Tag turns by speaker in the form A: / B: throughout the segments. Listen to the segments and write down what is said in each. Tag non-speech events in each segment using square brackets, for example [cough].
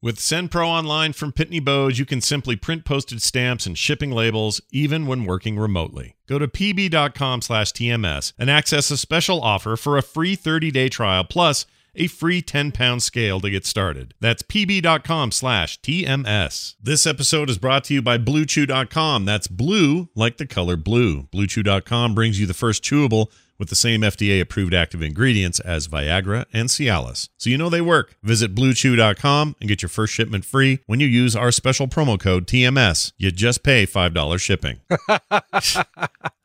A: With SendPro Online from Pitney Bowes, you can simply print postage stamps and shipping labels, even when working remotely. Go to pb.com slash TMS and access a special offer for a free 30-day trial, plus a free 10-pound scale to get started. That's pb.com slash TMS. This episode is brought to you by BlueChew.com. That's blue like the color blue. BlueChew.com brings you the first chewable with the same FDA approved active ingredients as Viagra and Cialis. So you know they work. Visit bluechew.com and get your first shipment free when you use our special promo code TMS. You just pay $5
B: [laughs]
A: shipping.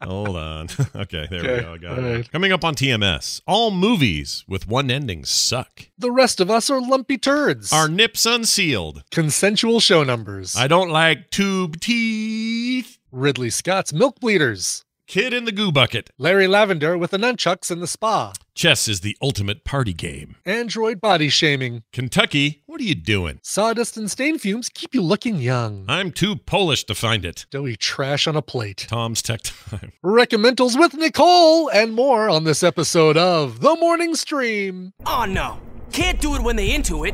A: Hold on. [laughs] Okay, there we
B: Okay,
A: go. I Got
B: all
A: it.
B: right.
A: Coming up on TMS, all movies with one ending suck.
B: The rest of us are lumpy turds.
A: Are nips unsealed?
B: consensual show numbers.
A: I don't like tube teeth.
B: Ridley Scott's Milk Bleeders.
A: Kid in the goo bucket.
B: Larry Lavender with the nunchucks in the spa.
A: Chess is the ultimate party game.
B: Android body shaming.
A: Kentucky, what are you doing?
B: Sawdust and stain fumes keep you looking young.
A: I'm too Polish to find it.
B: Doughy trash on a plate.
A: Tom's Tech Time. [laughs]
B: Recommendals with Nicole and more on this episode of The Morning Stream.
C: Oh no. Can't do it when they into it.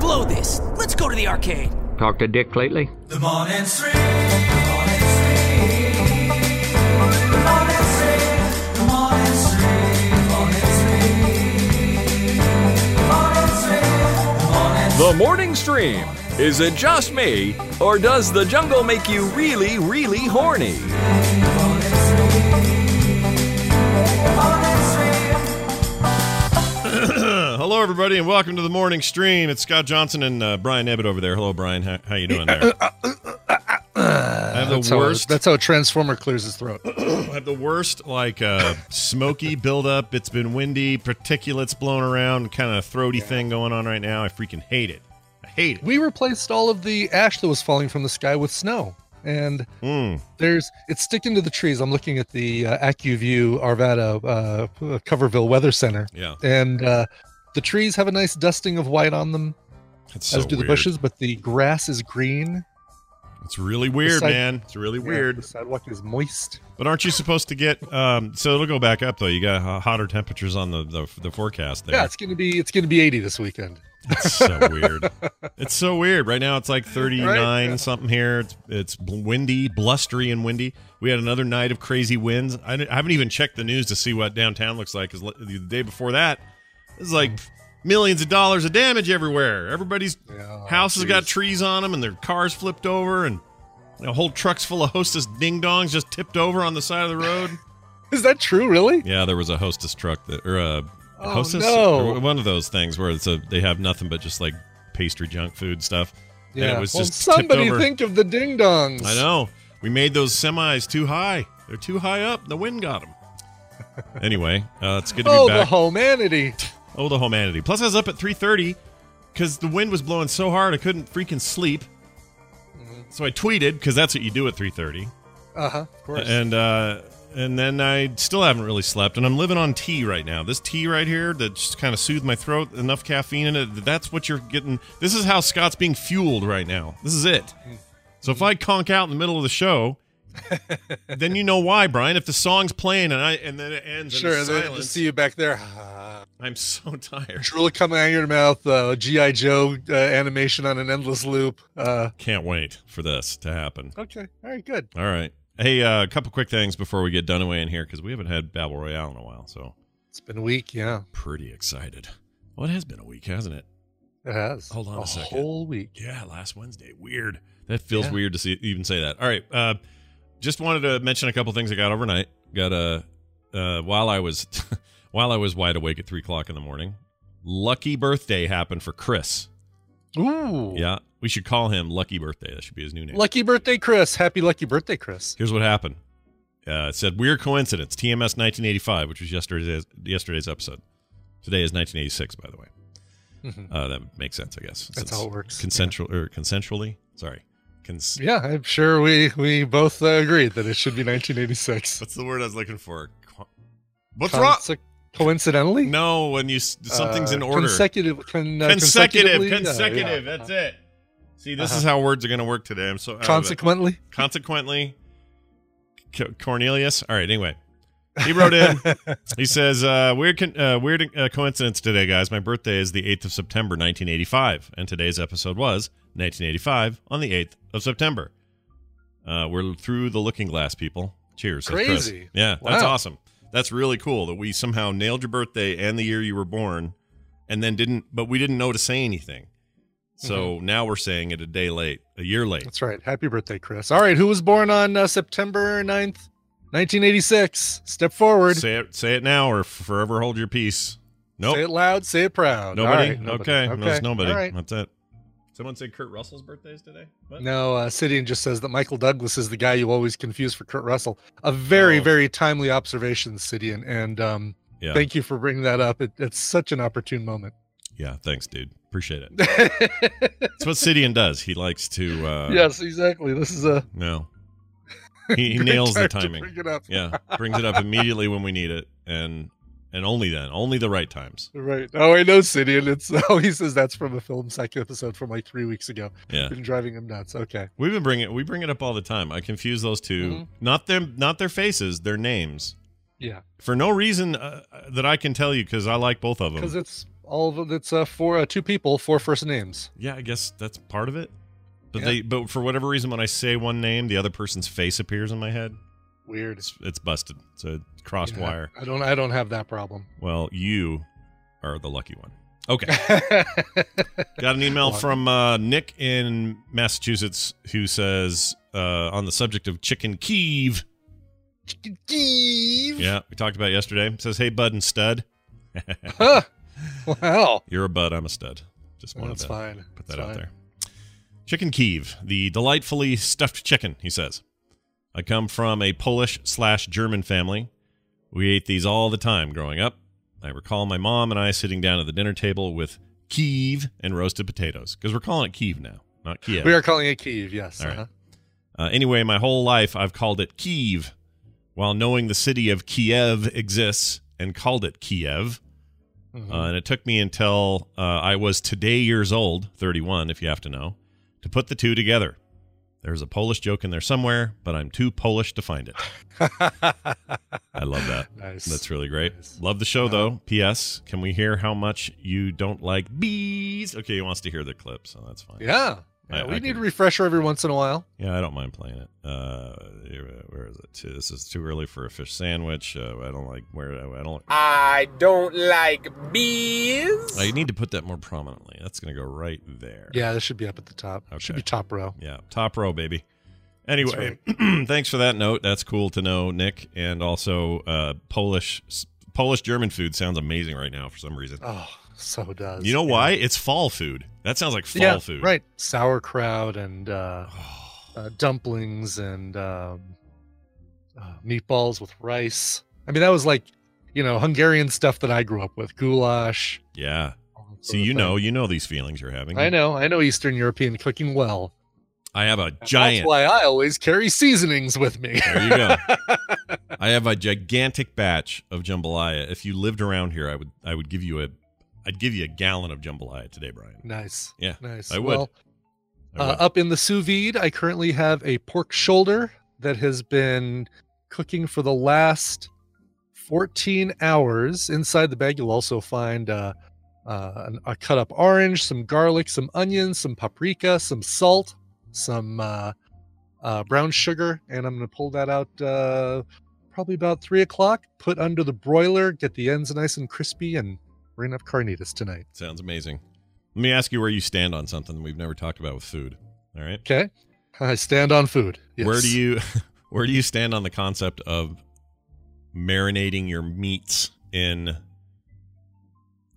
C: Blow this. Let's go to the arcade.
D: Talk to Dick lately?
E: The morning stream, the morning stream, the morning stream, the morning stream, the morning stream, the morning stream, the morning
F: The morning stream. Is it just me, or does the jungle make you really, really horny?
A: Uh, Hello, everybody, and welcome to the morning stream. It's Scott Johnson and uh, Brian Ebbett over there. Hello, Brian. How, how you doing there? I have
B: That's
A: the
B: how,
A: worst.
B: that's how a transformer clears his throat.
A: I have the worst, like uh, smoky buildup. It's been windy, particulates blown around, kind of throaty thing going on right now. I freaking hate it. I hate it.
B: we replaced all of the ash that was falling from the sky with snow and
A: Mm.
B: there's it's sticking to the trees i'm looking at the uh, acuvue arvada uh, coverville weather center
A: Yeah,
B: and uh, the trees have a nice dusting of white on them
A: that's so
B: as do
A: weird.
B: the bushes but the grass is green
A: It's really weird,
B: side-
A: man. It's really
B: the
A: weird.
B: sidewalk is moist
A: But aren't you supposed to get? Um, so it'll go back up though. You got uh, hotter temperatures on the the, the forecast there.
B: yeah it's gonna be it's gonna be 80 this weekend
A: It's so weird. It's so weird. Right now it's like 39 something here. It's it's bl- windy, blustery and windy. We had another night of crazy winds. I, don't- I haven't even checked the news to see what downtown looks like cuz the day before that it was like millions of dollars of damage everywhere. Everybody's
B: Yeah,
A: houses got
B: geez.
A: trees on them and their cars flipped over and you know, whole trucks full of hostess ding dongs just tipped over on the side of the road.
B: is that true really
A: Yeah, there was a hostess truck that, or a
B: Oh,
A: hostess,
B: no.
A: or one of those things where it's a they have nothing but just like pastry, junk food stuff. And it was
B: well,
A: just tipped
B: somebody
A: over.
B: think of the ding dongs
A: I know we made those semis too high. They're too high up. The wind got
B: [laughs]
A: them. anyway, uh, it's good to be
B: oh the
A: back.
B: humanity
A: oh, the humanity. Plus, I was up at three thirty because the wind was blowing so hard I couldn't freaking sleep.
B: Mm-hmm.
A: So I tweeted because that's what you do at three thirty.
B: uh-huh of course
A: and uh and then I still haven't really slept, and I'm living on tea right now. This tea right here that just kind of soothed my throat, enough caffeine in it. That's what you're getting. This is how Scott's being fueled right now. This is it. So if I conk out in the middle of the show,
B: [laughs]
A: then you know why, Brian. If the song's playing and I and then it ends,
B: sure
A: and it's
B: they- to
A: silence,
B: see you back there
A: I'm so [laughs] tired.
B: drool coming out of your mouth, uh, GI Joe uh, animation on an endless loop. Uh,
A: Can't wait for this to happen.
B: okay, all right, good.
A: All right. Hey, uh, a couple quick things before we get done away in here because we haven't had Battle Royale in a while, so
B: It's been a week, yeah,
A: pretty excited. Well, it has been a week, hasn't it?
B: it has.
A: Hold on a second.
B: whole week.
A: Yeah, last Wednesday. Weird. That feels
B: Yeah.
A: weird to see even say that. All right. Uh, just wanted to mention a couple things I got overnight. Got a uh, while I was [laughs] while I was wide awake at three o'clock in the morning. Lucky birthday happened for Chris.
B: Ooh,
A: Yeah, we should call him Lucky Birthday. That should be his new name.
B: Lucky birthday, Chris! Happy lucky birthday, Chris.
A: Here's what happened. Uh, it said weird coincidence. TMS 1985, which was yesterday's yesterday's episode. Today is 1986, by the
B: [laughs]
A: way.
B: Mhm.
A: Uh, that makes sense, I guess. since
B: That's how it works.
A: Consensual or consensually? Sorry. Cons-
B: Yeah, I'm sure we we both uh, agreed that it should be 1986.
A: What's the word I was looking for? Co- What's
B: Conse- Coincidentally,
A: wrong? No, when you s- something's in
B: Uh,
A: order.
B: Consecutive, con- uh,
A: consecutive,
B: consecutively, uh,
A: consecutive.
B: yeah. Uh-huh.
A: That's it. See, this is how words are going to work today. I'm so out of it.
B: Consequently,
A: consequently, Co- Cornelius. All right. Anyway, He wrote in. he says, uh, "Weird, con- uh, weird uh, coincidence today, guys. My birthday is the 8th of September, 1985, and today's episode was 1985 on the 8th of September. Uh, we're through the looking glass, people. Cheers, says Chris.
B: Crazy.
A: Yeah, that's
B: Wow.
A: awesome. That's really cool that we somehow nailed your birthday and the year you were born, and then didn't. But we didn't know to say anything." So
B: Mm-hmm.
A: now we're saying it a day late, a year late.
B: That's right. Happy birthday, Chris. All right. Who was born on uh, September 9th, 1986? Step forward. Say,
A: Say it, say it now, or forever hold your peace. Nope.
B: it loud. Say it proud. All
A: Nobody?
B: right,
A: Okay. No, it's nobody.
B: All right.
A: That's it. Someone said Kurt Russell's birthday is today? What?
B: No, uh, Sidian just says that Michael Douglas is the guy you always confuse for Kurt Russell. A very,
A: Oh.
B: very timely observation, Sidian. And um,
A: Yeah.
B: thank you for bringing that up. It, it's such an opportune moment. [laughs]
A: yeah. Thanks, dude. Appreciate it. That's what Sidian does. He likes to. Uh,
B: yes, exactly. This is a
A: No. He, he
B: great
A: nails the
B: time to
A: timing.
B: bring it up.
A: Yeah. Brings it up immediately when we need it, and and only then, only the right times.
B: Right. Oh, I know, Sidian. It's [laughs] oh, he says that's from a film psych episode from like three
A: [laughs]
B: weeks ago.
A: Yeah.
B: Been driving him nuts. Okay.
A: We've been bringing we bring it up all the time. I confuse those 2
B: Mhm.
A: not them, not their faces, their names.
B: Yeah.
A: For no reason uh, that I can tell you, because I like both of them.
B: Because it's all of it's uh four uh, two people, four first names.
A: Yeah, I guess that's part of it. But
B: Yeah.
A: they but for whatever reason when I say one name, the other person's face appears in my head.
B: Weird.
A: It's it's busted. It's a crossed
B: Yeah,
A: wire.
B: I don't I don't have that problem. [laughs]
A: Well, you are the lucky one. Okay. Got an email from uh, Nick in Massachusetts who says uh, on the subject of chicken Kiev. Yeah, we talked about it yesterday. Says, "Hey bud and stud.
B: Huh. Wow.
A: You're a bud, I'm a stud." Just wanted
B: That's
A: to
B: fine.
A: Put that
B: That's
A: out
B: fine.
A: there. Chicken Kiev, the delightfully stuffed chicken, he says. I come from a Polish slash German family. We ate these all the time growing up. I recall my mom and I sitting down at the dinner table with Kiev and roasted potatoes, because we're calling it Kiev now, not Kiev.
B: We are calling it Kiev, yes.
A: All right.
B: uh-huh.
A: Uh, anyway, my whole life I've called it Kiev, while knowing the city of Kiev exists and called it Kiev.
B: Mhm.
A: Uh, and it took me until uh, I was today years old, 31, if you have to know, to put the two together. There's a Polish joke in there somewhere, but I'm too Polish to find it. I love that.
B: uh-huh. [laughs] nice.
A: That's really great.
B: Nice. Uh-huh.
A: Love the show, though. P.S. Can we hear how much you don't like bees? Okay, he wants to hear the clip, so that's fine.
B: Yeah.
A: I-
B: Yeah, we
A: I
B: need
A: can-
B: a refresher every once in a while.
A: Yeah, I don't mind playing it. Uh, where is it? This is too early for a fish sandwich. Uh, I don't like where I don't. Like,
D: I don't like bees.
A: I need to put that more prominently. That's gonna go right there.
B: Yeah, this should be up at the top. Should
A: Okay.
B: be top row.
A: Yeah, top row, baby. Anyway, [clears throat] thanks for that note. That's cool to know, Nick. And also, uh, Polish Polish German food sounds amazing right now for some reason.
B: Oh, so does.
A: You know
B: yeah.
A: why? It's fall food. That sounds like fall
B: yeah,
A: food.
B: Right. Sauerkraut and uh,
A: [sighs]
B: uh, dumplings and um, uh, meatballs with rice. I mean, that was like, you know, Hungarian stuff that I grew up with goulash.
A: Yeah.
B: all that
A: So
B: sort of
A: you
B: thing.
A: know, you know these feelings you're having.
B: I know. I know Eastern European cooking well.
A: I have a
B: And
A: giant.
B: That's why I always carry seasonings with me. [laughs]
A: There you go. I have a gigantic batch of jambalaya. If you lived around here, I would I would give you a I'd give you a gallon of jambalaya today, Brian.
B: nice.
A: Yeah,
B: Nice.
A: I would.
B: Well,
A: I
B: Uh,
A: would.
B: up in the sous vide, I currently have a pork shoulder that has been cooking for the last 14 hours. Inside the bag, you'll also find uh, uh, an, a cut up orange, some garlic, some onions, some paprika, some salt, some uh, uh, brown sugar, and I'm going to pull that out uh, probably about three o'clock. Put under the broiler, get the ends nice and crispy, and we're going to have carnitas tonight.
A: Sounds amazing. Let me ask you where you stand on something we've never talked about with food. All right.
B: Okay, [laughs] I stand on food.
A: Where
B: Yes.
A: do you [laughs] where do you stand on the concept of marinating your meats in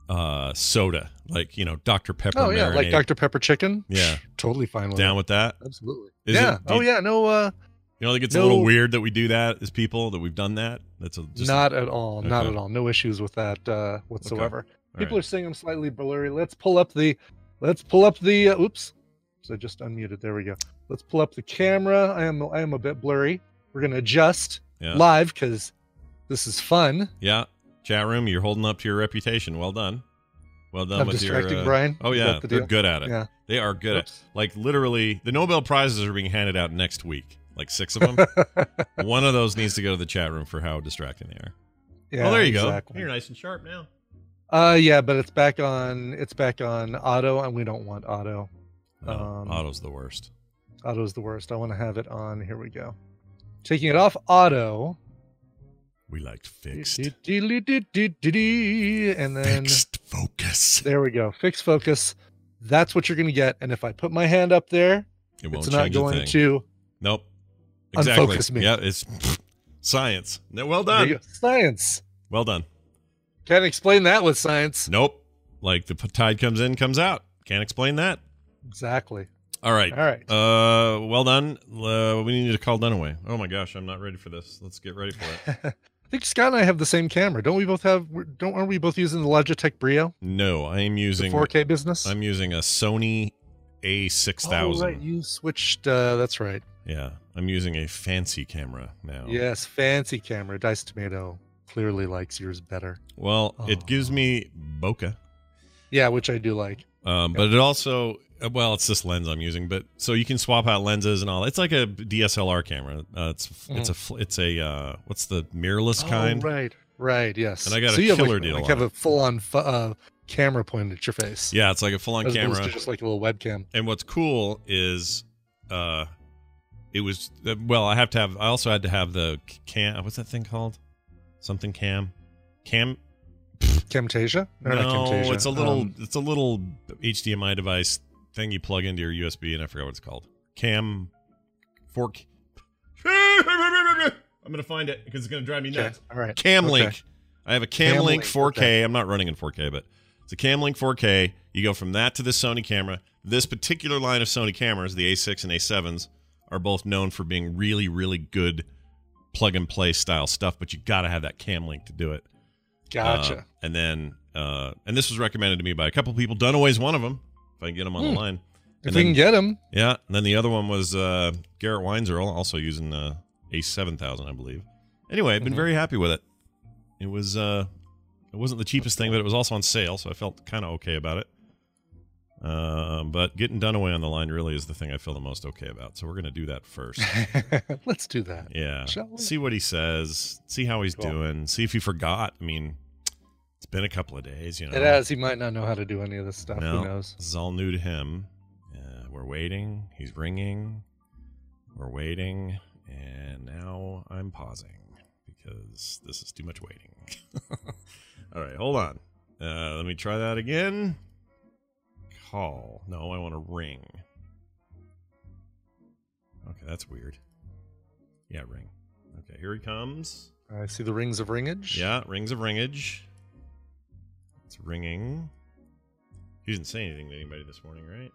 A: uh soda? Like, you know, Dr. Pepper
B: Oh yeah, like
A: marinade.
B: Dr Pepper chicken.
A: Yeah.
B: totally fine with
A: down
B: it.
A: with that.
B: Absolutely.
A: Is
B: yeah.
A: it- do
B: oh
A: you-
B: yeah. No, uh,
A: You know, like it's a
B: No.
A: little weird that we do that as people, that we've done that. That's a, just
B: not at all. Not
A: Okay.
B: at all. No issues with that uh, whatsoever.
A: all
B: People
A: right.
B: are saying I'm slightly blurry. Let's pull up the. Let's pull up the. Uh, oops. So I just unmuted. There we go. Let's pull up the camera. I am. I am a bit blurry. We're gonna adjust
A: Yeah.
B: live because this is fun.
A: Yeah, chat room, you're holding up to your reputation. Well done. Well done
B: I'm
A: with your.
B: distracting
A: uh,
B: Brian.
A: Oh
B: Is
A: yeah,
B: that the
A: they're
B: deal?
A: good at it.
B: Yeah.
A: They are good
B: Oops.
A: at like literally the Nobel prizes are being handed out next week. like six of them.
B: [laughs]
A: One of those needs to go to the chat room for how distracting they are.
B: yeah,
A: oh, there you go.
B: exactly.
A: You're nice and sharp now.
B: Uh, yeah, but it's back on. It's back on auto, and we don't want auto.
A: No,
B: Um,
A: auto's the worst.
B: Auto's the worst. I want to have it on. Here we go. Taking it off auto.
A: We liked fixed.
B: Do-do-do-do-do-do-do, And then
A: fixed focus.
B: there we go. Fix focus. That's what you're going to get. And if I put my hand up there,
A: It won't
B: it's
A: change a
B: not going
A: thing.
B: to.
A: Nope. Exactly.
B: Unfocus me.
A: Yeah, it's [laughs] science. No, well
B: There
A: done.
B: you go. Science.
A: Well done.
B: Can't explain that with science.
A: Nope. Like the p- tide comes in, comes out. Can't explain that.
B: Exactly.
A: All right.
B: All right.
A: Uh, well done. Uh, we need to call Dunaway. Oh my gosh, I'm not ready for this. Let's get ready for
B: [laughs]
A: it.
B: I think Scott and I have the same camera. Don't we both have? we're- Don't aren't we both using the Logitech Brio,
A: no, I am
B: the
A: using.
B: 4K business?
A: I'm using a Sony A6000.
B: Oh, right. You switched. Uh, that's right.
A: Yeah, I'm using a fancy camera now.
B: Yes, fancy camera. Dice Tomato clearly likes yours better.
A: Well,
B: Aw.
A: it gives me bokeh,
B: Yeah, which I do like.
A: um, but it also uh, well, it's this lens I'm using. But so you can swap out lenses and all. It's like a DSLR camera. Uh, it's it's a fl- it's a uh, what's the mirrorless kind?
B: Mm-hmm. Oh, right. Right. Yes.
A: And I got a
B: you have,
A: killer
B: like,
A: deal
B: Like
A: on
B: have
A: it.
B: a full-on fu- uh, camera pointed at your face.
A: Yeah, it's like a full on
B: As opposed
A: camera.
B: to just like a little webcam.
A: and what's cool is uh it was uh, well i have to have i also had to have the c- cam what's that thing called something cam cam
B: Camtasia? Or not
A: no
B: Camtasia,
A: it's a little
B: um,
A: it's a little hdmi device thing you plug into your usb and i forgot what it's called cam fork [laughs] i'm gonna find it because it's gonna drive me
B: okay,
A: nuts
B: All right.
A: Cam
B: Okay.
A: Link. I have a Cam,
B: Cam
A: Link
B: Link,
A: 4K.
B: okay.
A: I'm not running in 4K, but it's a Cam Link 4K. You go from that to this Sony camera. This particular line of Sony cameras, the A6 and A7s, are both known for being really, really good plug and play style stuff, but you got to have that Cam Link to do it.
B: Gotcha.
A: Uh, and then, uh, and this was recommended to me by a couple people. Dunaway's one of them, if I can get him on
B: Hmm.
A: the line.
B: if
A: and
B: we
A: then-
B: can get him,
A: Yeah. And then the other one was uh, Garrett Weinzerl, also using uh, A7000, I believe. Anyway, I've been
B: Mhm.
A: very happy with it. It was uh, it wasn't the cheapest thing, but it was also on sale, so I felt kind of okay about it. Um, but getting Dunaway on the line really is the thing I feel the most okay about. So we're gonna do that
B: [laughs]
A: first.
B: let's do that.
A: Yeah.
B: Shall we?
A: See what he says. See how he's
B: Cool.
A: doing. See if he forgot. I mean, it's been a couple of days, you know.
B: It has. He might not know how to do any of this stuff.
A: No.
B: Who knows?
A: This is all new to him. Uh, we're waiting. He's ringing. We're waiting. And now I'm pausing because this is too much waiting. [laughs] all right, hold on. Uh, let me try that again. Call. No, I want to ring. Okay, that's weird. Yeah, ring. Okay, here he comes.
B: I see the rings of ringage.
A: Yeah, rings of ringage. It's ringing. He didn't say anything to anybody this morning, right?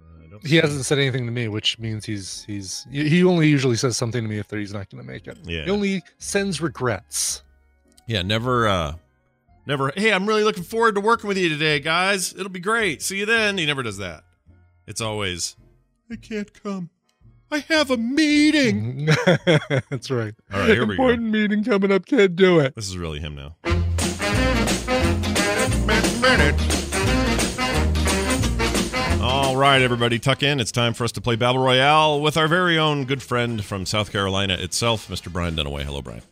A: Uh, I don't
B: He
A: see-
B: hasn't said anything to me, which means he's he's he he only usually says something to me if there- he's not going to make it.
A: Yeah.
B: He only sends regrets.
A: Yeah, never. uh Never. Hey, I'm really looking forward to working with you today, guys. It'll be great. See you then. He never does that. It's always, I can't come. I have a meeting.
B: [laughs] That's right.
A: All right, here we go.
B: Important meeting coming up. Can't do it.
A: This is really him now. All right, everybody, tuck in. It's time for us to play Battle Royale with our very own good friend from South Carolina itself, Mr. Brian Dunaway. Hello, Brian.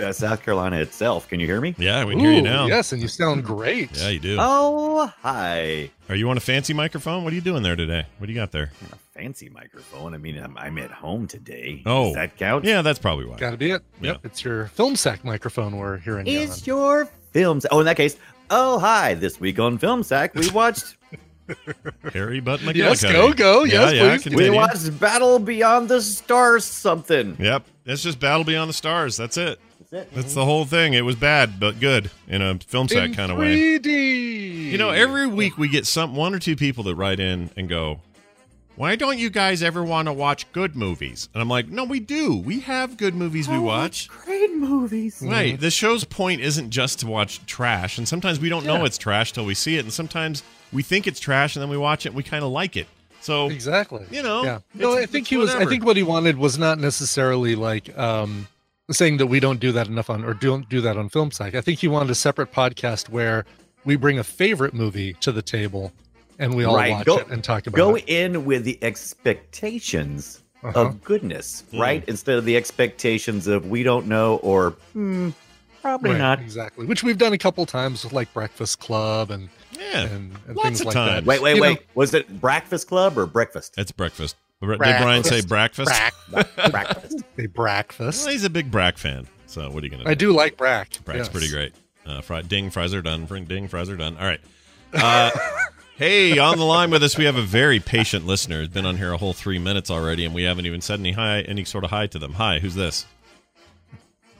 G: uh, South Carolina itself. Can you hear me?
A: Yeah, we can hear you
B: Ooh,
A: now.
B: Yes, and you sound great.
A: Yeah, you do.
G: Oh, hi.
A: Are you on a fancy microphone? What are you doing there today? What do you got there?
G: A fancy microphone. I mean, I'm, I'm at home today.
A: Oh.
G: Does that count?
A: Yeah, that's probably why.
B: Gotta be it.
A: Yeah.
B: Yep. It's your film sack microphone we're hearing. you on.
G: Is your films? Oh, in that case, oh hi. This week on Film
B: [laughs]
G: Sack, we watched
A: Harry Butt McGillicuddy.
B: Yes, go, go.
A: Yeah,
B: Yes,
A: yeah,
B: please.
G: we
A: continue.
G: watched Battle Beyond the Stars something.
A: Yep. That's just Battle Beyond the Stars. That's it.
G: That's it.
A: That's the whole thing. It was bad, but good in a film set
B: In
A: kind of way.
B: 3D.
A: You know, every week we get some one or two people that write in and go, "Why don't you guys ever want to watch good movies?" And I'm like, "No, we do. We have good movies we watch.
G: Great movies.
A: Right. The show's point isn't just to watch trash, and sometimes we don't know it's trash till we see it, and sometimes we think it's trash and then we watch it and we kind of like it. So
B: Exactly.
A: You know,
B: Yeah. No,
A: it's-
B: I think
A: it's
B: he was. I
A: whatever.
B: think what he wanted was not necessarily like um saying that we don't do that enough on or don't do that on film psych. I think he wanted a separate podcast where we bring a favorite movie to the table and we all
G: Right.
B: watch
G: Go-
B: it and talk about
G: Go
B: it.
G: in with the expectations
B: Uh-huh.
G: of goodness,
A: Mm.
G: right? Instead of the expectations of we don't know or hmm, probably
B: Right,
G: not.
B: exactly, which we've done a couple times with like Breakfast Club and
A: Yeah.
B: and, and
A: Lots
B: things
A: of
B: like
A: times.
B: that.
G: Wait, wait,
B: You know,
G: wait. Was it Breakfast Club
B: [laughs]
G: or breakfast?
A: That's breakfast. Br- Did Brian say breakfast?
B: Brack,
G: breakfast.
B: they
A: Well,
B: breakfast.
A: he's a big Brack fan. So what are you gonna do?
B: I do like Brack.
A: Brack's
B: yes.
A: pretty great. Uh, fry, ding, fries are done. Fring, Ding, fries are done. All right. Uh, [laughs] hey, on the line with us, we have a very patient listener. Has been on here a whole three minutes already, and we haven't even said any hi, any sort of hi to them. Hi, who's this?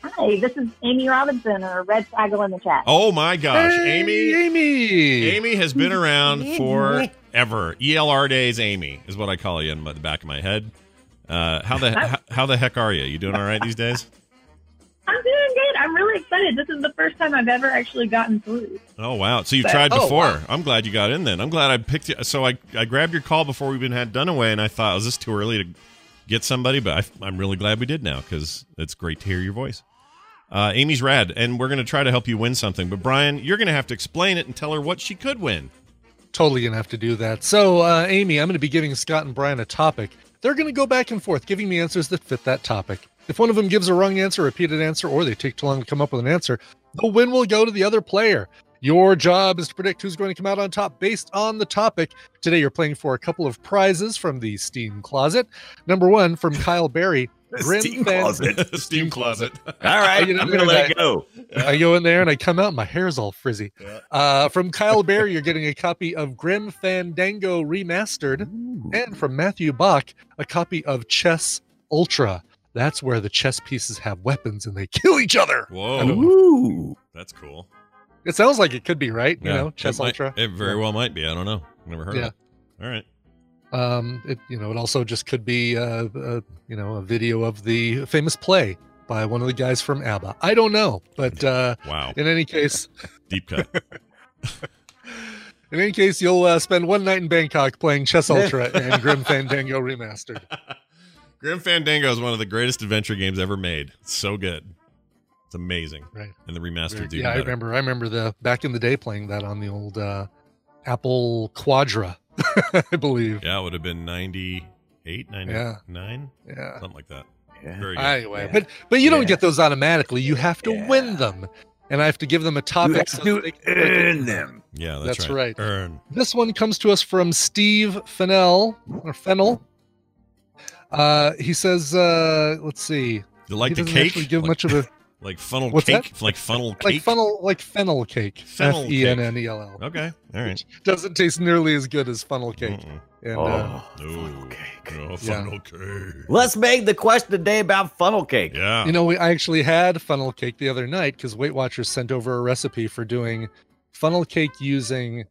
H: Hi, this is Amy Robinson or Red Flaggle in the chat.
A: Oh my gosh,
B: Hey,
A: Amy!
B: Amy,
A: Amy has been around
B: [laughs]
A: forever. ELR days, Amy is what I call you in my, the back of my head. Uh, how the how, how the heck are you? You doing all right these days?
H: I'm doing good. I'm really excited. This is the first time I've ever actually gotten through.
A: Oh wow! So you've
H: But-
A: tried
B: Oh,
A: before.
B: wow.
A: I'm glad you got in. Then I'm glad I picked you. So I I grabbed your call before we even had Dunaway, and I thought was this too early to get somebody? But I, I'm really glad we did now because it's great to hear your voice. Uh, Amy's rad, and we're gonna try to help you win something. But Brian, you're gonna have to explain it and tell her what she could win.
B: totally gonna have to do that. So, uh, Amy, I'm gonna be giving Scott and Brian a topic. They're gonna go back and forth, giving me answers that fit that topic. If one of them gives a wrong answer, repeated answer, or they take too long to come up with an answer, the win will go to the other player. Your job is to predict who's going to come out on top based on the topic. Today, you're playing for a couple of prizes from the Steam Closet. Number one
G: [laughs]
B: from Kyle Berry. Grim
G: Steam
B: Fan-
A: [laughs]
G: closet.
A: Steam closet.
G: All right,
B: You know,
G: I'm gonna let
B: that-
G: it go.
B: I go in there and I come out, my hair's all frizzy.
A: Yeah.
B: Uh, from Kyle Berry, you're getting a copy of Grim Fandango Remastered, and from Matthew Bach, a copy of Chess Ultra. That's where the chess pieces have weapons and they [laughs] kill each other. I [laughs] don't
A: Whoa,
B: know.
G: Ooh.
A: that's cool.
B: It sounds like it could be right, you
A: Yeah.
B: know, Chess
A: It might-
B: Ultra.
A: It very well might be. I don't know. Never heard of
B: Yeah.
A: it. All right.
B: Um, it, you know, it also just could be, uh, uh, you know, a video of the famous play by one of the guys from ABBA. I don't know, but uh,
A: Wow.
B: in any case,
A: Deep cut.
B: In any case, you'll uh, spend one night in Bangkok playing
A: [laughs]
B: Chess Ultra and Grim Fandango Remastered.
A: Grim Fandango is one of the greatest adventure games ever made. It's so good. It's amazing.
B: Right.
A: And the remastered
B: yeah, I remember. I remember the back in the day playing that on the old uh, Apple Quadra, [laughs] I believe.
A: Yeah, it would have been 98, 99,
B: Yeah.
A: something like that.
G: Yeah.
A: Very good.
B: Anyway,
G: Yeah.
B: but but you don't
G: Yeah.
B: get those automatically. You have to
G: Yeah.
B: win them, and I have to give them a
G: You
B: topic.
G: have
B: so
G: to
B: that they can click it.
G: earn them.
A: yeah, that's,
B: That's
A: right.
B: right.
A: Earn.
B: This one comes to us from Steve Fennell or Fennel. Uh, he says, uh, let's see.
A: You like
B: he
A: the
B: doesn't
A: cake?
B: actually give
A: like,
B: much of a
A: like funnel
B: What's
A: cake? Like funnel cake?
B: [laughs] like funnel like fennel cake E
A: Fennel cake.
B: f-e-n-n-e-l-l
A: Okay. All right.
B: doesn't taste nearly as good as funnel [laughs] cake
A: Mm-mm.
B: and uh,
G: Oh,
A: No.
G: funnel cake.
A: No, funnel cake.
G: Let's make the question today about funnel cake.
A: Yeah.
B: you know we I actually had funnel cake the other night because weight watchers sent over a recipe for doing funnel cake using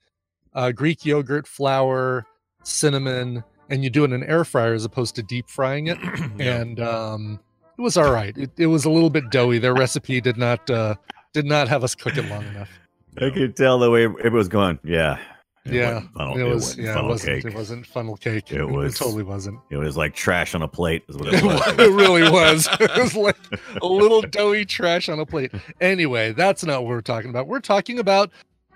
B: uh, greek yogurt flour cinnamon and you do it in an air fryer as opposed to deep frying
G: [clears throat]
B: it
A: Yeah.
B: and um, it was all right it, it was a little bit doughy their recipe did not uh, did not have us cook it long enough
G: I could tell the way it was going. Yeah. It
B: yeah
G: wasn't funnel-
B: it was
G: wasn't
B: yeah it
G: funnel
B: wasn't
G: cake.
B: it wasn't funnel cake
G: It was-
B: totally wasn't
G: It was like trash on a plate. Is what
B: [laughs] it
G: [laughs] it was.
B: really was it was like a little doughy trash on a plate anyway that's not what we're talking about we're talking about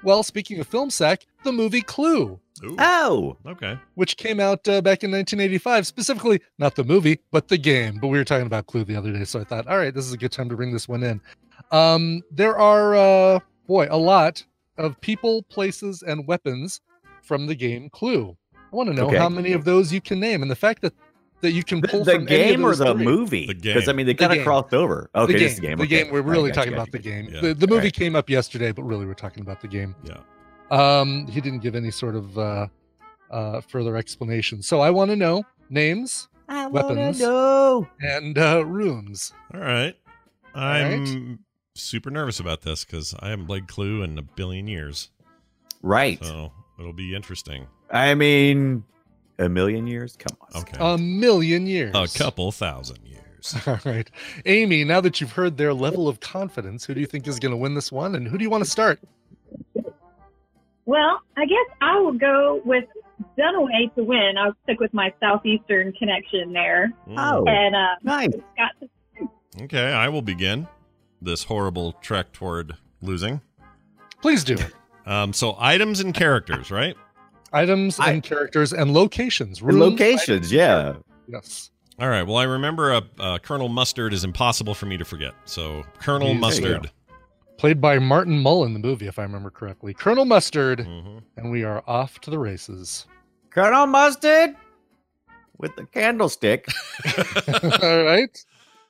B: well speaking of film sack the movie clue
A: Ooh.
G: oh,
A: Okay.
B: which came out uh, back in 1985 specifically not the movie but the game but we were talking about clue the other day so i thought all right this is a good time to bring this one in um there are uh boy a lot of people places and weapons from the game clue i want to know
G: Okay.
B: how many of those you can name and the fact that that you can
G: the,
B: pull
G: the
B: from any of
G: game or
B: those
G: the
B: three.
G: movie?
A: The
G: Because I
A: game.
G: mean, they
B: The
G: kind of
B: game.
G: crossed over. Okay,
B: the game.
G: just the game.
B: The
G: okay.
B: game. We're
G: All right,
B: really
G: gotcha,
B: talking
G: gotcha,
B: about the game.
A: Yeah.
B: The, the movie
G: Alright.
B: came up yesterday, but really we're talking about the game.
A: Yeah.
B: Um, he didn't give any sort of uh, uh, further explanation. So I want to know names
G: I
B: wanna Weapons.
G: know.
B: and uh, rooms.
A: All right. I'm super nervous about this because I haven't played Clue in a billion years.
G: Right.
A: So it'll be interesting.
G: I mean, a million years. Come on.
A: Okay.
B: A million years.
A: a couple thousand years.
B: [laughs] All right, Amy. Now that you've heard their level of confidence, who do you think is going to win this one, and who do you want to start?
H: Well, I guess I will go with Dunaway to win. I'll stick with my southeastern connection there,
G: Oh,
H: and uh,
G: nice.
H: Scott.
A: Hmm. Okay, I will begin this horrible trek toward losing.
B: Please do.
A: Um, so items and characters, right?
B: Items
G: I-
B: and characters and locations.
G: And
B: Rooms,
G: locations. Yeah.
B: items- Yes.
A: All right. Well, I remember uh, uh, Colonel Mustard is impossible for me to forget. So Colonel
B: There you
A: Mustard.
B: Played by Martin Mullen, the movie, if I remember correctly. Colonel Mustard,
A: hmm
B: and we are off to the races. [laughs]
G: Colonel Mustard with the candlestick.
B: All right.
A: [laughs]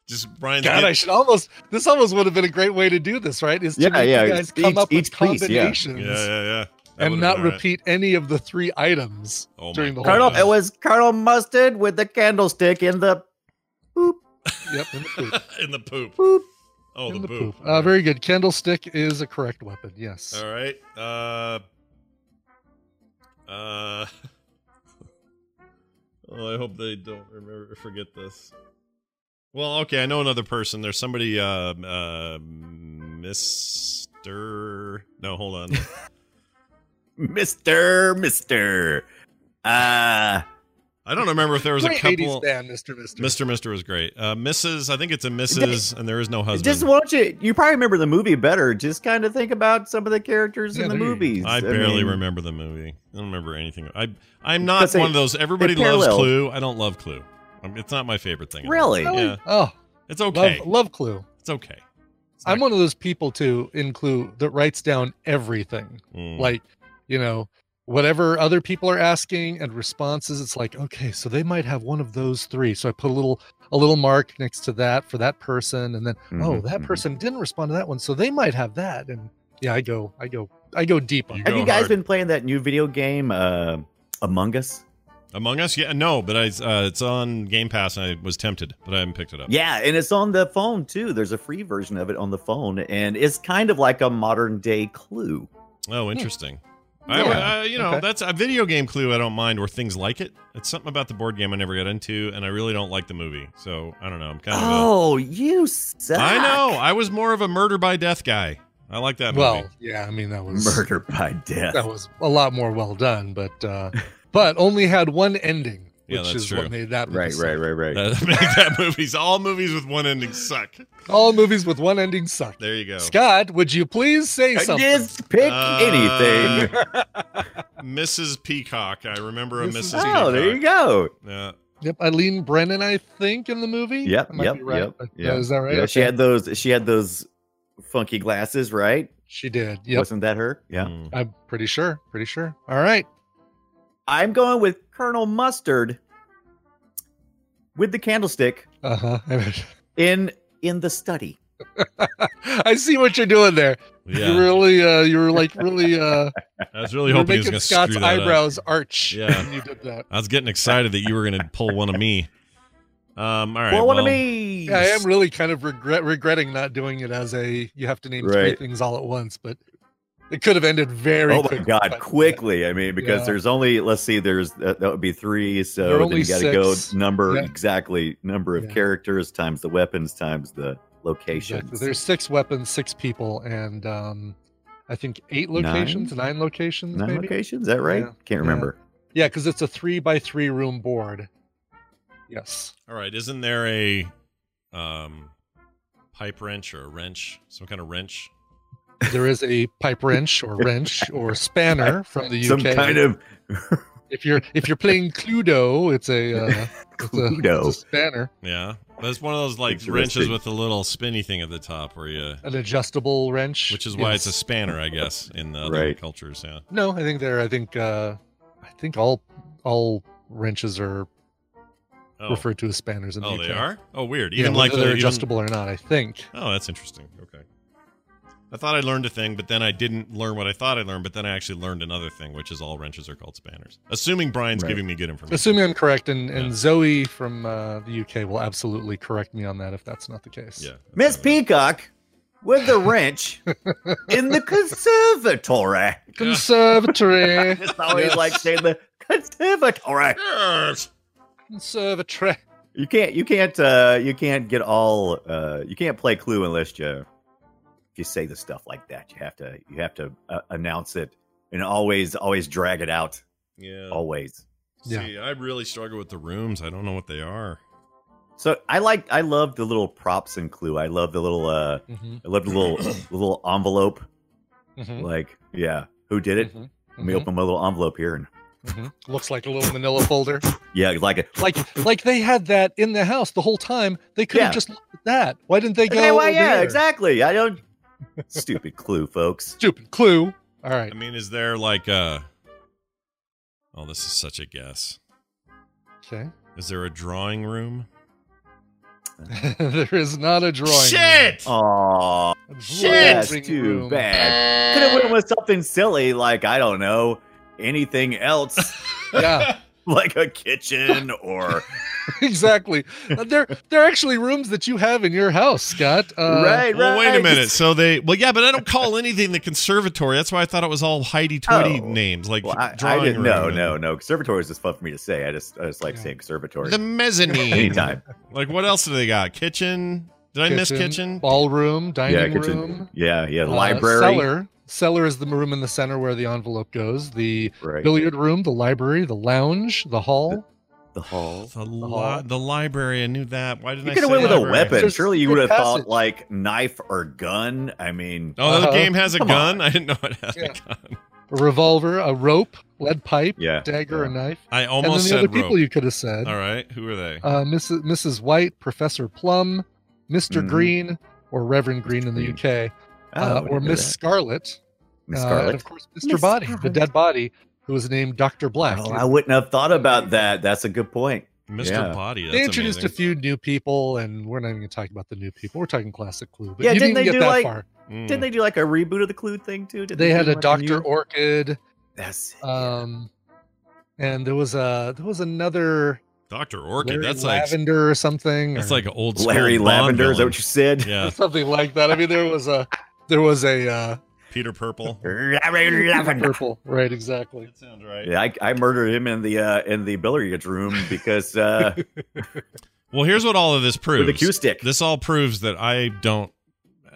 A: Just Brian's
B: God,
A: get-
B: I should almost. This almost would have been a great way to do this, right? Is to
G: Yeah,
B: make
G: yeah,
B: you guys
G: each-
B: come up
G: each
B: with
G: piece,
A: yeah,
G: yeah.
B: combinations
A: yeah, yeah. That would've
B: and not
A: been all right.
B: repeat any of the three items
A: [laughs] Oh my
B: during the
A: God.
B: whole.
G: Colonel, it was Colonel Mustard with the candlestick in the
B: Yep. in the poop.
A: [laughs] in the poop.
G: Boop.
A: Oh,
B: in
A: the, poop.
B: Uh, very good. Candlestick is a correct weapon. Yes.
A: All right. Uh, uh, [laughs] oh, I hope they don't remember forget this. Well, okay, I know another person. There's somebody, uh, uh, Mister. No, hold on.
G: Mister Mister. Uh
A: I don't remember if there was a
B: Great 80s
A: couple.
B: band, Mr. Mister.
A: Mister Mister was great. Uh, Mrs. I think it's a Mrs. And there is no husband.
G: just watch it. You probably remember the movie better. Just kind of think about some of the characters
B: Yeah,
G: in the
B: there you go.
G: movies.
A: I barely
G: mean,
A: remember the movie. I don't remember anything. I I'm not
G: Because they-
A: one of those. Everybody loves
G: parallel.
A: Clue. I don't love Clue. Um, It's not my favorite thing. in the world.
G: Really?
A: Yeah.
B: Oh,
A: It's okay.
B: love, love Clue.
A: It's okay. It's
B: I'm
A: not-
B: one of those people too in Clue that writes down everything.
A: Mm.
B: Like, you know, whatever other people are asking and responses, it's like, okay, so they might have one of those three. So I put a little a little mark next to that for that person. And then oh,
A: Mm-hmm,
G: Mhm,
B: that
G: mhm.
B: person didn't respond to that one. So they might have that. And yeah, I go, I go, I go deep on
A: You
B: that.
G: Have you
A: Go
G: guys
A: hard.
G: been playing that new video game, uh, Among Us?
A: Among Us? Yeah, no, but I, uh, it's on Game Pass, and I was tempted, but I haven't picked it up.
G: Yeah, and it's on the phone too. There's a free version of it on the phone, and it's kind of like a modern day Clue.
A: Oh, interesting. I,
B: Yeah.
A: I- you know,
B: Okay.
A: that's a video game clue. I don't mind, or things like it. It's something about the board game I never got into, and I really don't like the movie. So I don't know. I'm kind of. a-
G: Oh, you suck!
A: I know. I was more of a murder by death guy. I like that movie. [laughs]
B: Well, yeah, I mean that was
G: Murder by death.
A: Oh,
B: that was a lot more well done,
A: [laughs]
B: but uh but only had one ending,
A: Yeah,
B: which
A: that's
B: is
A: true.
B: what made that movie
G: Right,
B: suck.
G: right, right, right.
A: that, [laughs] make that movies. All movies with one ending suck.
B: All movies with one ending suck.
A: There you go.
B: Scott, would you please say
G: I
B: something?
G: Just pick
A: Uh, [laughs]
G: anything.
A: Mrs. Peacock. I remember a
B: Mrs.
A: Mrs.
B: Peacock.
A: Peacock.
G: Oh, there you go.
A: Yeah.
B: Yep, Eileen Brennan, I think, in the movie.
G: Yep,
B: I might
G: yep,
B: be right,
G: yep,
B: but-
G: yep.
B: Is that right?
G: Yeah, she
B: Okay.
G: had those. She had those funky glasses, right?
B: She did. Yep,
G: Wasn't that her? Yeah.
A: Mm.
B: [laughs] I'm pretty sure. Pretty sure. All right.
G: I'm going with Colonel Mustard with the candlestick
B: Uh huh.
G: in in the study.
B: [laughs] I see what you're doing there.
A: Yeah.
B: You really, uh, you were like really,
G: [laughs]
B: uh,
A: I was really
B: you were
A: hoping he was
B: making
A: going to screw
B: Scott's
A: that up.
B: eyebrows arch.
A: Yeah.
B: [laughs] when you did that.
A: I was getting excited that you were going to pull one of me. Um, all right.
G: well, one of
A: well,
G: me.
B: Yeah, I am really kind of regret regretting not doing it as a you have to name three
G: Right.
B: things all at once, but it could have ended very.
G: Oh my
B: quickly,
G: God!
B: but-
G: Quickly, I mean, because
B: Yeah.
G: there's only let's see, there's uh, that would be three, so
B: There are
G: then
B: only
G: you got to go
B: six.
G: number
B: Yeah.
G: exactly number of
B: Yeah.
G: characters times the weapons times the
B: Exactly.
G: locations.
B: There's six weapons, six people, and um, I think eight
G: Nine?
B: locations, nine, locations,
G: nine
B: maybe.
G: locations. Is that right?
B: Yeah.
G: Can't
B: Yeah.
G: remember.
B: Yeah, because it's a three by three room board. Yes.
A: all right. Isn't there a um, pipe wrench or a wrench? Some kind of wrench?
B: There is a pipe wrench
G: [laughs]
B: or wrench or spanner from the UK.
G: Some kind of
B: if you're if you're playing Cluedo, it's
G: [laughs]
B: a uh, it's a, it's a
G: Cluedo.
B: spanner,
A: Yeah. That's one of those like
G: Interesting.
A: wrenches with the little spinny thing at the top where you,
B: an adjustable wrench.
A: which is why it's a
B: Yes.
A: spanner, I guess, in the other
G: Right.
A: cultures. Yeah.
B: No, I think there. I think uh, I think all all wrenches are
A: Oh,
B: referred to as spanners in the
A: oh
B: UK.
A: they are? Oh, weird.
B: Yeah,
A: Even like
B: whether they're
A: the, even-
B: adjustable or not, I think.
A: Oh, that's interesting. Okay. I thought I learned a thing, but then I didn't learn what I thought I learned, but then I actually learned another thing, which is all wrenches are called spanners. Assuming Brian's
G: Right.
A: giving me good information.
B: Assuming I'm correct, and, and
A: Yeah.
B: Zoe from uh, the UK will absolutely correct me on that if that's not the case.
A: yeah.
G: Miss Peacock with the
B: [laughs]
G: wrench in the conservatory.
B: Conservatory.
G: [laughs] Just always like saying the conservatory.
A: [laughs] Yes.
B: conservatory.
G: You can't you can't uh you can't get all uh you can't play clue unless you if you say the stuff like that. You have to you have to uh, announce it and always always drag it out
A: Yeah.
G: always.
A: See, I really struggle with the rooms. I don't know what they are.
G: So I like I love the little props in clue. I love the little uh
B: Mm-hmm.
G: I love the little the little envelope
B: Mm-hmm.
G: like yeah, who did it? Let me open my little envelope here and
B: Mhm. Looks like a little manila folder.
G: Yeah, like a,
B: Like like they had that in the house the whole time. They could have
G: Yeah.
B: just looked at that. Why didn't they go?
G: Okay, why,
B: over
G: Oh, yeah,
B: there?
G: exactly. I don't. Stupid clue, folks.
B: Stupid clue. All right.
A: I mean, is there like a? Oh, this is such a guess.
B: Okay. [laughs]
A: Is there a drawing room?
B: there is not a drawing. room.
A: Shit!
G: Aw,
B: A
G: Oh, that's
B: drawing
G: too
B: room.
G: bad. Could have went with something silly, like I don't know, anything else, [laughs]
B: Yeah. [laughs]
G: like a kitchen or
B: exactly. Uh, There, there are actually rooms that you have in your house, Scott. [laughs] Uh,
G: right.
A: Well, wait a
G: right.
A: minute. So they, well, yeah, but I don't call anything the conservatory. That's why I thought it was all Heidi Tweety
G: Oh.
A: names, like
G: Well, I, I
A: drawing room.
G: didn't. No,
A: and-
G: no, no. Conservatory is just fun for me to say. I just, I just like
B: Yeah.
G: saying conservatory
A: The mezzanine.
G: anytime.
A: Like what else do they got? Kitchen. Did I miss kitchen?
B: ballroom, dining
G: yeah, kitchen.
B: room,
G: Yeah, yeah.
B: uh,
G: Library.
B: cellar. Cellar is the room in the center where the envelope goes. The
G: Right.
B: billiard room, the library, the lounge, the hall.
G: The hall.
A: The, li- the library. I knew that. Why didn't
G: You
A: I?
G: could have
A: say
G: went with a
A: library?
G: weapon.
B: There's
G: Surely you would
B: secret
G: have thought
B: passage.
G: like knife or gun. I mean,
A: Oh, the
B: Uh-huh.
A: game has a
G: Come
A: gun. I didn't know it had
B: Yeah.
A: a gun.
B: A revolver, a rope, lead pipe,
G: yeah.
B: dagger,
G: yeah.
B: a knife.
A: I almost
B: and then the
A: said
B: other people
A: rope.
B: you could have said.
A: All right, who are
G: Oh,
A: they?
B: Uh, Mrs. Mrs. White, Professor Plum, mister
G: Mhm.
B: Green, or Reverend Green in the
G: Green.
B: UK,
G: Oh,
B: uh,
G: I
B: or
G: didn't know
B: Miss
G: that.
B: Scarlet.
G: Miss
B: Uh,
G: Scarlet.
B: and of course, Mr. Body, the dead body, who was named Dr. Black.
G: Oh, I wouldn't have thought about that. That's a good point.
A: Mr.
G: yeah.
A: Body. That's
B: they introduced
A: amazing.
B: a few new people, and we're not even going to talk about the new people. We're talking classic Clue. But
G: Yeah,
B: you didn't,
G: didn't they
B: get
G: do,
B: that
G: like-
B: far.
A: Mm.
G: Didn't they do like a reboot of the Clue thing too? Did
B: They had
G: do
B: a
G: like new-
B: Dr. Orchid,
G: That's
A: uh,
G: it.
B: um, and there was a there was another
A: Dr. Orchid.
B: Larry
A: that's like
B: Lavender or something.
A: that's
B: or
A: like uh, an old school
G: Larry
A: Bond
G: Lavender. Is that
A: villain.
G: what you said?
A: Yeah,
B: [laughs] something like that. I mean, there was a there was a uh,
A: Peter Purple.
G: [laughs] Larry Lavender.
B: purple, right? Exactly.
A: that sounds right.
G: Yeah, I, I murdered him in the uh, in the
A: [laughs]
G: billiard room because uh,
A: Well, here's what all of this proves.
G: with a cue stick.
A: This all proves that I don't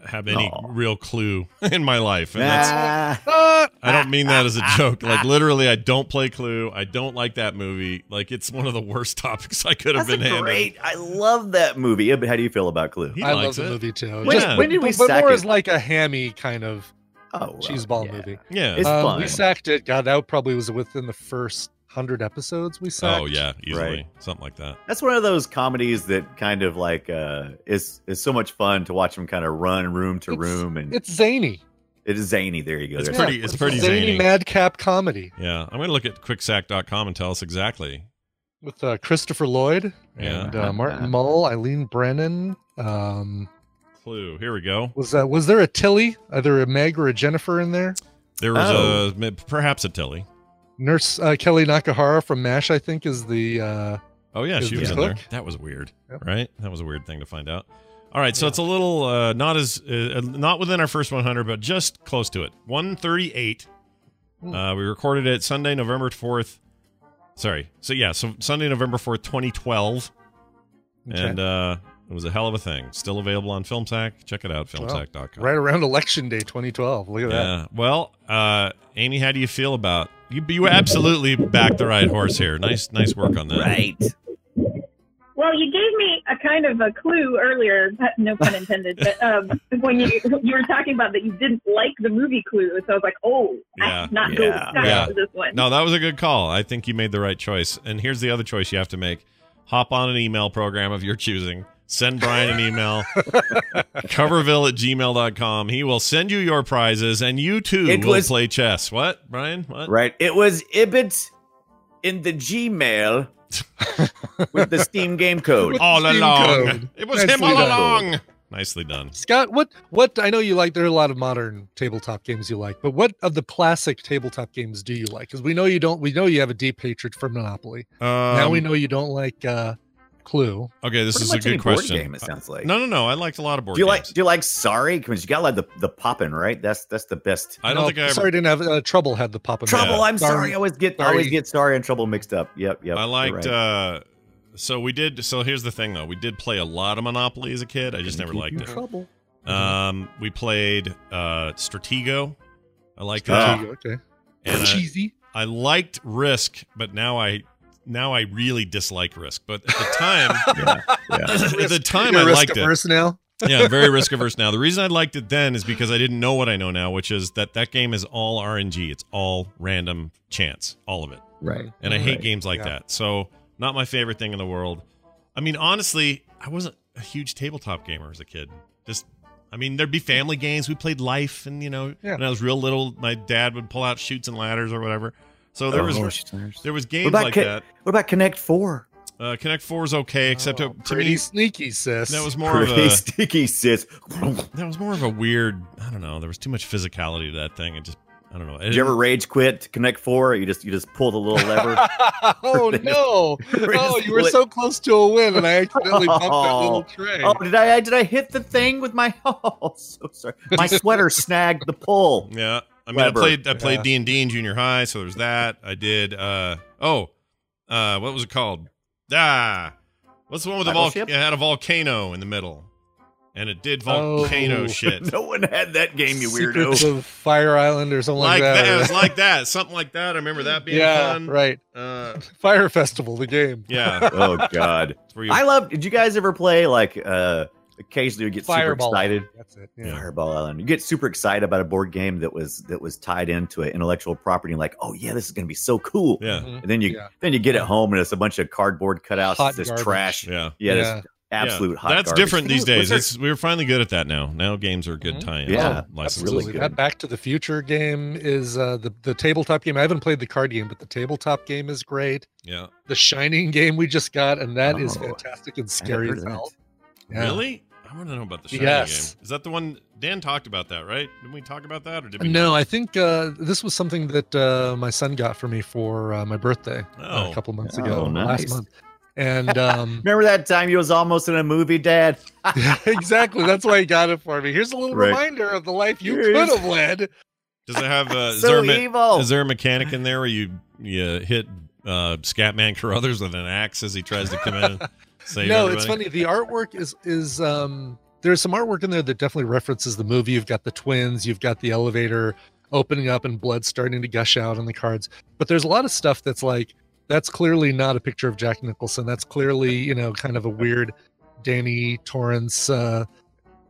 A: have any
G: Aw.
A: real clue [laughs] in my life, and that's
G: Ah.
B: Ah,
A: I don't mean that as a joke. Like
G: [laughs]
A: literally, I don't play Clue. I don't like that movie. Like it's one of the worst [laughs] topics I could have
G: That's a
A: been handed.
G: great. I love that movie. Yeah, but how do you feel about Clue?
A: He
B: I love
A: likes
B: the
A: it.
B: movie too.
G: When- when did we
B: but, but
G: sack
B: more
G: it?
B: as like a hammy kind of
G: Oh, well,
B: cheeseball
G: yeah.
B: movie.
A: Yeah.
G: It's
B: Um,
G: fun.
B: We sacked it. God, that probably was within the first hundred episodes we sacked.
A: oh yeah, easily
G: Right.
A: something like that.
G: That's one of those comedies that kind of like uh, is is so much fun to watch them kind of run room to
B: It's-
G: room, and
B: It's zany.
G: it is zany. There you go.
A: It's
G: There's-
A: pretty. It's pretty
B: zany,
A: zany.
B: madcap comedy
A: Yeah, I'm gonna look at quicksack.com and tell us exactly.
B: with uh, Christopher Lloyd
A: Yeah.
B: and uh, Martin Mull, Eileen Brennan. Um,
A: Clue. Here we go.
B: was that was there a Tilly, either a Meg or a Jennifer in there?
A: There was
G: Oh.
A: a perhaps a Tilly.
B: Nurse uh, Kelly Nakahara from MASH, I think, is the uh,
A: Oh yeah,
B: Is
A: she
B: the
A: was in there.
B: cook?
A: That was weird,
B: Yep.
A: right? That was a weird thing to find out. All right, so
B: Yeah.
A: it's a little uh, not as uh, not within our first 100, but just close to it. 138.
B: Hmm.
A: Uh, we recorded it Sunday, November 4th. Sorry. So yeah, so Sunday, November 4th, 2012, and uh, it was a hell of a thing. Still available on FilmSack. Check it out,
B: Wow.
A: FilmSack.com.
B: right around election day 2012. Look at that.
A: Yeah. Well, uh, Amy, how do you feel about you? You absolutely backed the right horse here. Nice, nice work on that.
G: right.
H: Well, you gave me a kind of a clue earlier, no pun intended, but um, when you you were talking about that you didn't like the movie Clue, so I was like, oh,
A: Yeah,
H: that's not
G: yeah,
H: good. Scott
A: yeah.
H: for this one.
A: No, that was a good call. I think you made the right choice. And here's the other choice you have to make: hop on an email program of your choosing. Send Brian an
B: [laughs]
A: email, coverville at gmail.com. He will send you your prizes, and you too
G: It
A: will
G: was-
A: play chess. What, Brian? What?
G: Right. It was Ibit in the Gmail with the Steam game code.
A: All
B: Steam
A: along.
B: code.
A: It was
B: Nicely
A: him all
B: done.
A: along. Nicely done.
B: Scott, what what I know you like there are a lot of modern tabletop games you like, but what of the classic tabletop games do you like? Because we know you don't we know you have a deep hatred for Monopoly.
A: Um,
B: now we know you don't like uh Clue.
A: Okay, this
G: Pretty
A: is a
G: much any
A: good
G: board
A: question. Uh,
G: Game, it sounds like.
A: no, no, no. I liked a lot of board
G: do you like
A: games.
G: do you like sorry? Because you got like the the poppin', right? That's that's the best.
A: I don't
B: No,
A: think I ever.
B: sorry didn't have uh, trouble had the pop in there.
G: Trouble. I'm sorry.
B: Sorry.
G: I always get I
B: Sorry.
G: always get sorry and trouble mixed up. Yep. Yep.
A: I
G: you're
A: liked.
G: right.
A: uh So we did. So here's the thing, though. We did play a lot of Monopoly as a kid. I just never liked it.
G: Trouble.
A: Um, we played uh Stratego. I liked
G: Ah.
A: that.
B: There you go, okay.
A: And uh, I,
B: Cheesy.
A: [laughs] I liked Risk, but now I now I really dislike Risk. But at the time,
G: Yeah. [laughs] yeah.
A: at the
B: Risk-
A: time
B: you're
A: I
B: risk
A: liked it.
B: averse now.
A: Yeah, I'm
G: [laughs]
A: very risk averse now. The reason I liked it then is because I didn't know what I know now, which is that that game is all RNG. It's all random chance, all of it.
G: Right.
A: and I hate
G: Right.
A: games like
B: Yeah.
A: that. So not my favorite thing in the world. I mean, honestly, I wasn't a huge tabletop gamer as a kid. Just, I mean, there'd be family games. We played Life, and you know,
B: Yeah.
A: when I was real little, my dad would pull out shoots and ladders or whatever. So there was there was
G: what
A: games
G: about
A: like
G: Con-
A: that.
G: What about Connect Four?
A: Uh, Connect Four is okay, except
B: Oh,
A: it- to
B: pretty
A: me
B: sneaky, sis.
A: that was more uh, of
G: Pretty
A: a
G: sticky, sis. [laughs] Did
A: that was more of a weird. I don't know. There was too much physicality to that thing. It just I don't know. It
G: you ever rage quit Connect Four? You just you just pull the little lever.
B: [laughs]
A: [laughs]
B: [laughs] oh
G: They just-
B: no!
G: they
B: Oh,
G: just
B: you were
G: split.
B: so close to a win, and I accidentally bumped that
G: Oh.
B: little tray.
G: Oh, did I did I hit the thing with my? [laughs] Oh, so sorry.
A: [laughs]
G: My sweater snagged the pole.
A: Yeah. I mean,
G: Weber.
A: I played I played
B: Yeah.
A: D and D in junior high, so there's that. I did. uh Oh, uh, what was it called? Ah, what's the one with the volcano?
G: Battleship?
A: It had a volcano in the middle, and it did volcano
B: Oh.
A: shit.
G: No one had that game, you
B: Secrets
G: [laughs] weirdo.
B: of Fire Island or something
A: Like
B: like,
A: that, it
B: or-
A: was like that, something like that. I remember that being
B: yeah,
A: fun.
B: right.
A: Uh,
B: Fire Festival, the game.
A: yeah,
G: oh
A: [laughs]
G: God.
A: it's where you
G: [laughs] I love. Did you guys ever play like? uh Occasionally, you get
B: Fireball.
G: super excited.
B: That's it. Yeah.
G: Fireball Island. You get super excited about a board game that was that was tied into an intellectual property, and like, oh yeah, this is gonna be so cool.
A: yeah,
G: And then you
B: Yeah.
G: then you get it home, and it's a bunch of cardboard cutouts,
B: Hot
G: this
B: garbage.
G: trash.
A: yeah.
G: Yeah, this
B: Yeah.
G: absolute
A: Yeah.
G: hot.
A: That's
G: garbage.
A: different
B: [laughs]
A: these
G: Was
A: days.
G: there-
A: It's, we're finally good at that now. Now games are good
B: Mhm.
A: tie-ins.
G: Yeah,
A: and licenses.
G: really
B: Absolutely.
G: good.
B: That Back to the Future game is uh, the the tabletop game. I haven't played the card game, but the tabletop game is great.
A: Yeah.
B: The Shining game we just got, and that is
G: Oh,
B: fantastic and
G: I haven't
B: scary
G: heard
B: as
G: of that.
B: hell. Yeah.
A: Really? I want to know about the shiny
B: Yes.
A: game. Is that the one Dan talked about that, right? Didn't we talk about that or did we
B: No, I think uh, this was something that uh, my son got for me for uh, my birthday uh,
A: Oh.
B: a couple months
G: Oh,
B: ago, last
G: nice.
B: month. And
G: [laughs]
B: um, [laughs]
G: Remember that time you was almost in a movie, Dad?
B: yeah, exactly, that's why he got it for me. Here's a little
G: Right.
B: reminder of the life you
G: Here's-
B: could have led.
A: Does it have uh, is, there
G: so
A: a me-
G: evil.
A: is there a mechanic in there where you you hit uh, Scatman Carruthers with an axe as he tries to come in
B: [laughs]
A: and save
B: no,
A: everybody?
B: it's funny. The artwork is is um, there's some artwork in there that definitely references the movie. You've got the twins, you've got the elevator opening up and blood starting to gush out on the cards. But there's a lot of stuff that's like that's clearly not a picture of Jack Nicholson. That's clearly you know kind of a weird Danny Torrance uh,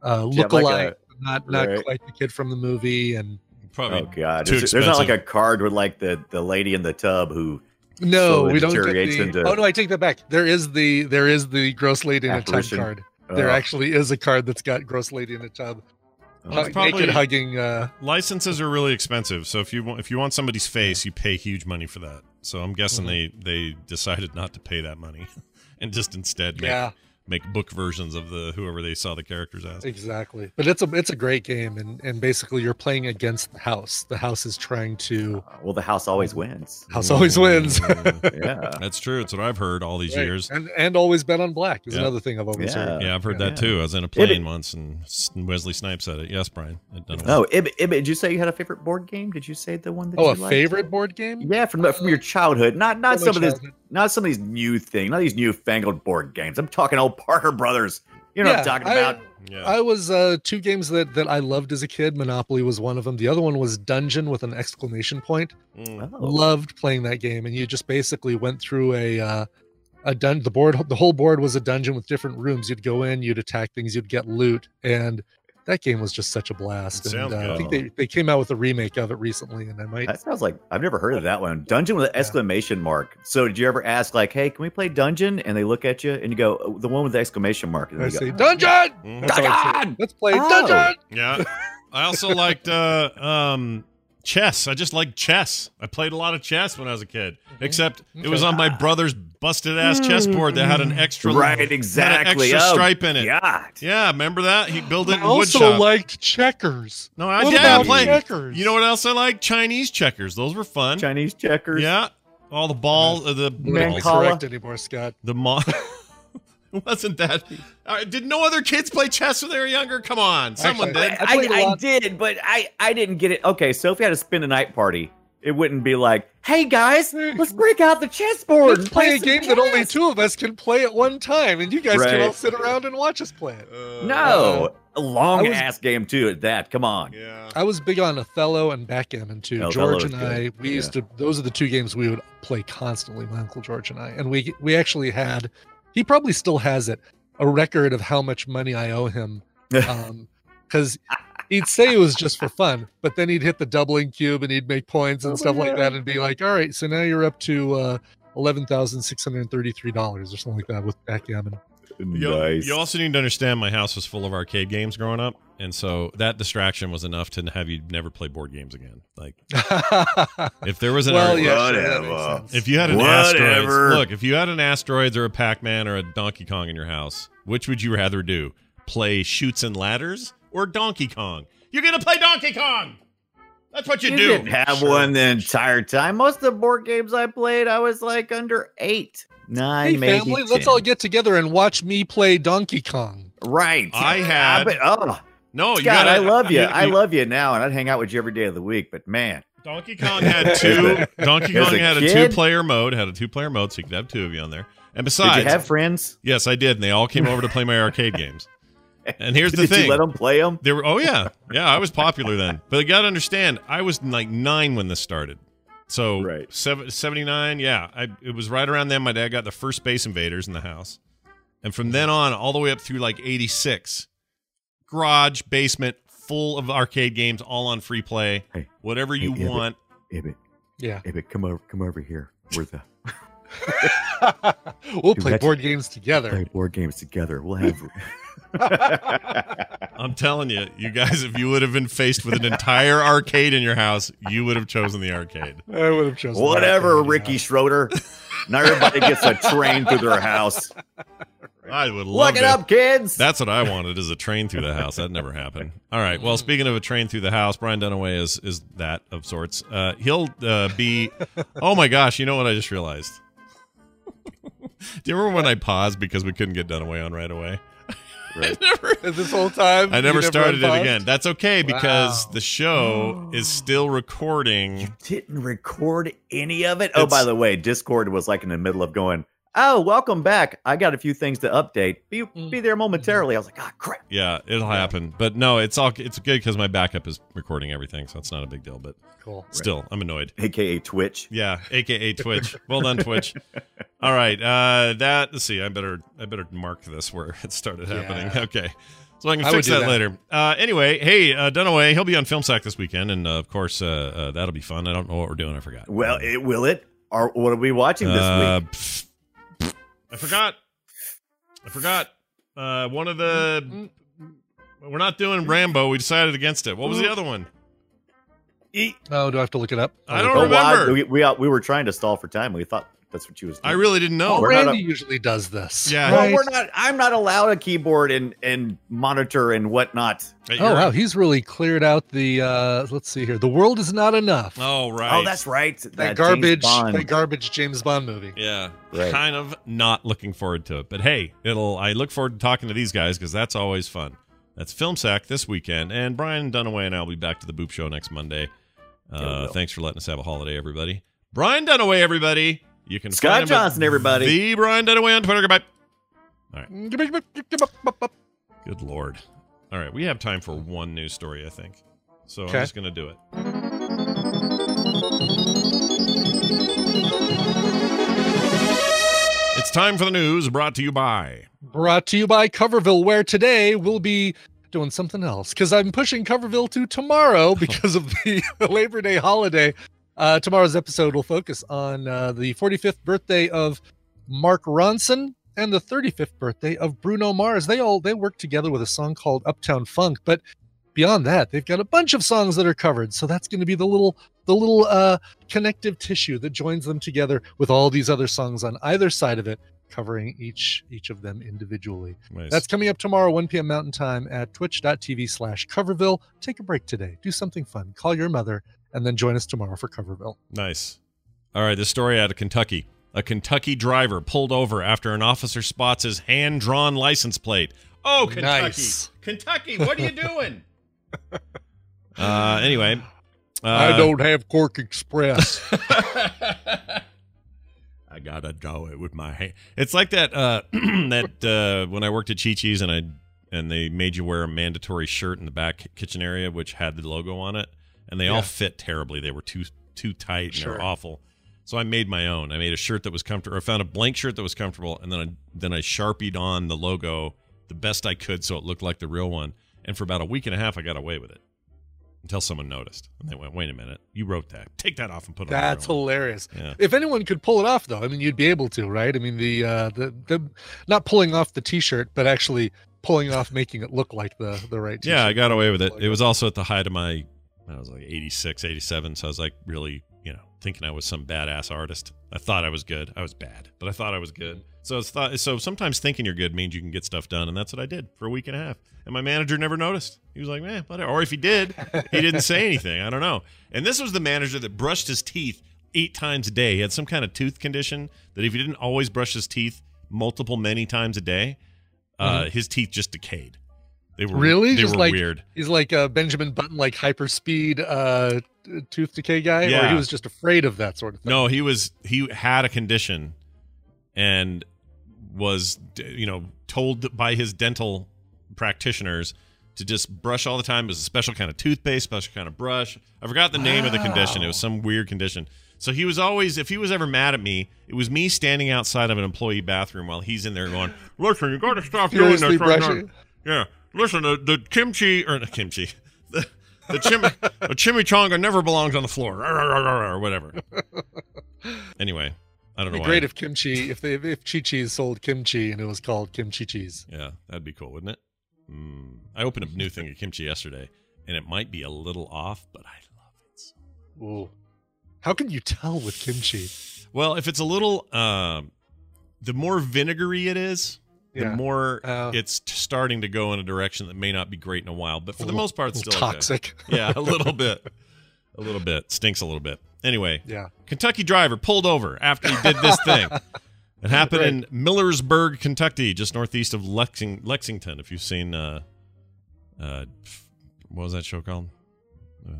B: uh,
G: you have like
B: lookalike,
G: a-
B: but not not
G: right.
B: quite the kid from the movie. And
A: Probably.
G: Oh God!
A: too
G: Is there- There's not like a
A: expensive.
G: card with like the the lady in the tub who
B: no,
G: Slowly
B: we don't. Get
G: deteriorates
B: the,
G: into-
B: Oh no, I take that back. There is the there is the gross lady in a tub
G: Apparition.
B: card.
G: uh,
B: There actually is a card that's got gross lady in a tub.
G: oh,
A: That's
B: Hug,
A: probably-
B: naked hugging. Uh,
A: Licenses are really expensive, so if you want if you want somebody's face, you pay huge money for that. So I'm guessing
B: Mm-hmm.
A: they they decided not to pay that money, [laughs] and just instead make,
B: yeah,
A: make book versions of the whoever they saw the characters as.
B: exactly. But it's a it's a great game, and and basically you're playing against the house. The house is trying to.
G: well, the house
B: [laughs]
G: always wins.
B: House always wins.
A: Mm,
G: Yeah.
A: [laughs] That's true. It's what I've heard all these
B: Right.
A: years.
B: and and always bet on black is
A: Yeah.
B: another thing I've always
G: Yeah.
B: heard.
A: Yeah, I've heard
B: Yeah.
A: that too. I was in a plane once, and S- Wesley Snipes said it. Yes, Brian. It done well.
G: No, Oh, Ib, Ib, did you say you had a favorite board game? Did you say the one that?
B: Oh, a
G: you liked?
B: favorite board game?
G: Yeah, from the, from your childhood, not not
B: From my
G: some of this,
B: childhood.
G: not some of these new things, not these newfangled board games. I'm talking old Parker Brothers. You know what
B: Yeah,
G: I'm talking
B: I-
G: about?
A: Yeah.
B: I was uh, two games that that I loved as a kid. Monopoly was one of them. The other one was Dungeon with an exclamation point. [laughs]
A: Mm.
B: loved playing that game and you just basically went through a uh, a dun the board the whole board was a dungeon with different rooms you'd go in you'd attack things you'd get loot and that game was just such a blast
A: It
B: and
A: sounds
B: uh, i think
G: good.
B: they, they came out with a remake of it recently and i might
G: Oh, That sounds like I've never heard of that one. Dungeon with an exclamation mark. So did you ever ask like, "Hey, can we play Dungeon?" And they look at you and you go, "Oh, "The one with the exclamation mark." And
B: I
G: they go, Oh,
B: say dungeon
A: Mm.
B: That's all I'd say.
G: "Dungeon!"
B: let's play
G: Oh.
B: dungeon
A: Yeah. I also liked uh um chess. I just liked chess. I played a lot of chess when I was a kid.
B: Mm-hmm.
A: Except it was on my brother's busted ass
B: Mm.
A: chess board that had an extra
G: Right,
A: had an
G: exactly.
A: extra
G: Oh,
A: stripe in it.
G: God.
A: Yeah, remember that? He built it in
B: i
A: wood
B: also
A: shop.
B: liked checkers
A: no, I
B: what
A: did
B: about
A: play.
B: checkers?
A: You know what else I like? Chinese checkers. Those were fun.
G: Chinese checkers.
A: Yeah. All the ball uh, the
B: We're not
A: balls.
G: call-
B: correct anymore scott
A: The mom [laughs] wasn't that. all right, did no other kids play chess when they were younger? Come on, someone
B: Actually,
A: did.
B: I
G: I,
B: played a
G: I,
B: lot.
G: did, but I, I didn't get it. Okay, so if we had a spend a night party, it wouldn't be like, hey guys, let's break out the chessboard
B: Let's
G: and
B: play a
G: some
B: game that only
G: chess."
B: two of us can play at one time, and you guys can
G: Right.
B: all sit around and watch us play it.
G: uh, No, a long
B: Uh, I was-
G: ass game too. At that, come on.
A: Yeah.
B: I was big on Othello and Backgammon too.
G: Othello
B: George
G: is
B: and I,
G: good.
B: we used to. Those are the two games we would play constantly. My uncle George and I, and we we actually had. He probably
G: [laughs]
B: still has it. A record of how much money I owe him, because um, he'd say it was just for fun, but then he'd hit the doubling cube and he'd make points and stuff like that and be like, all right, so now you're up to uh, $11,633 or something like that with [laughs] backgammon.
A: You,
G: nice.
A: you also need to understand my house was full of arcade games growing up, and so that distraction was enough to have you never play board games again. Like if there was an
B: well,
A: ar-
B: yeah, sure, that
G: Whatever.
B: makes sense.
A: if you had an
G: Whatever.
A: asteroids, look, if you had an asteroids or a Pac-Man or a Donkey Kong in your house, which would you rather do? Play shoots and ladders or Donkey Kong? You're gonna play Donkey Kong. That's what you,
G: you
A: do.
G: didn't have one the entire time. Most of the board games I played, I was like under eight, nine,
B: Hey,
G: maybe.
B: family,
G: 10.
B: let's all get together and watch me play Donkey Kong.
G: right.
A: I
G: I
A: had
G: bet- oh,
A: no. You
G: God,
A: gotta,
G: I love you. I love you now, and I'd hang out with you every day of the week. But man,
A: Donkey Kong
G: [laughs]
A: had two. Donkey
G: As
A: Kong
G: a
A: had a
G: kid?
A: two-player mode. Had a two-player mode, so you could have two of you on there. And
G: did
A: besides,
G: you have friends?
A: Yes, I did, and they all came over to play my arcade
G: [laughs]
A: games. And here's the
G: did
A: thing:
G: you let them play them?
A: they were, oh yeah, yeah, I was popular then. But you got to understand, I was like nine when this started. So
G: Right.
A: seven, 79, yeah, I, it was right around then. My dad got the first Space Invaders in the house, and from then on, all the way up through like '86, garage basement full of arcade games, all on free play,
G: Hey.
A: whatever
G: Hey,
A: you
G: [laughs] Ebbett.
A: want.
G: Ibbit,
B: Yeah. [laughs]
G: Ibbit, come over, come over here. We're the
B: we'll play
G: that's-
B: board games together.
G: play board games together.
A: [laughs]
G: We'll have.
A: I'm telling you, you guys, if you would have been faced with an entire arcade in your house, you would have chosen the
G: [laughs]
A: arcade.
B: I would have chosen
G: Whatever,
B: that.
A: [laughs]
G: Ricky Schroeder. Now everybody gets a train through their house.
A: I would love
G: Look it
A: to-
G: up, kids.
A: That's what I wanted is a train through the house. That never happened. All right. Well, speaking of a train through the house, Brian Dunaway is is that of sorts. Uh, he'll uh, be. Oh my gosh! You know what I just realized? Do you remember when I paused because we couldn't get Dunaway on right away?
G: Right.
A: [laughs] I never,
B: And this whole time,
A: I
B: you
A: never started it
B: unpaused?
A: again. That's okay because
B: Wow.
A: the show is still recording.
G: You didn't record any of it. Oh,
A: It's-
G: by the way, Discord was like in the middle of going. Oh, welcome back. I got a few things to update. Be be there momentarily. I was like, oh crap.
A: Yeah, it'll happen. But no, it's all it's good because my backup is recording everything, so it's not a big deal. But
B: Cool.
A: still, I'm annoyed.
G: AKA Twitch.
A: Yeah, aka Twitch. Well done, Twitch. All right, uh, that. Let's see. I better. I better mark this where it started happening.
B: Yeah.
A: Okay, so I can
B: I would
A: fix
B: do
A: that,
B: that.
A: later. Uh, anyway, hey, uh, Dunaway, he'll be on FilmSack this weekend, and uh, of course, uh, uh, that'll be fun. I don't know what we're doing. I forgot.
G: Well, it will it. Or what are we watching this
A: Uh,
G: week?
A: pff, pff, I forgot. I forgot. Uh, one of the. We're not doing Rambo. We decided against it. What was the other one?
G: Eat.
B: Oh, do I have to look it up?
A: I don't
G: Oh,
A: remember.
G: wow. we, we we were trying to stall for time. We thought that's what you was.
A: I
G: doing.
A: really didn't
B: Oh,
A: know.
G: we're not
B: Randy usually does this.
A: Yeah.
G: Well,
B: right?
G: we're not. I'm not allowed a keyboard and and monitor and whatnot.
B: Oh wow, he's really cleared out the. uh Let's see here. The world is not enough.
A: Oh right.
G: Oh, that's right. That,
B: that
G: James
B: garbage.
G: Bond.
B: That garbage James Bond movie.
A: Yeah,
G: Right.
A: kind of not looking forward to it, but hey, it'll. I look forward to talking to these guys because that's always fun. That's Film Sack this weekend, and Brian Dunaway and I will be back to the Boop Show next Monday.
G: Yeah, we
A: Uh,
G: will.
A: thanks for letting us have a holiday, everybody. Brian Dunaway, everybody. You can
G: Scott
A: find him at
G: Johnson, everybody.
A: The Brian Dunaway on Twitter. Goodbye.
B: All
A: Good lord. All right, we have time for one news story, I think. So
B: Okay.
A: I'm just gonna do it. It's time for the news brought to you by
B: Brought to you by Coverville, where today we'll be doing something else because I'm pushing Coverville to tomorrow because of the [laughs] Labor Day holiday. Uh, tomorrow's episode will focus on uh, the 45th birthday of Mark Ronson and the 35th birthday of Bruno Mars. They all they work together with a song called Uptown Funk, but beyond that, they've got a bunch of songs that are covered. So that's going to be the little the little uh, connective tissue that joins them together with all these other songs on either side of it, covering each each of them individually.
A: Nice.
B: That's coming up tomorrow, 1 p.m. Mountain Time at twitch.tv slash Coverville. Take a break today. Do something fun. Call your mother and then join us tomorrow for Coverville.
A: Nice. All right, this story out of Kentucky. A Kentucky driver pulled over after an officer spots his hand drawn license plate. Oh, Kentucky.
B: Nice.
A: Kentucky, what are you doing? uh, anyway. Uh,
B: have
A: [laughs]
B: Cork Express.
A: I gotta draw it with my hand. It's like that uh [clears throat] that uh when I worked at Chi Chi's and I and they made you wear a mandatory shirt in the back kitchen area which had the logo on it and they all
B: Yeah.
A: fit terribly. They were too too tight and they
B: Sure.
A: were awful. So I made my own. I made a shirt that was comfortable. I found a blank shirt that was comfortable and then I then I sharpied on the logo the best I could so it looked like the real one. And for about a week and a half, I got away with it until someone noticed. And they went, wait a minute, you wrote that. Take that off and put it
B: That's
A: on.
B: hilarious.
A: That's Yeah.
B: If anyone could pull it off, though, I mean, you'd be able to, right? I mean, the uh, the the not pulling off the T-shirt, but actually pulling off, making it look like the the right. T-shirt.
A: Yeah, I got away with it. It was also at the height of my, I was like 86, 87. So I was like really, you know, thinking I was some badass artist. I thought I was good. I was bad, but I thought I was good. So it's thought, so sometimes thinking you're good means you can get stuff done, and that's what I did for a week and a half. And my manager never noticed. He was like, "Man, whatever." Or if he did, he didn't say anything. I don't know. And this was the manager that brushed his teeth eight times a day. He had some kind of tooth condition that if he didn't always brush his teeth multiple many times a day, uh, his teeth just decayed. They were
B: Mm-hmm. Really?
A: They
B: Just
A: were
B: like-
A: weird.
B: He's like a Benjamin Button, like hyperspeed uh, tooth decay guy, or
A: Yeah.
B: he was just afraid of that sort of thing.
A: No, he was he had a condition and was d- you know told by his dental practitioners to just brush all the time. It was a special kind of toothpaste, special kind of brush. I forgot the name of the condition. It was some weird condition. So he was always if he was ever mad at me, it was me standing outside of an employee bathroom while he's in there going, "Listen, you got to stop doing
B: Furiously
A: this right now."
B: brushing.
A: Yeah. Listen, the, the kimchi or not kimchi, the the, chim- the chimichanga never belongs on the floor Arr, arr, arr, arr, or whatever. Anyway, I don't
B: It'd
A: know
B: be
A: why.
B: great if kimchi, if they, if Chi Chi's sold kimchi and it was called kimchi cheese.
A: yeah, that'd be cool, wouldn't it? Mm. I opened a new thing of kimchi yesterday, and it might be a little off, but I love it. so
B: Ooh. How can you tell with kimchi?
A: Well, if it's a little, um, the more vinegary it is, the
B: Yeah.
A: more
B: Oh.
A: it's t- starting to go in a direction that may not be great in a while. But for
B: A
A: the
B: little-
A: most part, it's still okay.
B: toxic.
A: [laughs] Yeah, a little bit, a little bit stinks a little bit. Anyway,
B: [laughs] Yeah.
A: Kentucky driver pulled over after he did this
B: [laughs]
A: thing. It happened in Millersburg, Kentucky, just northeast of Lexing- Lexington. If you've seen, uh, uh, what was that show called? Uh,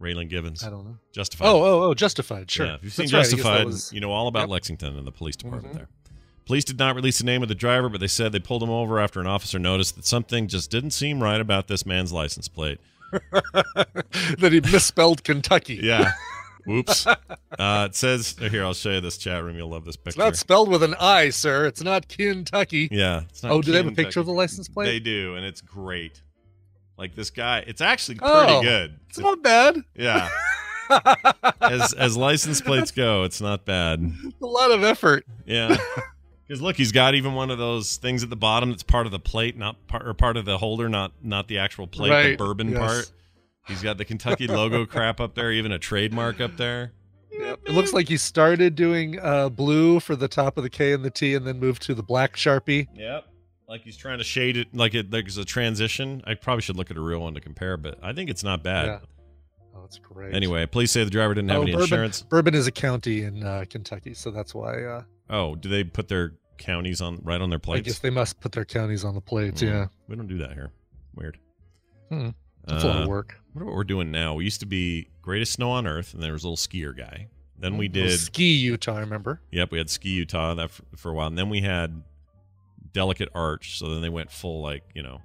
A: Raylan Gibbons,
B: I don't know.
A: Justified.
B: Oh, oh, oh, justified. Sure.
A: Yeah, if you've seen
B: That's right, I guess that
A: Justified,
B: was-
A: you know all about
B: Yep. Mm-hmm.
A: Lexington and the police department there. Police did not release the name of the driver, but they said they pulled him over after an officer noticed that something just didn't seem right about this man's license plate.
B: [laughs] that he misspelled Kentucky.
A: [laughs] Yeah. Whoops. Uh, it says here. I'll show you this chat room. You'll love this
B: It's
A: picture.
B: not spelled with an I, sir. It's not Kentucky.
A: yeah. It's not
B: Oh, do they have a
A: Kentucky.
B: picture of the license plate?
A: They do, and it's great. Like this guy, it's actually pretty
B: Oh.
A: good.
B: It's
A: [laughs]
B: not bad. [laughs]
A: yeah. As as license plates go, it's not bad.
B: A lot of effort. [laughs]
A: Yeah. Because look, he's got even one of those things at the bottom that's part of the plate, not part or part of the holder, not not the actual plate, the
B: Right,
A: bourbon
B: yes.
A: part. He's got the Kentucky logo crap up there, even a trademark up there.
B: It looks like he started doing uh, blue for the top of the K and the T, and then moved to the black Sharpie.
A: Yep. Like he's trying to shade it, like it like there's a transition. I probably should look at a real one to compare, but I think it's not bad.
B: Oh, that's great.
A: Anyway, police say the driver didn't have
B: Oh,
A: any
B: bourbon.
A: insurance.
B: Bourbon is a county in uh, Kentucky, so that's why uh,
A: Oh, do they put their counties on right on their
B: I
A: plates?
B: guess they must put their counties on the plates.
A: Mm.
B: Yeah,
A: We don't do that here. Weird.
B: Hmm. that's a lot
A: Uh,
B: of work.
A: What about what we're doing now? We used to be greatest snow on earth, and there was a little skier guy. Then we
B: Well,
A: did.
B: ski Utah. I remember.
A: Yep, we had ski Utah that for, for a while, and then we had delicate arch. So then they went full like you know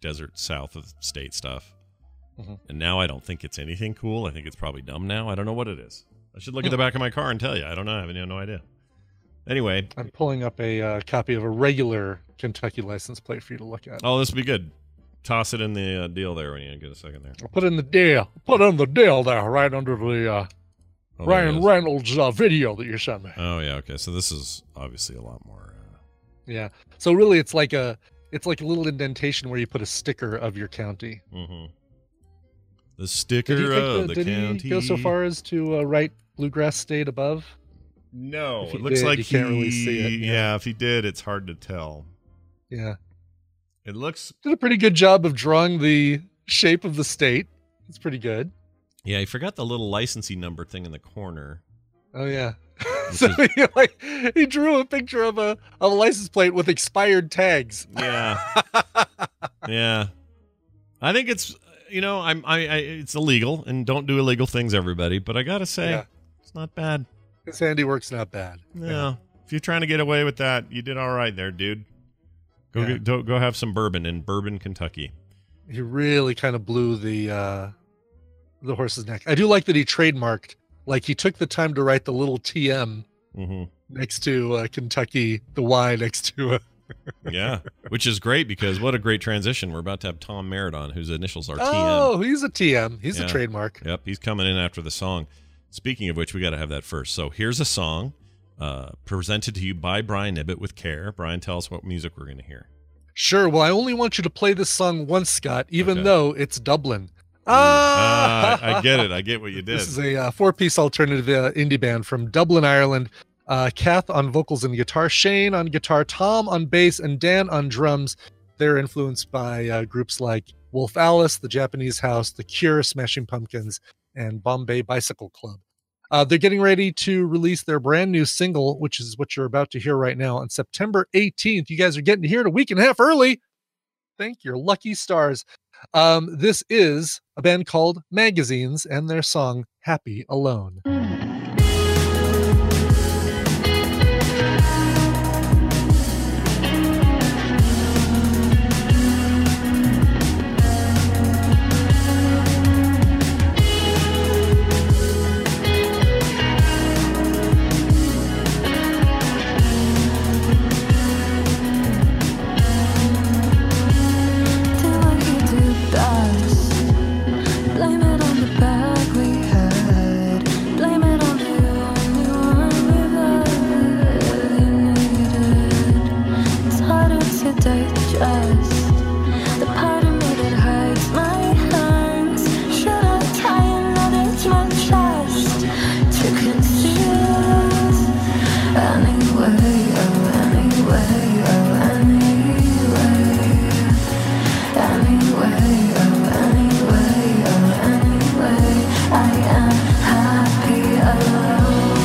A: desert south of state stuff.
B: Mhm.
A: And now I don't think it's anything cool. I think it's probably dumb now. I don't know what it is. I should look
B: Hmm.
A: at the back of my car and tell you. I don't know. I have no idea. Anyway,
B: I'm pulling up a uh, copy of a regular Kentucky license plate for you to look at.
A: oh, this would be good. Toss it in the uh, deal there when you get a second there.
B: Put in the deal. Put in the deal there, right under the uh,
A: Oh, there it
B: Ryan
A: is.
B: Reynolds uh, video that you sent me.
A: Oh yeah. Okay. So this is obviously a lot more. Uh,
B: Yeah. So really, it's like a it's like a little indentation where you put a sticker of your county.
A: Mm-hmm. The
B: Did he,
A: sticker
B: think
A: of
B: that-
A: the
B: did
A: county.
B: he go so far as to uh, write bluegrass state above?
A: No,
B: If
A: it
B: he
A: looks
B: did,
A: like
B: you
A: he.
B: can't really see it,
A: Yeah.
B: yeah.
A: if he did, it's hard to tell.
B: Yeah.
A: It looks.
B: Did a pretty good job of drawing the shape of the state. It's pretty good.
A: Yeah, he forgot the little licensee number thing in the corner.
B: Oh yeah. [laughs] so he, like he drew a picture of a of a license plate with expired tags. [laughs]
A: Yeah, yeah. I think it's you know I'm I, I it's illegal and don't do illegal things everybody, but I gotta say
B: Yeah.
A: it's not bad.
B: His handiwork's not bad.
A: No, if you're trying to get away with that, you did all right there, dude. Go
B: Yeah.
A: get, go, go have some bourbon in Bourbon, Kentucky.
B: he really kind of blew the uh the horse's neck. I do like that he trademarked like he took the time to write the little TM
A: Mm-hmm.
B: next to uh, Kentucky, the Y next to uh, [laughs]
A: yeah, which is great because what a great transition. We're about to have Tom Merritt on, whose initials are TM.
B: Oh, he's a TM. He's
A: Yeah.
B: a trademark.
A: Yep, he's coming in after the song. Speaking of which, we got to have that first. So here's a song uh, presented to you by Brian Ibbett with care. Brian, tell us what music we're going to hear.
B: Sure. Well, I only want you to play this song once, Scott, even
A: Okay.
B: though it's Dublin.
A: Ah,
B: Ah, [laughs]
A: I, I get it. I get what you did.
B: This is a uh, four-piece alternative uh, indie band from Dublin, Ireland. Uh, Kath on vocals and guitar, Shane on guitar, Tom on bass, and Dan on drums. They're influenced by uh, groups like Wolf Alice, The Japanese House, The Cure, Smashing Pumpkins, and Bombay Bicycle Club. Uh, they're getting ready to release their brand new single, which is what you're about to hear right now on September 18th. You guys are getting to hear it a week and a half early. Thank your lucky stars. Um, this is a band called Magazines and their song Happy Alone.
I: Blame it on the bag we had. Blame it on the only one we've ever needed. It's harder to digest. The part of me that hides my hands. Should I try another drug test to conceal? Anyway, oh anyway, oh anyway. Anyway, oh anyway, oh anyway, I am happy oh. alone.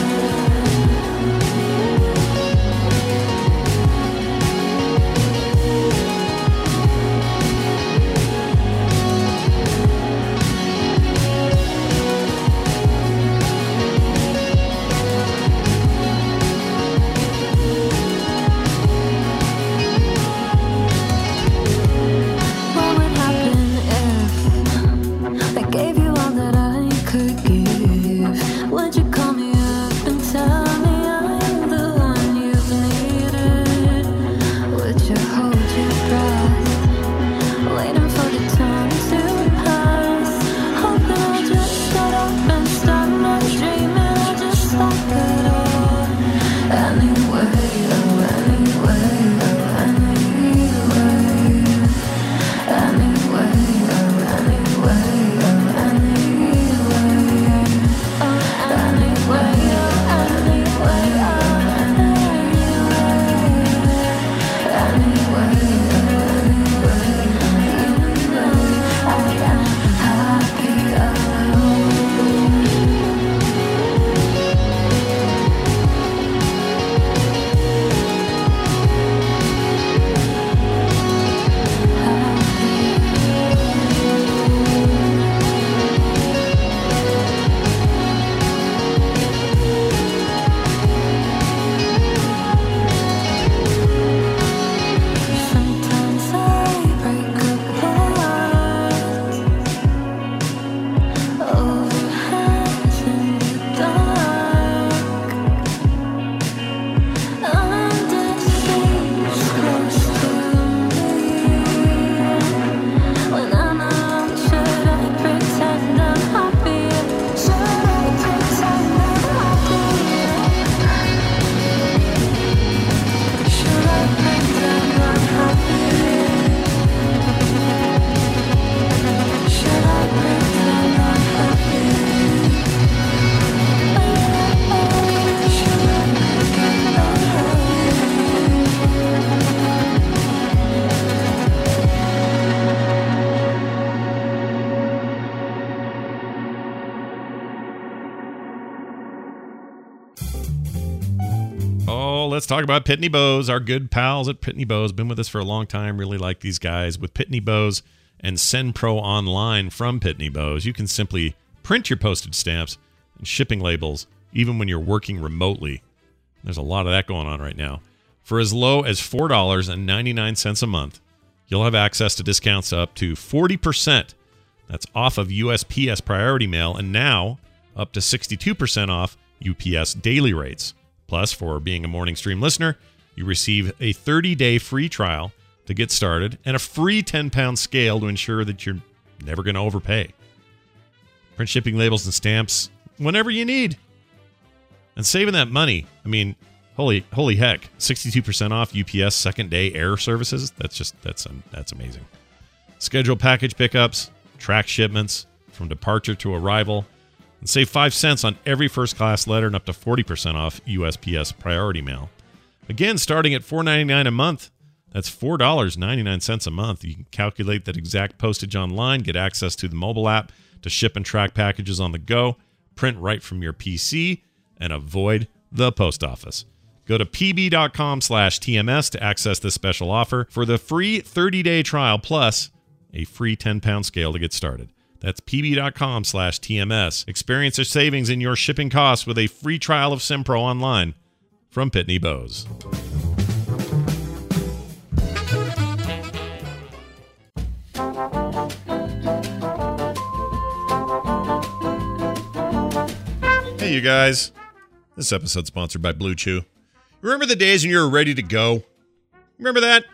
I: What would happen if I gave you all that I could give? Would you call me up and tell me I'm the one you've needed? Would you hold your breath, waiting for the time to pass? Hoping I'll just shut up and stop my dreaming. I just stop it all anyway. Oh anyway, oh anyway. Anyway, oh anyway, oh anyway, oh anyway, oh anyway, oh anyway, anyway, oh anyway, I am happy alone. Sometimes I break apart over hands in the dark. Under shapes close to me. When I'm out, should I pretend I'm happy? Should I pretend I'm happy? Should I pretend I'm happy? Should I pretend I'm happy? Should I pretend I'm happy?
A: Oh, let's talk about Pitney Bowes. Our good pals at Pitney Bowes been with us for a long time. Really like these guys with Pitney Bowes and Send Pro Online from Pitney Bowes. You can simply print your postage stamps and shipping labels, even when you're working remotely. There's a lot of that going on right now. For as low as four dollars and ninety nine cents a month, you'll have access to discounts up to forty percent. That's off of USPS priority mail, and now up to 62% off UPS daily rates. Plus, for being a Morning Stream listener, You receive a 30 day free trial to get started and a free 10 pound scale to ensure that you're never going to overpay. Print shipping labels and stamps whenever you need. And saving that money, I mean, holy holy heck, 62% off UPS second day air services. That's just that's um, that's amazing. Schedule package pickups, track shipments from departure to arrival, and save 5 cents on every first class letter and up to 40% off USPS priority mail. Again, starting at $4.99 a month. That's $4.99 a month. You can calculate that exact postage online, get access to the mobile app to ship and track packages on the go, print right from your PC, and avoid the post office. Go to pb.com slash TMS to access this special offer for the free 30 day trial plus a free 10 pound scale to get started. That's pb.com slash TMS. Experience the savings in your shipping costs with a free trial of Simpro online from Pitney Bowes. Hey, you guys. This episode's sponsored by Blue Chew. Remember the days when you were ready to go? Remember that?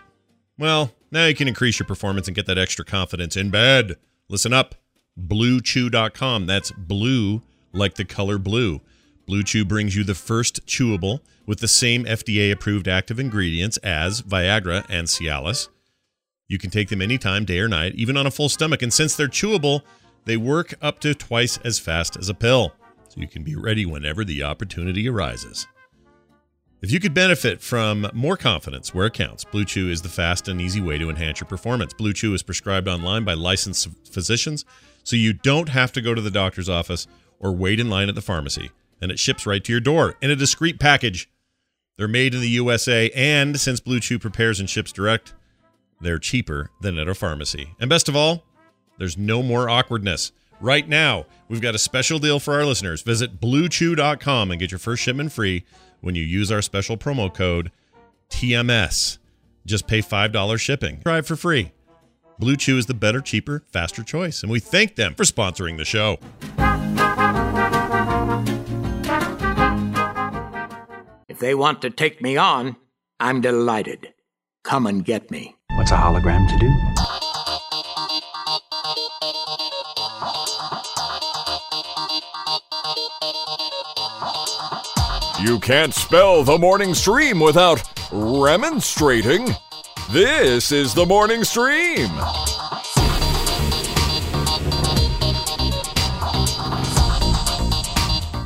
A: Well, now you can increase your performance and get that extra confidence in bed. Listen up. BlueChew.com. That's blue like the color blue. Blue Chew brings you the first chewable with the same FDA approved active ingredients as Viagra and Cialis. You can take them anytime, day or night, even on a full stomach. And since they're chewable, they work up to twice as fast as a pill, so you can be ready whenever the opportunity arises. If you could benefit from more confidence where it counts, Blue Chew is the fast and easy way to enhance your performance. Blue Chew is prescribed online by licensed physicians, so you don't have to go to the doctor's office or wait in line at the pharmacy, and it ships right to your door in a discreet package. They're made in the USA, and since Blue Chew prepares and ships direct, they're cheaper than at a pharmacy. And best of all, there's no more awkwardness. Right now, we've got a special deal for our listeners. Visit bluechew.com and get your first shipment free when you use our special promo code TMS. Just pay $5 shipping. Try it for free. Blue Chew is the better, cheaper, faster choice, and we thank them for sponsoring the show.
C: If they want to take me on, I'm delighted. Come and get me.
J: What's a hologram to do?
F: You can't spell the morning stream without remonstrating. This is the morning stream.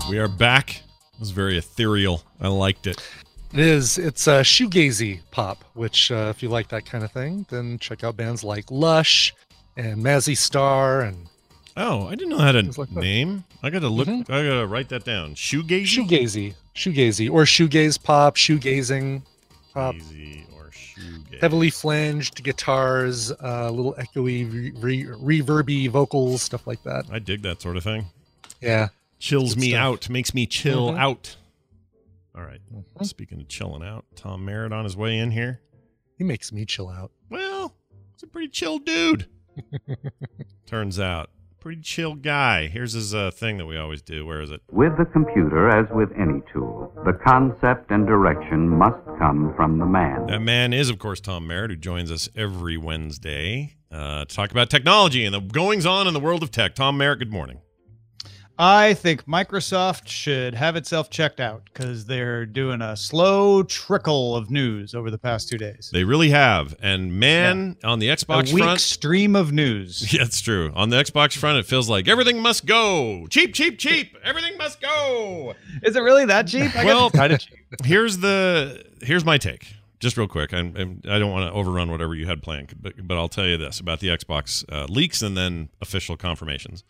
A: We are back. It was very ethereal. I liked it.
B: It is. It's uh, shoegazy pop, which uh, if you like that kind of thing, then check out bands like Lush and Mazzy Star and
A: Oh, I didn't know how to
B: Things like that.
A: name. I gotta look.
B: Mhm.
A: I gotta write that down. Shoegaze.
B: shoegazy, shoegazy, or shoegaze pop, shoegazing pop.
A: Shoegazy or shoegaze.
B: Heavily flanged guitars, uh, little echoey, re- re- reverby vocals, stuff like that.
A: I dig that sort of thing.
B: Yeah.
A: chills
B: Good
A: me
B: stuff.
A: out, makes me chill
B: Mhm.
A: out. All right.
B: Mm-hmm.
A: Speaking of chilling out, Tom Merritt on his way in here.
B: He makes me chill out.
A: Well, he's a pretty chill
B: [laughs]
A: dude. Turns out, pretty chill guy. Here's his uh, thing that we always do. Where is it?
J: With the computer, as with any tool, the concept and direction must come from the man.
A: That man is, of course, Tom Merritt, who joins us every Wednesday uh, to talk about technology and the goings on in the world of tech. Tom Merritt, good morning.
K: I think Microsoft should have itself checked out because they're doing a slow trickle of news over the past two days.
A: They really have. And man, on the Xbox
K: a weak
A: front,
K: stream of
A: [laughs]
K: news.
A: Yeah, it's true. On the Xbox front, it feels like everything must go. Cheap, cheap, cheap. Everything must go.
K: Is it really that cheap? I
A: Well- [laughs]
K: guess it's kind of cheap.
A: Here's the here's my take. Just real quick, I'm, I'm, I don't want to overrun whatever you had planned, but, but I'll tell you this about the Xbox uh, leaks and then official confirmations.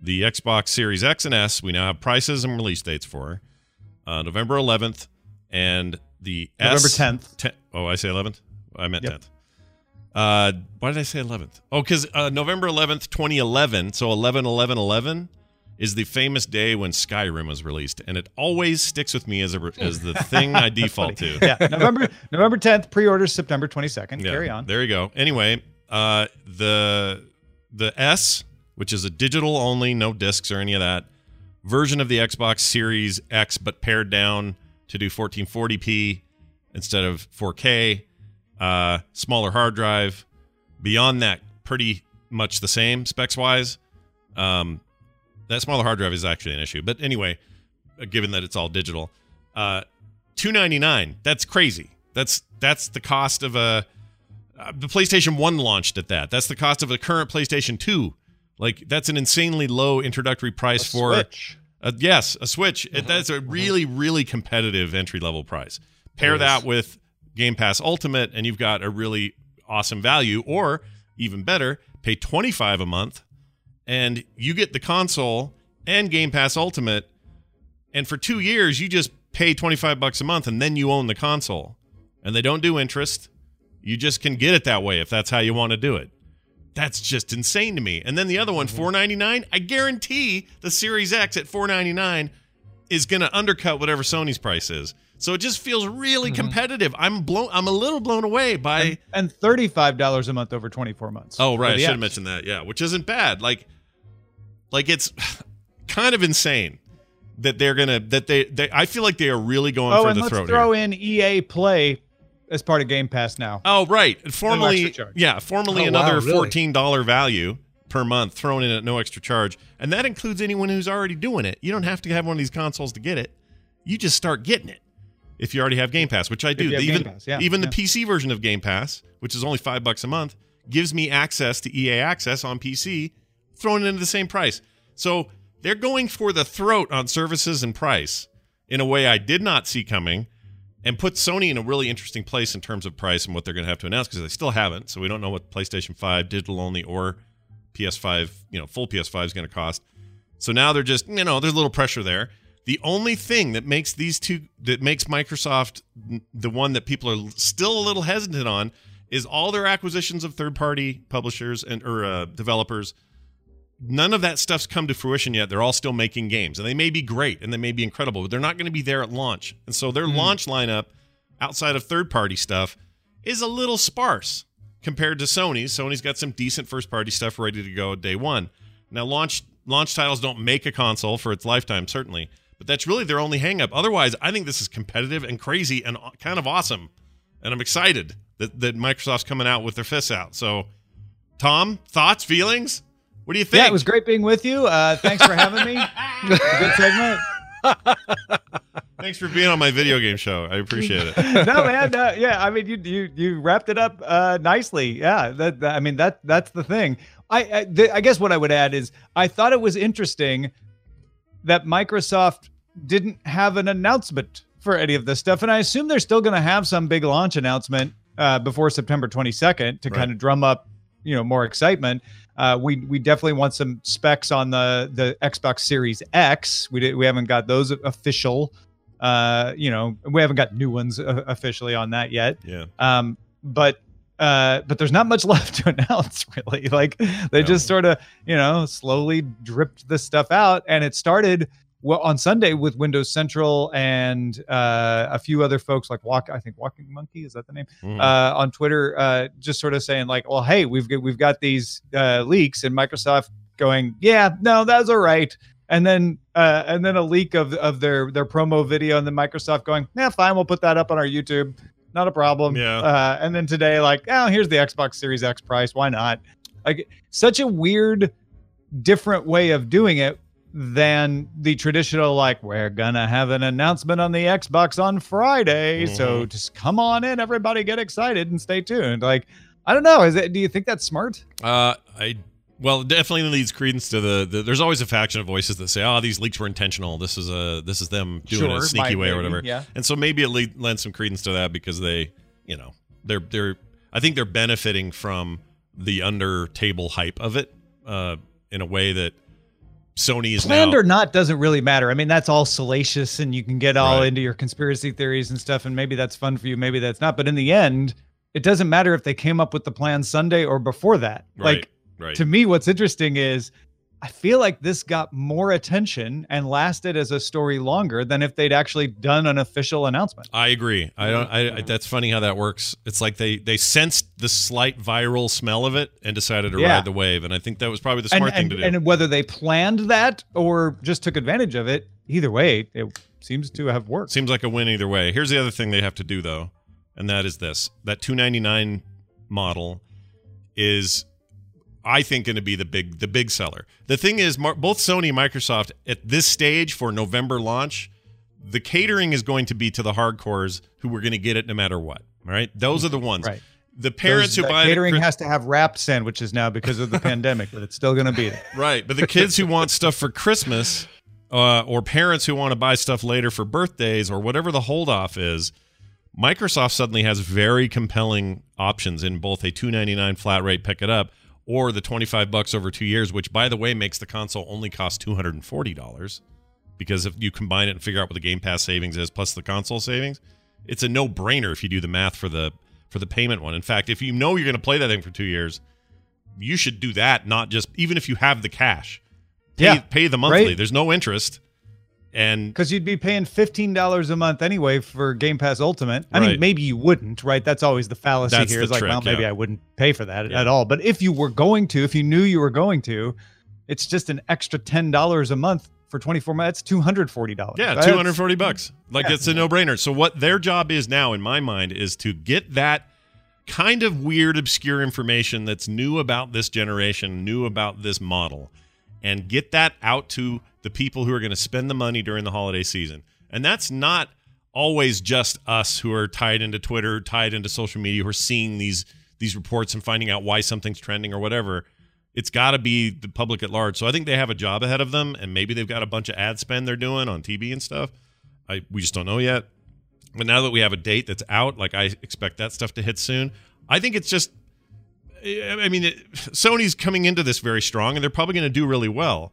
A: The Xbox Series X and S, we now have prices and release dates for uh, November 11th and the
K: November
A: S,
K: 10th.
A: Ten- oh, I say 11th. I meant
K: Yep.
A: 10th. Uh, why did I say 11th? Oh, because uh, November 11th, 2011. So 11, 11, 11 is the famous day when Skyrim was released, and it always sticks with me as a as the thing
K: [laughs]
A: I default to.
K: Yeah, November November 10th, pre-orders September 22nd.
A: Yeah,
K: Carry on.
A: There you go. Anyway, uh, the the S, which is a digital only, no discs or any of that version of the Xbox Series X, but pared down to do 1440p instead of 4K, uh, smaller hard drive. Beyond that, pretty much the same specs wise. Um, that smaller hard drive is actually an issue, but anyway, uh, given that it's all digital, uh, 299. That's crazy. That's that's the cost of a uh, the PlayStation 1 launched at that. That's the cost of a current PlayStation 2. Like that's an insanely low introductory price for
K: Switch. Uh-huh.
A: uh, yes, a Switch. It- That's a really, really competitive entry level price. Pair
K: It
A: that
K: is.
A: with Game Pass Ultimate, and you've got a really awesome value. Or even better, pay twenty five a month, and you get the console and Game Pass Ultimate. And for two years, you just pay twenty five bucks a month, and then you own the console. And they don't do interest. You just can get it that way if that's how you want to do it. That's just insane to me. And then the other one, four ninety nine. I guarantee the Series X at four ninety nine is going to undercut whatever Sony's price is. So it just feels really competitive. I'm blown. I'm a little blown away by.
K: and thirty-five dollars a month over twenty-four months.
A: oh
K: for
A: right, I
K: the
A: should have
K: apps.
A: mentioned that. Yeah, which isn't bad. Like, like it's [sighs] kind of insane that they're gonna that they they. I feel like they are really going
K: Oh,
A: for
K: and
A: the
K: let's
A: throat. here.
K: throw in EA Play as part of Game Pass now.
A: Oh, right.
K: extra
A: Formally,
K: charge.
A: yeah, formally
K: Oh, wow,
A: another
K: really?
A: fourteen dollar value per month thrown in at no extra charge, and that includes anyone who's already doing it. You don't have to have one of these consoles to get it. You just start getting it if you already have Game Pass, which I do.
K: you have
A: even
K: Game Pass, yeah,
A: even
K: yeah.
A: the PC version of Game Pass, which is only five bucks a month, gives me access to EA Access on PC, thrown into the same price. So they're going for the throat on services and price in a way I did not see coming and put Sony in a really interesting place in terms of price and what they're going to have to announce because they still haven't. So we don't know what PlayStation 5 digital only or PS5, you know, full PS5 is going to cost. So now they're just, you know, there's a little pressure there. The only thing that makes these two, that makes Microsoft n- the one that people are still a little hesitant on is all their acquisitions of third party publishers and, or uh, developers none of that stuff's come to fruition yet. They're all still making games, and they may be great and they may be incredible, but they're not going to be there at launch. And so their launch lineup, outside of third party stuff, is a little sparse compared to Sony's. Sony's got some decent first party stuff ready to go day one. Now launch launch titles don't make a console for its lifetime, certainly, but that's really their only hangup. Otherwise, I think this is competitive and crazy and aw- kind of awesome, and I'm excited that, that Microsoft's coming out with their fists out. So, Tom, thoughts, feelings? What do you think?
K: Yeah, it was great being with you. Uh, thanks for having
A: [laughs]
K: me. It was a good segment.
A: Thanks for being on my video game show. I appreciate it.
K: [laughs] no man no, yeah i mean you you you wrapped it up uh nicely yeah that, that- i mean that that's the thing i I, th- I guess what i would add is i thought it was interesting that microsoft didn't have an announcement for any of this stuff and i assume they're still going to have some big launch announcement uh before september 22nd to
A: Right.
K: kind of drum up you know more excitement uh, we we definitely want some specs on the the Xbox Series X. We did, we haven't got those official uh, you know, we haven't got new ones uh, officially on that yet.
A: Yeah.
K: Um, but uh, but there's not much [laughs] left to announce really. Like they
A: No.
K: just sort of you know slowly dripped this stuff out, and it started well on Sunday with Windows Central and uh, a few other folks like Walk. I think Walking Monkey is that the name
A: Mm.
K: uh, on Twitter, uh, just sort of saying like, well, hey, we've got, we've got these uh, leaks, and Microsoft going, yeah, no, that's all right. And then uh, and then a leak of of their their promo video, and then Microsoft going, yeah, fine, we'll put that up on our YouTube, not a problem.
A: Yeah.
K: Uh, and then today, like, oh, here's the Xbox Series X price. Why not? Like, such a weird, different way of doing it than the traditional like we're gonna have an announcement on the xbox on friday so
A: Mm-hmm.
K: just come on in everybody get excited and stay tuned like i don't know is it do you think that's smart
A: Uh, I well, it definitely leads credence to the, the. There's always a faction of voices that say, "Oh, these leaks were intentional. This is a this is them doing it in a
K: Sure,
A: sneaky
K: my
A: way or
K: opinion,
A: whatever."
K: yeah.
A: And so maybe it le- lends some credence to that because they, you know, they're they're. I think they're benefiting from the under table hype of it, uh, in a way that Sony is
K: planned
A: now.
K: or not doesn't really matter i mean that's all salacious and you can get all
A: Right.
K: into your conspiracy theories and stuff and maybe that's fun for you maybe that's not but in the end it doesn't matter if they came up with the plan sunday or before that
A: Right,
K: like
A: right.
K: to me what's interesting is i feel like this got more attention and lasted as a story longer than if they'd actually done an official announcement
A: I agree. I don't. I, I- that's funny how that works. It's like they they sensed the slight viral smell of it and decided to
K: Yeah.
A: ride the wave. And I think that was probably the smart
K: and,
A: thing
K: and,
A: to do.
K: and whether they planned that or just took advantage of it either way it seems to have worked
A: Seems like a win either way. Here's the other thing they have to do though. and that is this: that 299 model is, I think, going to be the big the big seller. The thing is, Mar- both Sony and Microsoft at this stage for November launch, the catering is going to be to the hardcores who were going to get it no matter what. Right? Those are the ones.
K: Right.
A: The parents
K: Those-
A: who
K: that
A: buy it at
K: catering
A: Christ-
K: has to have wrapped sandwiches now because
A: [laughs]
K: of the pandemic, but it's still going to be there.
A: Right, but the kids who want stuff for Christmas, uh, or parents who want to buy stuff later for birthdays, or whatever the holdoff is, Microsoft suddenly has very compelling options in both a two ninety nine flat rate pick it up, or the twenty five bucks over two years, which by the way makes the console only cost two hundred and forty dollars, because if you combine it and figure out what the Game Pass savings is plus the console savings, it's a no brainer if you do the math for the for the payment one. In fact, if you know you're going to play that thing for two years you should do that, not just even if you have the cash. Pay,
K: Yeah,
A: pay the monthly.
K: right.
A: There's no interest, and
K: Because you'd be paying fifteen dollars a month anyway for Game Pass Ultimate. I
A: Right.
K: mean, maybe you wouldn't, right? That's always the fallacy
A: That's
K: here.
A: the
K: It's like,
A: trick,
K: well, maybe
A: yeah.
K: I wouldn't pay for that
A: Yeah.
K: at all. But if you were going to, if you knew you were going to, it's just an extra ten dollars a month for twenty four months. That's two hundred forty dollars.
A: yeah, two hundred forty bucks. Like it's a no brainer. So what their job is now, in my mind, is to get that kind of weird, obscure information that's new about this generation, new about this model, and get that out to the people who are going to spend the money during the holiday season. And that's not always just us who are tied into Twitter, tied into social media, who are seeing these these reports and finding out why something's trending or whatever. It's got to be the public at large. So I think they have a job ahead of them, and maybe they've got a bunch of ad spend they're doing on TV and stuff. I we just don't know yet. But now that we have a date that's out, like I expect that stuff to hit soon. I think it's just I I mean, it, Sony's coming into this very strong, and they're probably going to do really well.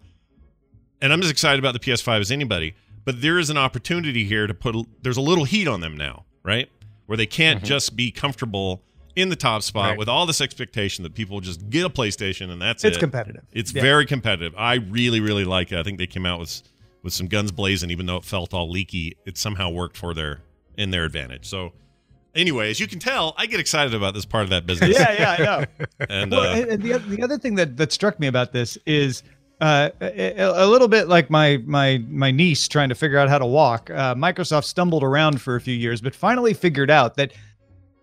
A: And I'm as excited about the PS5 as anybody. But there is an opportunity here to put. a- There's a little heat on them now, right? Where they can't just be comfortable in the top spot
K: Mm-hmm. Right.
A: with all this expectation that people just get a PlayStation and that's
K: It's
A: it.
K: competitive.
A: It's
K: Yeah.
A: very competitive. I really, really like it. I think they came out with with some guns blazing, even though it felt all leaky. It somehow worked for their in their advantage. So, anyway, as you can tell, I get excited about this part of that business. [laughs]
K: Yeah, yeah, I know.
A: And
K: well,
A: uh,
K: and- and the, oth- the other thing that, that struck me about this is uh, a, a- a little bit like my my my niece trying to figure out how to walk. Uh, Microsoft stumbled around for a few years, but finally figured out that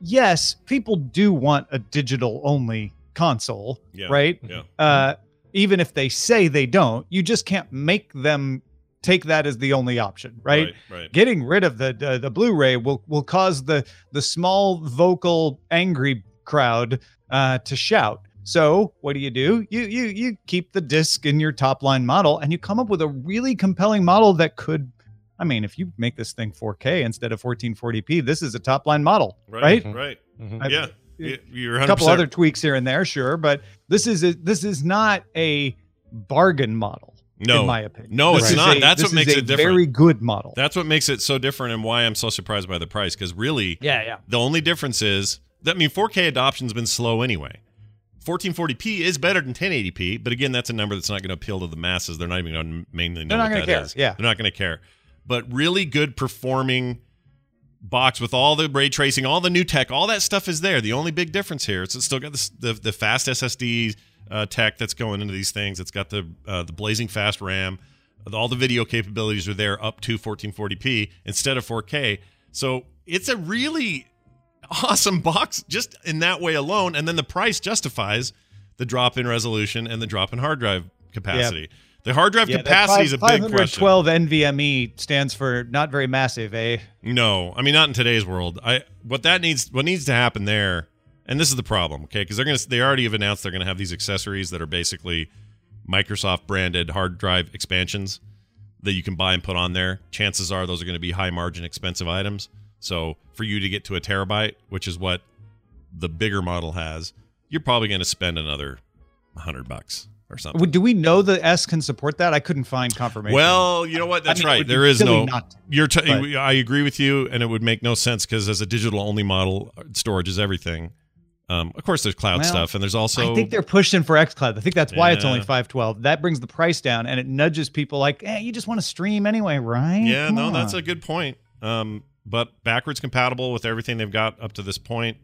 K: yes, people do want a digital only console,
A: yeah, Mm-hmm.
K: right?
A: Yeah.
K: Uh, even if they say they don't, you just can't make them take that as the only option, right?
A: Right.
K: getting rid of the the, the Blu-ray will will cause the the small vocal angry crowd uh, to shout. So what do you do? You you you keep the disc in your top line model, and you come up with a really compelling model that could. I mean, if you make this thing 4K instead of 1440p, this is a top line model, right?
A: Right. Right.
K: I-
A: Yeah. You- You're
K: A
A: 100
K: couple other tweaks here and there, sure, but this is a, this is not a bargain model.
A: No.
K: in my opinion,
A: No,
K: This
A: it's
K: is
A: not.
K: a-
A: That's
K: this
A: what makes
K: is a
A: it different.
K: Very good model.
A: That's what makes it so different and why I'm so surprised by the price. Because really,
K: Yeah, yeah.
A: the only difference is that I mean, 4K adoption's been slow anyway. 1440p is better than 1080p, but again, that's a number that's not going to appeal to the masses. They're not even going to mainly know
K: They're not
A: what
K: gonna
A: that
K: care,
A: is.
K: yeah.
A: they're not going to care. But really good performing box with all the ray tracing, all the new tech, all that stuff is there. The only big difference here is it's still got this, the the fast SSD uh, tech that's going into these things. It's got the uh, the blazing fast RAM. All the video capabilities are there up to 1440p instead of 4K. So it's a really awesome box just in that way alone. And then the price justifies the drop in resolution and the drop in hard drive capacity. The hard drive
K: Yeah, that
A: capacity is a
K: five-
A: big question.
K: 512 NVMe E stands for not very massive, eh?
A: No, I mean not in today's world. I what that needs what needs to happen there, and this is the problem, okay? Because they're gonna they already have announced they're gonna have these accessories that are basically Microsoft branded hard drive expansions that you can buy and put on there. Chances are those are gonna be high margin expensive items. So for you to get to a terabyte, which is what the bigger model has, you're probably gonna spend another hundred bucks or something.
K: Would- Do we know the S can support that? I couldn't find confirmation.
A: Well, you know what?
K: I
A: That's
K: mean, it
A: right.
K: would be
A: There is
K: silly
A: no.
K: not to,
A: you're. T-
K: but-
A: I agree with you, and it would make no sense because as a digital only model, storage is everything. Um, of course, there's cloud
K: Well,
A: stuff, and there's also
K: I think they're pushing for xCloud. I think that's why it's only
A: Yeah.
K: 512. That brings the price down and it nudges people like, eh, you just want to stream anyway, right?
A: yeah.
K: Come
A: No,
K: on."
A: that's a good point. Um, but backwards compatible with everything they've got up to this point,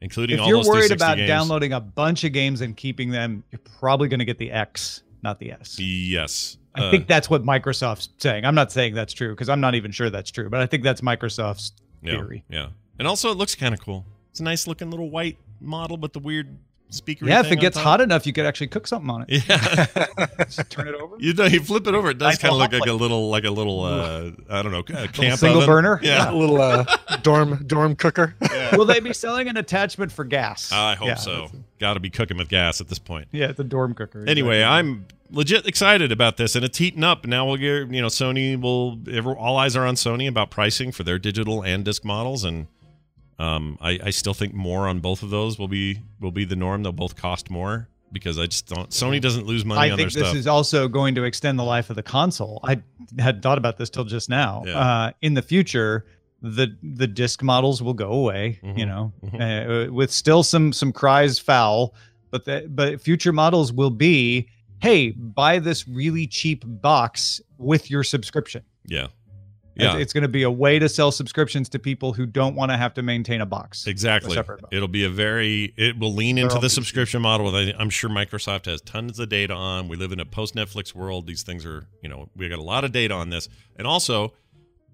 A: including
K: If
A: all
K: you're
A: those
K: worried
A: 360
K: about
A: games.
K: downloading a bunch of games and keeping them, you're probably going to get the X, not the S.
A: Yes,
K: I
A: Uh,
K: think that's what Microsoft's saying. I'm not saying that's true because I'm not even sure that's true, but I think that's Microsoft's
A: yeah,
K: theory.
A: Yeah. And also, it looks kind of cool. It's a nice looking little white model with the weird speaker.
K: Yeah, if it gets hot enough, you could actually cook something on it.
A: [laughs] Yeah.
K: Just turn it over.
A: You know, you flip it over. It
K: [laughs]
A: does
K: Nice
A: kind of
K: little
A: look like a
K: hotplate.
A: little, like a little, uh, I
K: [laughs]
A: don't know, a camp
K: single
A: oven.
K: burner?
A: [laughs] Yeah.
B: a little uh, dorm dorm cooker.
K: [laughs] Will they be selling an attachment for gas?
A: I hope
K: Yeah,
A: so.
K: that's-
A: Got to be cooking with gas at this point.
K: Yeah, it's a dorm cooker.
A: Anyway,
K: exactly.
A: I'm legit excited about this, and it's heating up. Now we'll get, you know, Sony will, every, all eyes are on Sony about pricing for their digital and disc models, and um, I, I still think more on both of those will be will be the norm. They'll both cost more because I just don't. Sony doesn't lose money
K: I
A: on
K: think
A: their
K: this
A: stuff.
K: is also going to extend the life of the console. I hadn't thought about this till just now.
A: Yeah.
K: Uh, in the future, the the disc models will go away. You
A: Mhm,
K: know, uh, with still some some cries foul, but the, but future models will be, hey, buy this really cheap box with your subscription.
A: yeah,
K: It's-
A: yeah,
K: It's going to be a way to sell subscriptions to people who don't want to have to maintain a box.
A: exactly.
K: separate box.
A: It'll be a very it will lean into
K: all
A: the
K: PC.
A: subscription model. That I- I'm sure Microsoft has tons of data on. We live in a post Netflix world. These things are you know we got a lot of data on this, and also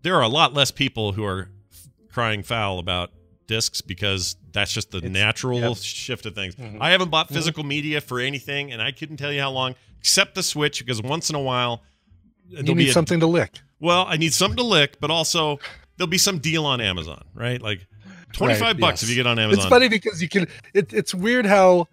A: there are a lot less people who are f- crying foul about discs because that's just the
K: It's-
A: natural
K: yep.
A: shift of things.
B: Mhm.
A: I haven't bought
B: Mhm.
A: physical media for anything, and I couldn't tell you how long, except the Switch, because once in a while.
B: You need something to lick.
A: Well, I need something to lick, but also there'll be some deal on Amazon, right? Like twenty five
B: Right,
A: bucks
B: yes.
A: if you get on Amazon.
B: It's funny because you can. It, it's weird how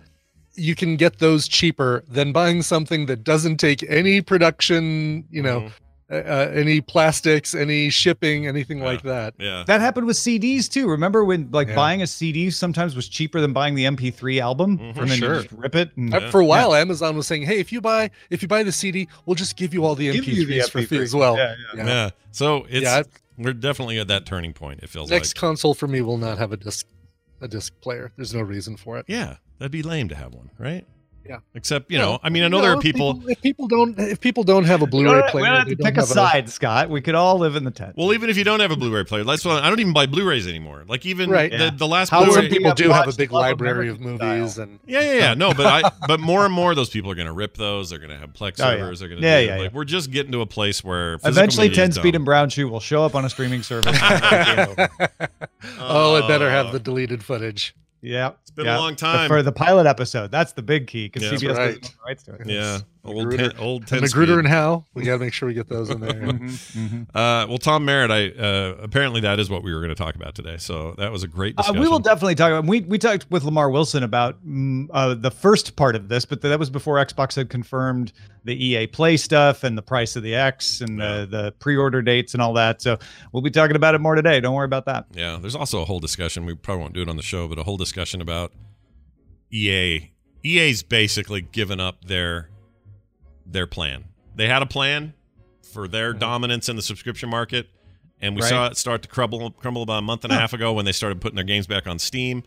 B: you can get those cheaper than buying something that doesn't take any production. You know, uh, uh, any plastics, any shipping, anything like that.
A: Mm-hmm. Yeah.
K: That happened with CDs too. Remember when like
B: Yeah.
K: buying a CD sometimes was cheaper than buying the MP3 album,
A: Mhm.
K: and then
B: Sure.
K: you just rip it. And,
B: Uh, For a while, Amazon was saying, "Hey, if you buy if you buy the CD, we'll just give you all the
K: Give you
B: MP3s
K: the
B: for free
K: MP3s.
B: as well."
K: Yeah,
A: yeah. So it's
B: Yeah,
A: we're definitely at that turning point. It feels
B: Next
A: like.
B: console for me will not have a disc a disc player. There's no reason for it.
A: Yeah, that'd be lame to have one, right?
B: Yeah.
A: Except you
B: No,
A: know, I mean, I know there
B: No,
A: are
B: if
A: people.
B: If people don't if people don't have a
K: we
B: Blu-ray
K: don't, we
B: player,
K: don't have
B: they
K: to
B: don't
K: pick a
B: have
K: side, Scott. We could all live in the tent.
A: Well, even if you don't have a Blu-ray player, that's why I don't even buy Blu-rays anymore. Like even
B: Right.
A: the,
K: Yeah.
A: the last
K: How
B: Well,
A: Blu-ray.
B: some
K: Blu-ray-
B: people do have a big
K: Love
B: library of
K: American
A: [laughs]
B: movies, and
A: yeah, yeah, yeah. No, but
B: [laughs]
A: I but more and more of those people are going to rip those. They're going to have Plex
K: Oh, yeah.
A: servers. They're going to
K: Yeah,
A: do,
K: yeah,
A: like
K: yeah.
A: we're just getting to a place where physical
K: Eventually,
A: media is
K: Ten Speed
A: dumb.
K: and Brown Shoe will show up on a
A: [laughs]
K: streaming service. [laughs] yeah,
B: oh, it better
A: Uh,
B: have the deleted footage.
A: It's been
K: yeah.
A: a long
K: But
A: time.
K: for the pilot episode. That's the big key because
A: Yeah.
K: CBS
B: That's
K: doesn't
B: right.
K: own the rights to it.
A: Yeah, old
B: Magruder.
A: ten, old
B: And
A: ten
B: Magruder
A: speed.
B: and Howe, we got to make sure we get those in
A: [laughs]
K: Mm-hmm,
B: there. Oh,
A: Uh, well, Tom Merritt, I uh, apparently that is what we were going to talk about today. So that was a great
K: Uh,
A: discussion.
K: we will definitely talk about. We we talked with Lamar Wilson about mm, uh, the first part of this, but that was before Xbox had confirmed the EA Play stuff and the price of the X and
A: Yeah.
K: the, the pre-order dates and all that. So we'll be talking about it more today. Don't worry about that.
A: yeah, there's also a whole discussion. We probably won't do it on the show, but a whole discussion about E EA. EA's basically given up their their plan. They had a plan for their dominance in the subscription market, and we
K: Mm-hmm. Right.
A: saw it start to crumble crumble about a month and a half ago when they started putting their games back on Steam,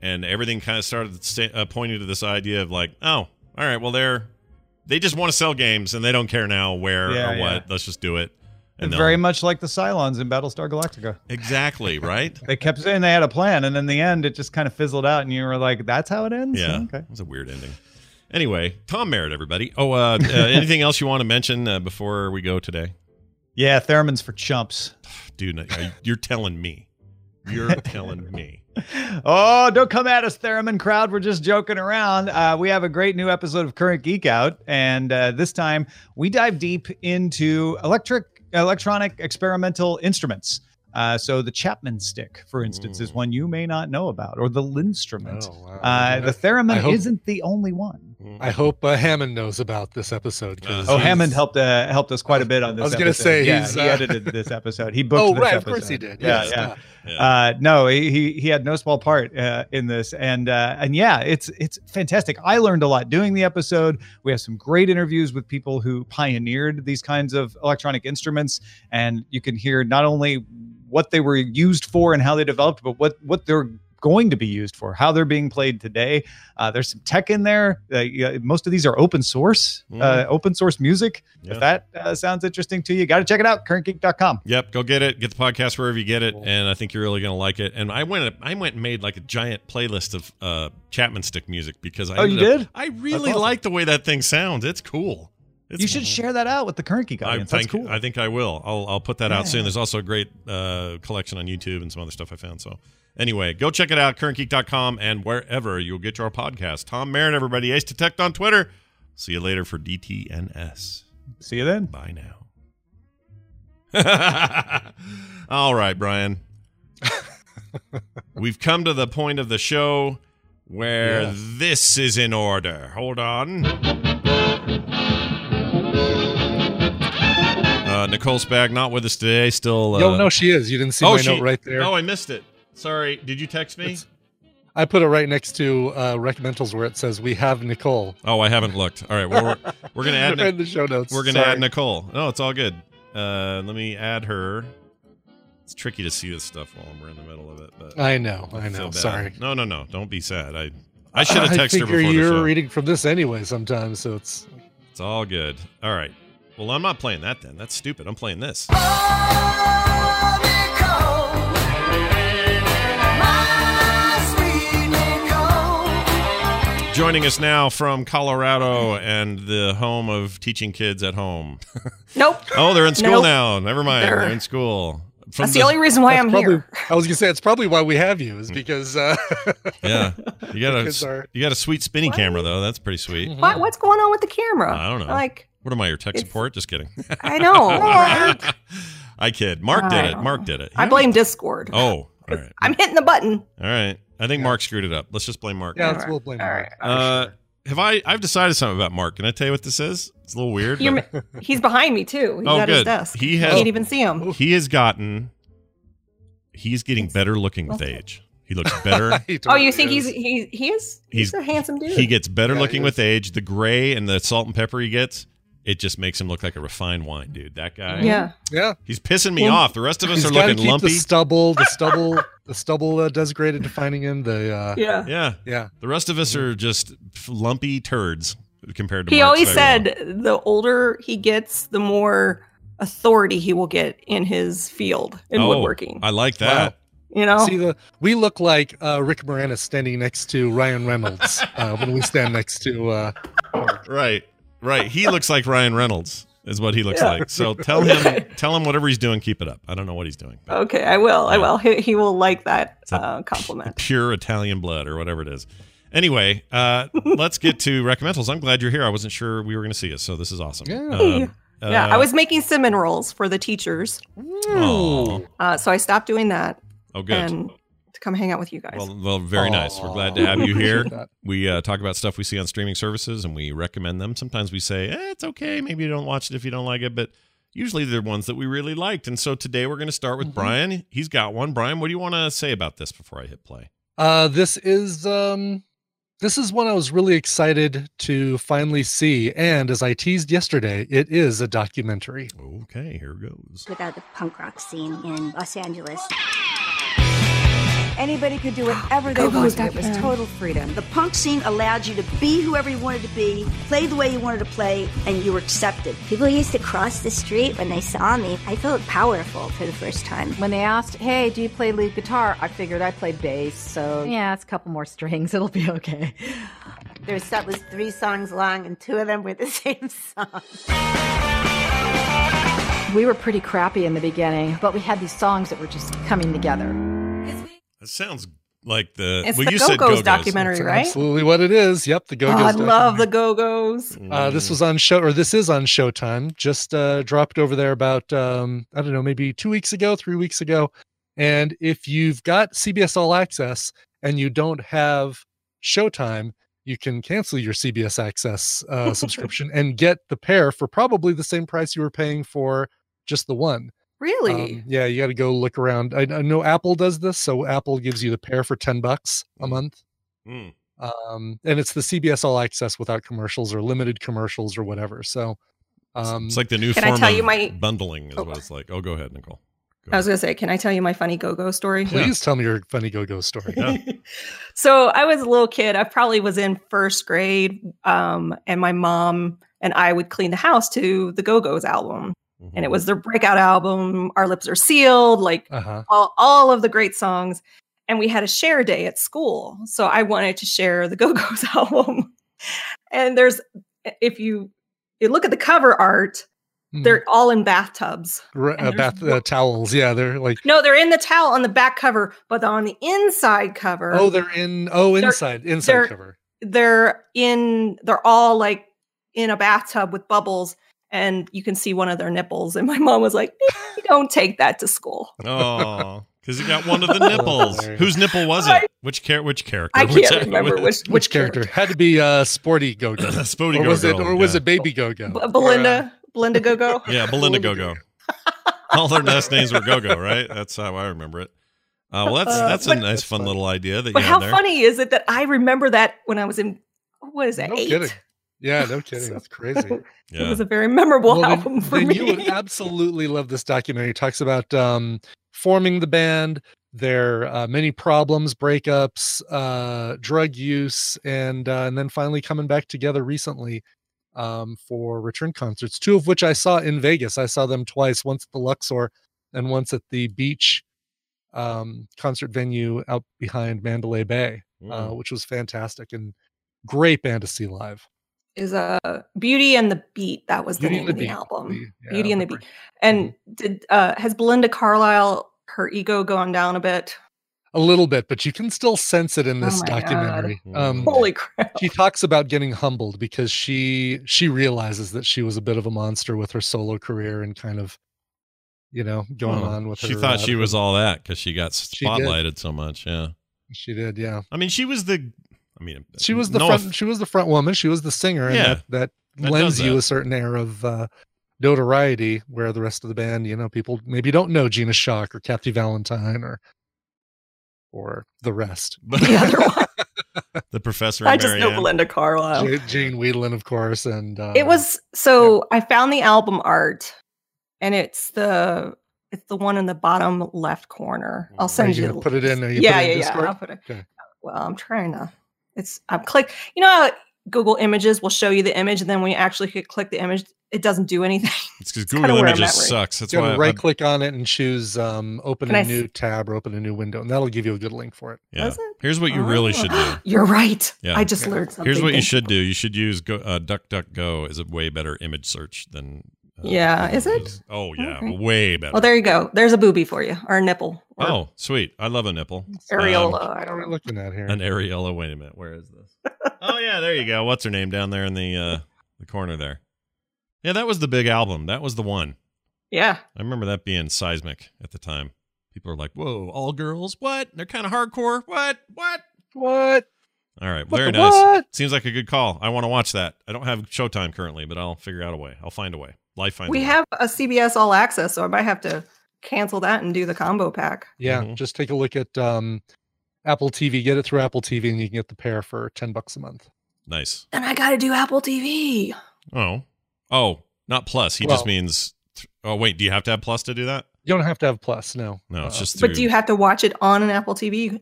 A: and everything kind of started sta- uh, pointing to this idea of like, oh, all right, well they're they just want to sell games and they don't care now where
K: Yeah,
A: or
K: yeah.
A: what. Let's just do it. And they'll-
K: Very much like the Cylons in Battlestar Galactica.
A: exactly right.
K: They kept saying they had a plan, and in the end, it just kind of fizzled out, and you were like, "That's how it ends."
A: Yeah,
K: Okay.
A: it was a weird ending. Anyway, Tom Merritt, everybody. Oh, uh,
K: [laughs]
A: uh, anything else you want to mention uh, before we go today,
K: Yeah, Theremin's for chumps.
A: dude? are you- You're telling me.
K: [laughs]
A: You're telling me.
K: Oh, don't come at us, Theremin crowd. We're just joking around. Uh, we have a great new episode of Current Geek Out, and uh, this time we dive deep into electric, electronic experimental instruments. Uh, so the Chapman stick, for instance, is
A: Mm.
K: one you may not know about, or the Lindstrument.
B: Hmm. Oh, wow.
K: Uh, the
B: I
K: theremin
B: hope-
K: isn't the only one.
B: I hope uh, Hammond knows about this episode. 'cause
K: Oh,
B: he's-
K: Hammond helped uh, helped us quite a bit on
B: I
K: this.
B: was gonna
K: episode.
B: say
K: yeah,
B: he's,
K: he
B: uh,
K: edited
B: [laughs]
K: this episode. He booked.
B: Oh,
K: this
B: right, of course he
K: episode.
B: did.
K: Yeah,
B: Yes.
K: yeah.
A: Yeah.
K: Uh, no, he, he he had no small part uh, in this, and uh, and yeah, it's it's fantastic. I learned a lot doing the episode. We have some great interviews with people who pioneered these kinds of electronic instruments, and you can hear not only what they were used for and how they developed, but what what they're going to be used for, how they're being played today. Uh, there's some tech in there. Uh, yeah, most of these are open source, uh,
A: Mhm.
K: open source music.
A: Yeah.
K: If that uh, sounds interesting to you, got to check it out. Currentgeek.com.
A: Yep, go get it. Get the podcast wherever you get it, and I think you're really gonna like it. And I went, I went and made like a giant playlist of uh, Chapman stick music because I.
K: Oh, you
A: ended up-
K: did?
A: I really
K: awesome.
A: like the way that thing sounds. It's cool. It's
K: you should share that out with the Current Geek
A: I
K: audience. That's
A: think
K: cool.
A: I think I will. I'll I'll put that out soon.
K: Yeah.
A: There's also a great uh, collection on YouTube and some other stuff I found. So Anyway, go check it out, currentgeek.com and wherever you'll get your podcast. Tom Merritt, everybody, Ace Detect on Twitter. See you later for DTNS.
K: See you then.
A: Bye now. [laughs] All right, Brian. We've come to the point of the show where
E: Yeah.
A: this is in order. Hold on. Uh, Nicole Spag not with us today. Still. Uh,
B: No, no, she is. You didn't see my note right there.
A: Oh, I missed it. Sorry. Did you text me?
B: I put it right next to uh, recommendals where it says we have Nicole.
A: Oh, I haven't looked. All right, well, we're, we're gonna
B: [laughs]
A: add
B: Right in the show notes.
A: We're gonna add
B: Sorry.
A: Nicole. No, it's all good. Uh, let me add her. It's tricky to see this stuff while we're in the middle of it. But
B: I know, I
A: feel
B: know,
A: bad.
B: sorry.
A: No, no, no. Don't be sad. I I should have
B: I
A: texted her
B: figure
A: before the
B: you're
A: show.
B: reading from this anyway sometimes, so it's
A: It's all good. All right. Well, I'm not playing that then. That's stupid. I'm playing this. Joining us now from Colorado and the home of teaching kids at
B: [laughs]
A: home.
L: Nope.
A: oh, they're in school
L: Nope.
A: now. Never mind. They're,
L: They're-
A: in school. From
L: That's the, only reason why
B: That's
L: I'm
B: probably-
L: here.
B: I was gonna say it's probably why we have you is
A: Mm. [laughs]
B: because uh,
A: Yeah. You got
B: [laughs] kids
A: a
B: are-
A: you got a sweet spinny camera though. That's pretty sweet.
L: What, what's going on with the camera?
A: I don't know.
L: Like,
A: what am I, your tech support? Just kidding. [laughs]
L: I know. right?
A: I kid. Mark did
L: I
A: it.
L: don't
A: Mark did it.
L: I blame Discord.
A: Oh, all right.
L: I'm hitting the button.
A: All right. I think Mark screwed it up. Let's just blame Mark.
B: yeah, it's, we'll blame her.
A: Uh, have I? I've decided something about Mark. Can I tell you what this is? It's a little weird. [laughs]
L: You're,
A: but-
L: he's behind me too. He's
A: Oh,
L: at his
A: good.
L: desk.
A: He
L: I
A: has-
L: can't even see him.
A: he has gotten. He's getting better looking with age. He looks
L: [laughs]
A: better.
L: Oh, you think he's he's he is he's, a handsome dude.
A: He gets better
L: Yeah,
A: looking
L: he
A: with age. The gray and the salt and pepper he gets, it just makes him look like a refined wine, dude. That guy.
L: Yeah.
B: Yeah.
A: He's pissing me
B: Well,
A: off. The rest of us
B: he's
A: are
B: gotta
A: looking
B: keep
A: lumpy.
B: The stubble,
L: [laughs]
B: the stubble, the stubble uh, desecrated, defining him. The uh,
L: Yeah.
A: Yeah.
B: Yeah.
A: The rest of us are just f- lumpy turds compared to
L: He
A: Mark
L: always
A: Spector.
L: said the older he gets, the more authority he will get in his field in
A: Oh,
L: woodworking.
A: I like that.
L: You know,
B: See the we look like uh, Rick Moranis standing next to Ryan Reynolds uh, when we stand next to. Uh,
A: Right. Right. He looks like Ryan Reynolds is what he looks
L: Yeah.
A: like.
L: [laughs]
A: So tell him tell him whatever he's doing, keep it up. I don't know what he's doing.
L: Okay, I will. I will. He, he will like that uh, compliment.
A: Pure Italian blood or whatever it is. Anyway,
L: [laughs]
A: uh, let's get to recommendals. I'm glad you're here. I wasn't sure we were going to see you, so this is awesome. Um, uh, Yeah.
L: yeah, I was making cinnamon rolls for the teachers,
A: Oh,
L: uh, so I stopped doing that.
A: Oh, good.
L: And to come hang out with you guys.
A: Well, well, very nice. We're glad to have you here. We uh, talk about stuff we see on streaming services and we recommend them. Sometimes we say, eh, it's okay. Maybe you don't watch it if you don't like it, but usually they're ones that we really liked. And so today we're going to start
L: Mm-hmm.
A: with Brian. He's got one. Brian, what do you want to say about this before I hit play?
B: [laughs] Uh, this is um, this is one I was really excited to finally see, and as I teased yesterday, it is a documentary.
A: Okay, here goes.
M: Without the punk rock scene in Los Angeles.
N: Anybody could do whatever they
M: Go, go,
N: wanted. It was
M: documentary.
N: total freedom.
M: The punk scene allowed you to be whoever you wanted to be, play the way you wanted to play, and you were accepted. People used to cross the street when they saw me. I felt powerful for the first time.
N: When they asked, hey, do you play lead guitar? I figured I play bass, so.
O: Yeah, it's a couple more strings. [laughs] It'll be okay.
P: Their set was three songs long, and two of them were the [laughs] same song.
O: We were pretty crappy in the beginning, but we had these songs that were just coming together.
A: That sounds like the.
L: It's
A: well,
L: the
A: you said
L: Go-Go's
A: Go-Go's.
L: documentary,
B: That's
L: right?
B: Absolutely, what it is. Yep, the Go
L: Oh, I
B: Go's.
L: love the Go Go's.
B: Uh, this was on show, or this is on Showtime. Just uh, dropped over there about um, I don't know, maybe two weeks ago, three weeks ago. And if you've got CBS All Access and you don't have Showtime, you can cancel your CBS Access
L: [laughs]
B: uh, subscription and get the pair for probably the same price you were paying for just the one.
L: Really?
B: Um, yeah, you got to go look around. I, I know Apple does this, so Apple gives you the pair for ten bucks
L: Mm.
B: a month
A: Mm.
B: um and it's the cbs all access without commercials or limited commercials or whatever so um
A: It's like the new
L: Can I
A: form
L: tell
A: of
L: you my-
A: bundling is what it's like. Oh, go ahead, Nicole.
L: I was gonna say, can I tell you my funny Go Go story?
B: please tell me your funny go-go story
L: So I was a little kid. I probably was in first grade, um, and my mom and I would clean the house to the Go Go's album, and it was their breakout album. Our lips are sealed, like
B: uh-huh
L: all, all of the great songs. And we had a share day at school, so I wanted to share the [laughs] Go Go's album. and there's, if you, you look at the cover art,
B: Hmm.
L: They're all in bathtubs.
B: Mm-hmm. Re-
L: And
B: uh,
L: there's
B: bath uh, towels. Yeah, they're like
L: No, they're in the towel on the back cover, but on the inside cover.
B: oh, they're in oh
L: They're-
B: inside inside
L: they're-
B: cover.
L: They're in. They're all like in a bathtub with bubbles, and you can see one of their nipples. And my mom was like, "Eh, "Don't take that to school."
A: Oh, because he got one
L: [laughs]
A: of the nipples. Whose nipple was it? Which char- Which character?
L: I
A: Which-
L: can't remember
A: [coughs]
L: which-
B: Which, character? had to be uh, Sporty Go Go.
A: Sporty
B: or was it
A: Go-Go,
B: or was
A: yeah.
B: it Baby Go Go?
L: B- Belinda,
A: [laughs]
L: Belinda Gogo. [laughs]
A: Yeah, Belinda Gogo. All their last names were Gogo, right? That's how I remember it. Uh, well, that's
L: Uh,
A: that's a
L: but-
A: nice, fun little idea that you
L: But
A: had
L: how
A: there.
L: funny is it that I remember that when I was in what is that eight?
B: kidding. Yeah,
L: [laughs]
B: no kidding. That's crazy.
L: It was a very memorable
B: Well, then-
L: album for
B: then
L: me.
B: You
L: [laughs]
B: would absolutely love this documentary. It talks about um, forming the band, their uh, many problems, breakups, uh, drug use, and uh, and then finally coming back together recently um, for return concerts. Two of which I saw in Vegas. I saw them twice, once at the Luxor and once at the beach um, concert venue out behind Mandalay Bay, uh,
L: Mm.
B: which was fantastic and great band to see live.
L: is uh, Beauty and the Beat. That was the
B: Beauty
L: name
B: and
L: of
B: the
L: the
B: Beat,
L: album.
B: yeah,
L: Beauty and the Beat. And
A: mm-hmm.
L: did uh, has Belinda Carlisle her ego gone down a bit?
B: a little bit, but you can still sense it in
L: Oh
B: this
L: my God.
B: documentary.
A: Mm.
B: Um,
L: Holy crap!
B: she talks about getting humbled because she she realizes that she was a bit of a monster with her solo career and kind of, you know, going
A: Oh,
B: on with
A: she
B: her.
A: thought
B: uh,
A: she was all that because she got
B: did.
A: spotlighted so much. Yeah,
B: She did, yeah.
A: I mean, she was the. I mean,
B: She was the
A: Uh, no
B: front.
A: off-
B: she was the front woman. She was the singer, and
A: Yeah,
B: that that,
A: that
B: lends
A: does
B: you
A: that.
B: a certain air of uh, notoriety, where the rest of the band, you know, people maybe don't know Gina Shock or Kathy Valentine or or the rest.
A: The [laughs] other the professor.
L: I
A: and
L: just know
A: Marianne.
L: Belinda Carlisle.
B: Jane, Jane Whelan, of course, and uh,
L: Oh. it was so I found the album art, and it's the it's the one in the bottom left corner. I'll
B: Are
L: send
B: you
L: you.
B: gonna
L: the
B: put it in? Are you
L: yeah,
B: put it in
L: yeah,
B: Discord?
L: yeah. I'll put it.
B: Okay.
L: Well, I'm trying to. It's I'm click. You know how Google Images will show you the image, and then when you actually hit- click the image, it doesn't do anything.
A: It's because
L: kinda
A: Google
L: where I'm
A: Images
L: at right-
A: sucks. That's
B: you
A: why.
B: gotta
A: I-
B: right click on it and choose um, open
L: Can I
B: a
L: s-
B: new tab or open a new window, and that'll give you a good link for it.
A: yeah. Here's what you really should do.
L: Oh, [laughs] You're right.
A: Yeah.
L: I just learned something.
A: Here's what you
L: Thank-
A: should do. You should use go, uh, DuckDuckGo as a way better image search than. uh,
L: Yeah,
A: Google
L: is it?
A: Images. Oh yeah,
L: Okay.
A: way better.
L: Well, there you go. There's a boobie for you, or a nipple. or
A: oh sweet, I love a nipple.
L: areola.
A: Um,
L: I don't know.
B: Looking at here,
A: An areola. Wait a minute. Where is this? [laughs] oh yeah, there you go. What's her name down there in the uh, the corner there? Yeah, that was the big album. That was the one.
L: Yeah.
A: I remember that being seismic at the time. People are like, "Whoa, all girls? What? They're kind of hardcore. What? What?
B: What?
A: All right,
B: What
A: very
B: the
A: nice.
B: what?
A: Seems like a good call. I want to watch that. I don't have Showtime currently, but I'll figure out a way. I'll find a way. Life finds.
L: We
A: a way.
L: have a CBS All Access, so I might have to cancel that and do the combo pack.
B: Yeah,
A: Mm-hmm.
B: just take a look at um, Apple TV. Get it through Apple TV, and you can get the pair for ten bucks a month.
A: nice.
L: And I got to do Apple TV.
A: Oh, oh, not plus. He just
B: Well-
A: means. th- oh wait, do you have to have plus to do that?
B: You don't have to have Plus. No,
A: No, it's
B: Uh,
A: just. Through,
L: But do you have to watch it on an Apple TV?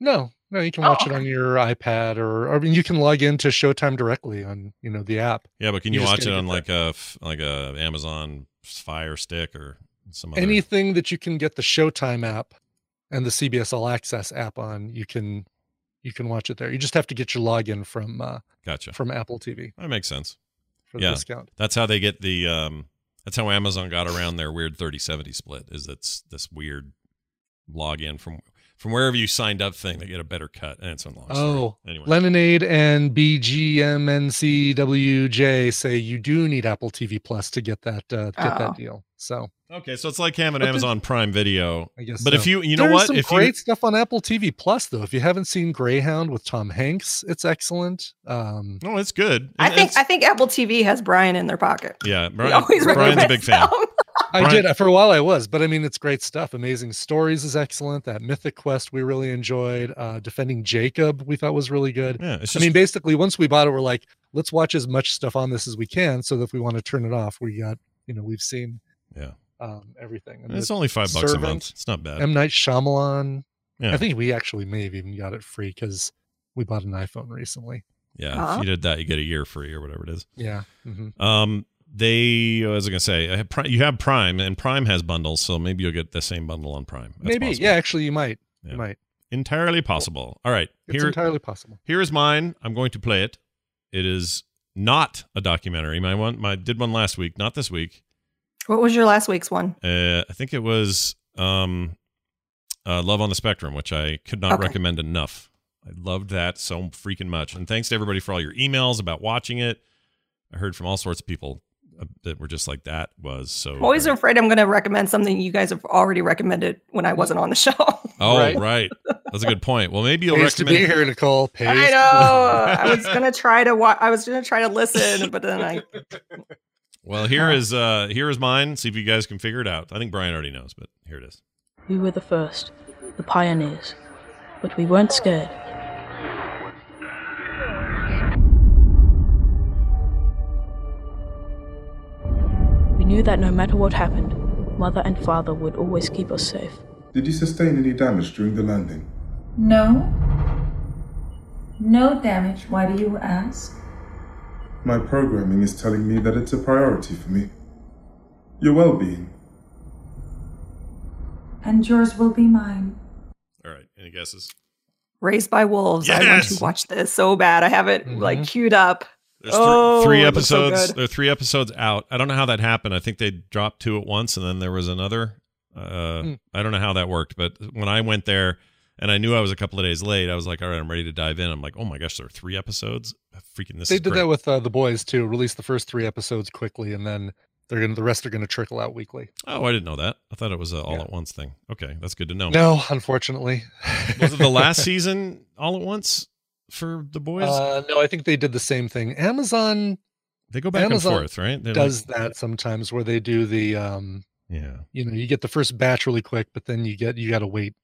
B: no, no. You can watch it on your iPad, or I mean, you can log into Showtime directly on you know the app.
A: Yeah, but can you,
B: You just
A: watch it
B: gotta
A: on like a f- like a Amazon Fire Stick or some other?
B: Anything that you can get the Showtime app and the CBS All Access app on, you can you can watch it there. You just have to get your login from uh,
A: gotcha.
B: from Apple TV.
A: That makes sense.
B: for the discount.
A: That's how they get the um that's how Amazon got around their weird 30-70 split is it's this weird login from from wherever you signed up thing they get a better cut and it's a long story.
B: Oh,
A: anyway.
B: Lemonade and BGMNCWJ say you do need Apple TV Plus to get that uh, get
A: Oh.
B: that deal. So
A: okay, so it's like having
B: But there's-
A: Amazon Prime Video.
B: I guess.
A: But if
B: so.
A: you you know
B: There's
A: what
B: some
A: if
B: great
A: you
B: stuff on Apple TV Plus though. If you haven't seen Greyhound with Tom Hanks, it's excellent. Um,
A: no, it's good.
L: I think I think Apple TV has Brian in their pocket.
A: Yeah,
L: We
A: Brian,
L: always
A: Brian's a
L: recommend
A: big fan.
L: some.
B: I
A: Brian-
B: did uh, for a while. I was, but I mean, it's great stuff. Amazing Stories is excellent. That Mythic Quest we really enjoyed. Uh, Defending Jacob we thought was really good.
A: Yeah, it's
B: I mean,
A: just-
B: basically, once we bought it, we're like, let's watch as much stuff on this as we can, so that if we want to turn it off, we got you know we've seen
A: Yeah.
B: um, everything.
A: It's
B: The
A: only five bucks a
B: Servant,
A: month. It's not bad.
B: M Night Shyamalan.
A: Yeah.
B: I think we actually may have even got it free because we bought an iPhone recently.
A: Yeah,
B: Uh-huh.
A: if you did that, you get a year free or whatever it is.
B: Yeah, mhm.
A: Um, they, what was I gonna say? I have Pri- you have Prime, and Prime has bundles, so maybe you'll get the same bundle on Prime. That's
B: Maybe.
A: possible.
B: Yeah, actually, you might.
A: Yeah.
B: You might.
A: entirely possible. All right,
B: It's entirely possible.
A: Here is mine. I'm going to play it. It is not a documentary. My one, my did one last week, not this week.
L: [laughs] What was your last week's one?
A: Uh, I think it was um, uh, Love on the Spectrum, which I could not
L: Okay.
A: recommend enough. I loved that so freaking much. And thanks to everybody for all your emails about watching it. I heard from all sorts of people uh, that were just like, that was so.
L: I'm always
A: great."
L: afraid I'm going to recommend something you guys have already recommended when I wasn't on
A: [laughs]
L: the show. [laughs]
A: Oh,
B: Right.
A: right. That's a good point. Well, maybe you'll
B: Pays to
A: recommend
B: be here, Nicole. Pays
L: I
B: to-
L: know.
A: [laughs]
L: I was gonna try to watch. I was gonna try to listen, but then I.
A: Well, here is uh here is mine. See if you guys can figure it out. I think Brian already knows, but here it is.
Q: We were the first, the pioneers, but we weren't scared. We knew that no matter what happened, mother and father would always keep us safe.
R: Did you sustain any damage during the landing?
S: No. No damage, why do you ask?
R: My programming is telling me that it's a priority for me. Your well being.
S: And yours will be mine.
A: All right. Any guesses?
L: Raised by Wolves. I want to
A: Yes!
L: watch this so bad. I have it like queued up.
A: There's thr-
B: Oh,
A: three episodes. there are three episodes out. I don't know how that happened. I think they dropped two at once, and then there was another. Uh,
L: Hmm.
A: I don't know how that worked, but when I went there and I knew I was a couple of days late, I was like, "All right, I'm ready to dive in." I'm like, "Oh my gosh, there are three episodes! Freaking this!"
B: they
A: is
B: did
A: great.
B: that with uh, the boys too. Release the first three episodes quickly, and then they're gonna the rest are gonna trickle out weekly.
A: Oh, I didn't know that. I thought it was a all at once thing. Okay, that's good to know.
B: No, unfortunately.
A: Oh. was it
B: [laughs]
A: the last season all at once for the boys?
B: Uh, no, I think they did the same thing. Amazon.
A: They go back and
B: Amazon
A: forth, right? They're like-
B: does that sometimes where they do the um.
A: Yeah.
B: You know, you get the first batch really quick, but then you get you got to wait.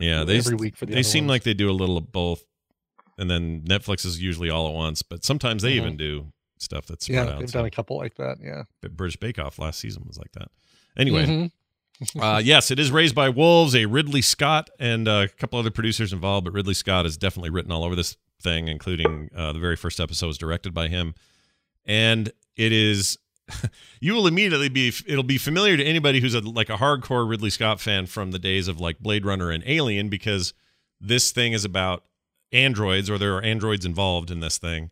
A: Yeah, they
B: every week for the
A: they
B: other
A: seem
B: ones.
A: like they do a little of both, and then Netflix is usually all at once. But sometimes they
B: Mhm.
A: even do stuff that's
B: Yeah,
A: spread out.
B: they've done a couple like that. Yeah.
A: But British Bake Off last season was like that. Anyway,
B: Mhm. [laughs]
A: uh, yes, it is Raised by Wolves, a Ridley Scott and uh, a couple other producers involved, but Ridley Scott is definitely written all over this thing, including uh, the very first episode was directed by him. And it is, [laughs] you will immediately be, it'll be familiar to anybody who's a, like a hardcore Ridley Scott fan from the days of like Blade Runner and Alien, because this thing is about androids, or there are androids involved in this thing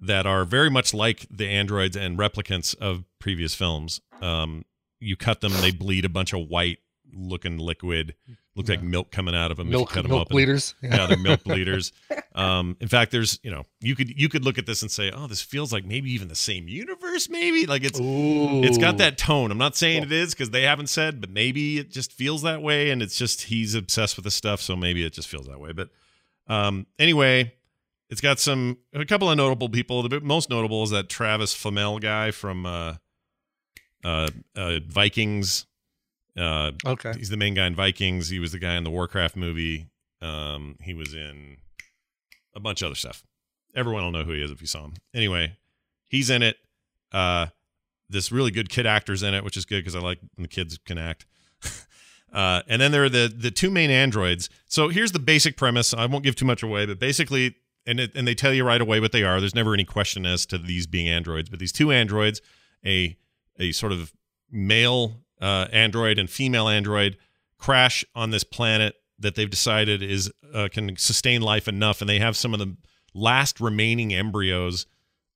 A: that are very much like the androids and replicants of previous films. Um, you cut them, they bleed a bunch of white looking liquid. Looked like milk coming out of them. if you
B: Milk-
A: cut 'em
B: milk
A: open.
B: bleeders?
A: Yeah. they're milk bleeders. Um, in fact, there's you know you could you could look at this and say, oh, this feels like maybe even the same universe. Maybe like it's it's got
B: Ooh.
A: that tone. I'm not saying it is because they haven't said, but maybe it just feels that way. And it's just he's obsessed with this stuff, so maybe it just feels that way. But um, anyway, it's got some a couple of notable people. The bit- most notable is that Travis Flamel guy from uh, uh, uh, Vikings. Uh,
B: Okay.
A: he's the main guy in Vikings. He was the guy in the Warcraft movie. Um, he was in a bunch of other stuff. Everyone will know who he is if you saw him. Anyway, he's in it. Uh, this really good kid actor's in it, which is good because I like when the kids can act. [laughs] Uh, and then there are the the two main androids. So here's the basic premise. I won't give too much away, but basically, and it, and they tell you right away what they are. There's never any question as to these being androids, but these two androids, a a sort of male uh, android and female android, crash on this planet that they've decided is uh, can sustain life enough, and they have some of the last remaining embryos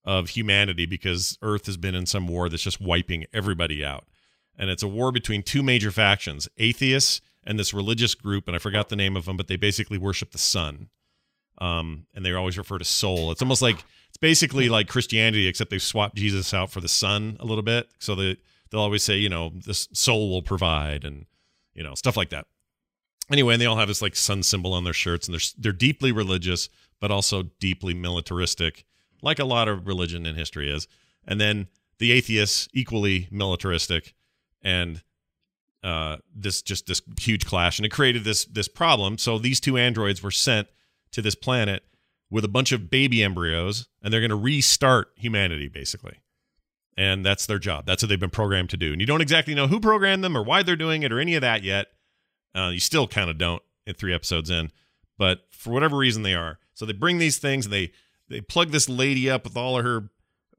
A: of humanity because Earth has been in some war that's just wiping everybody out and it's a war between two major factions atheists and this religious group and i forgot the name of them but they basically worship the sun um, and they always refer to soul it's almost like it's basically like christianity except they've swapped jesus out for the sun a little bit so they, they'll always say you know this soul will provide and you know stuff like that anyway and they all have this like sun symbol on their shirts and they're they're deeply religious but also deeply militaristic like a lot of religion in history is and then the atheists equally militaristic and uh, this just this huge clash, and it created this this problem. So these two androids were sent to this planet with a bunch of baby embryos, and they're going to restart humanity basically. And that's their job. That's what they've been programmed to do. And you don't exactly know who programmed them or why they're doing it or any of that yet. Uh, you still kind of don't at three episodes in, but for whatever reason they are. So they bring these things and they they plug this lady up with all of her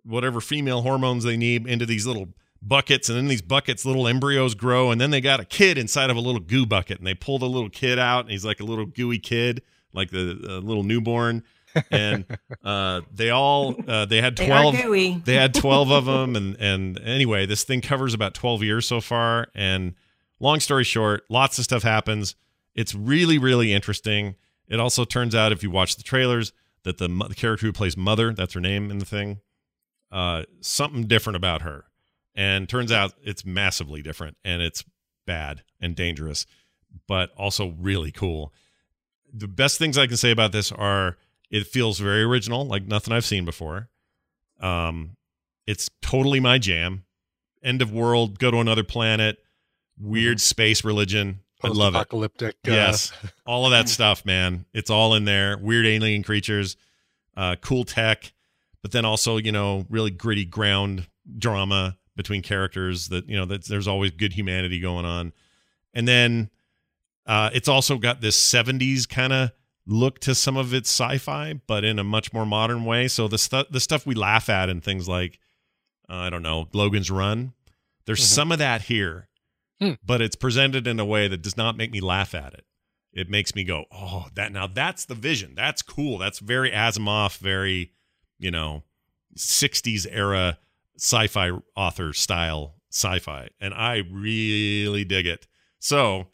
A: whatever female hormones they need into these little buckets and then these buckets little embryos grow and then they got a kid inside of a little goo bucket and they pull the little kid out and he's like a little gooey kid like the uh, little newborn. and uh, they all uh, they had
L: They are
A: 12
L: gooey.
A: they had 12
L: [laughs]
A: of them and and anyway this thing covers about 12 years so far and long story short lots of stuff happens it's really really interesting it also turns out if you watch the trailers that the, mo- the character who plays mother that's her name in the thing uh, something different about her and turns out it's massively different and it's bad and dangerous but also really cool the best things i can say about this are it feels very original like nothing i've seen before um it's totally my jam end of world go to another planet weird space religion i love it
B: Post-apocalyptic, uh, [laughs]
A: yes all of that stuff man it's all in there weird alien creatures uh cool tech but then also you know really gritty ground drama between characters that you know that there's always good humanity going on and then uh it's also got this 70s kind of look to some of its sci-fi but in a much more modern way so the stuff the stuff we laugh at and things like uh, i don't know logan's run there's
B: Mhm.
A: some of that here
B: Hmm.
A: but it's presented in a way that does not make me laugh at it it makes me go oh that now that's the vision that's cool that's very asimov very you know 60s era sci-fi author style sci-fi and i really dig it so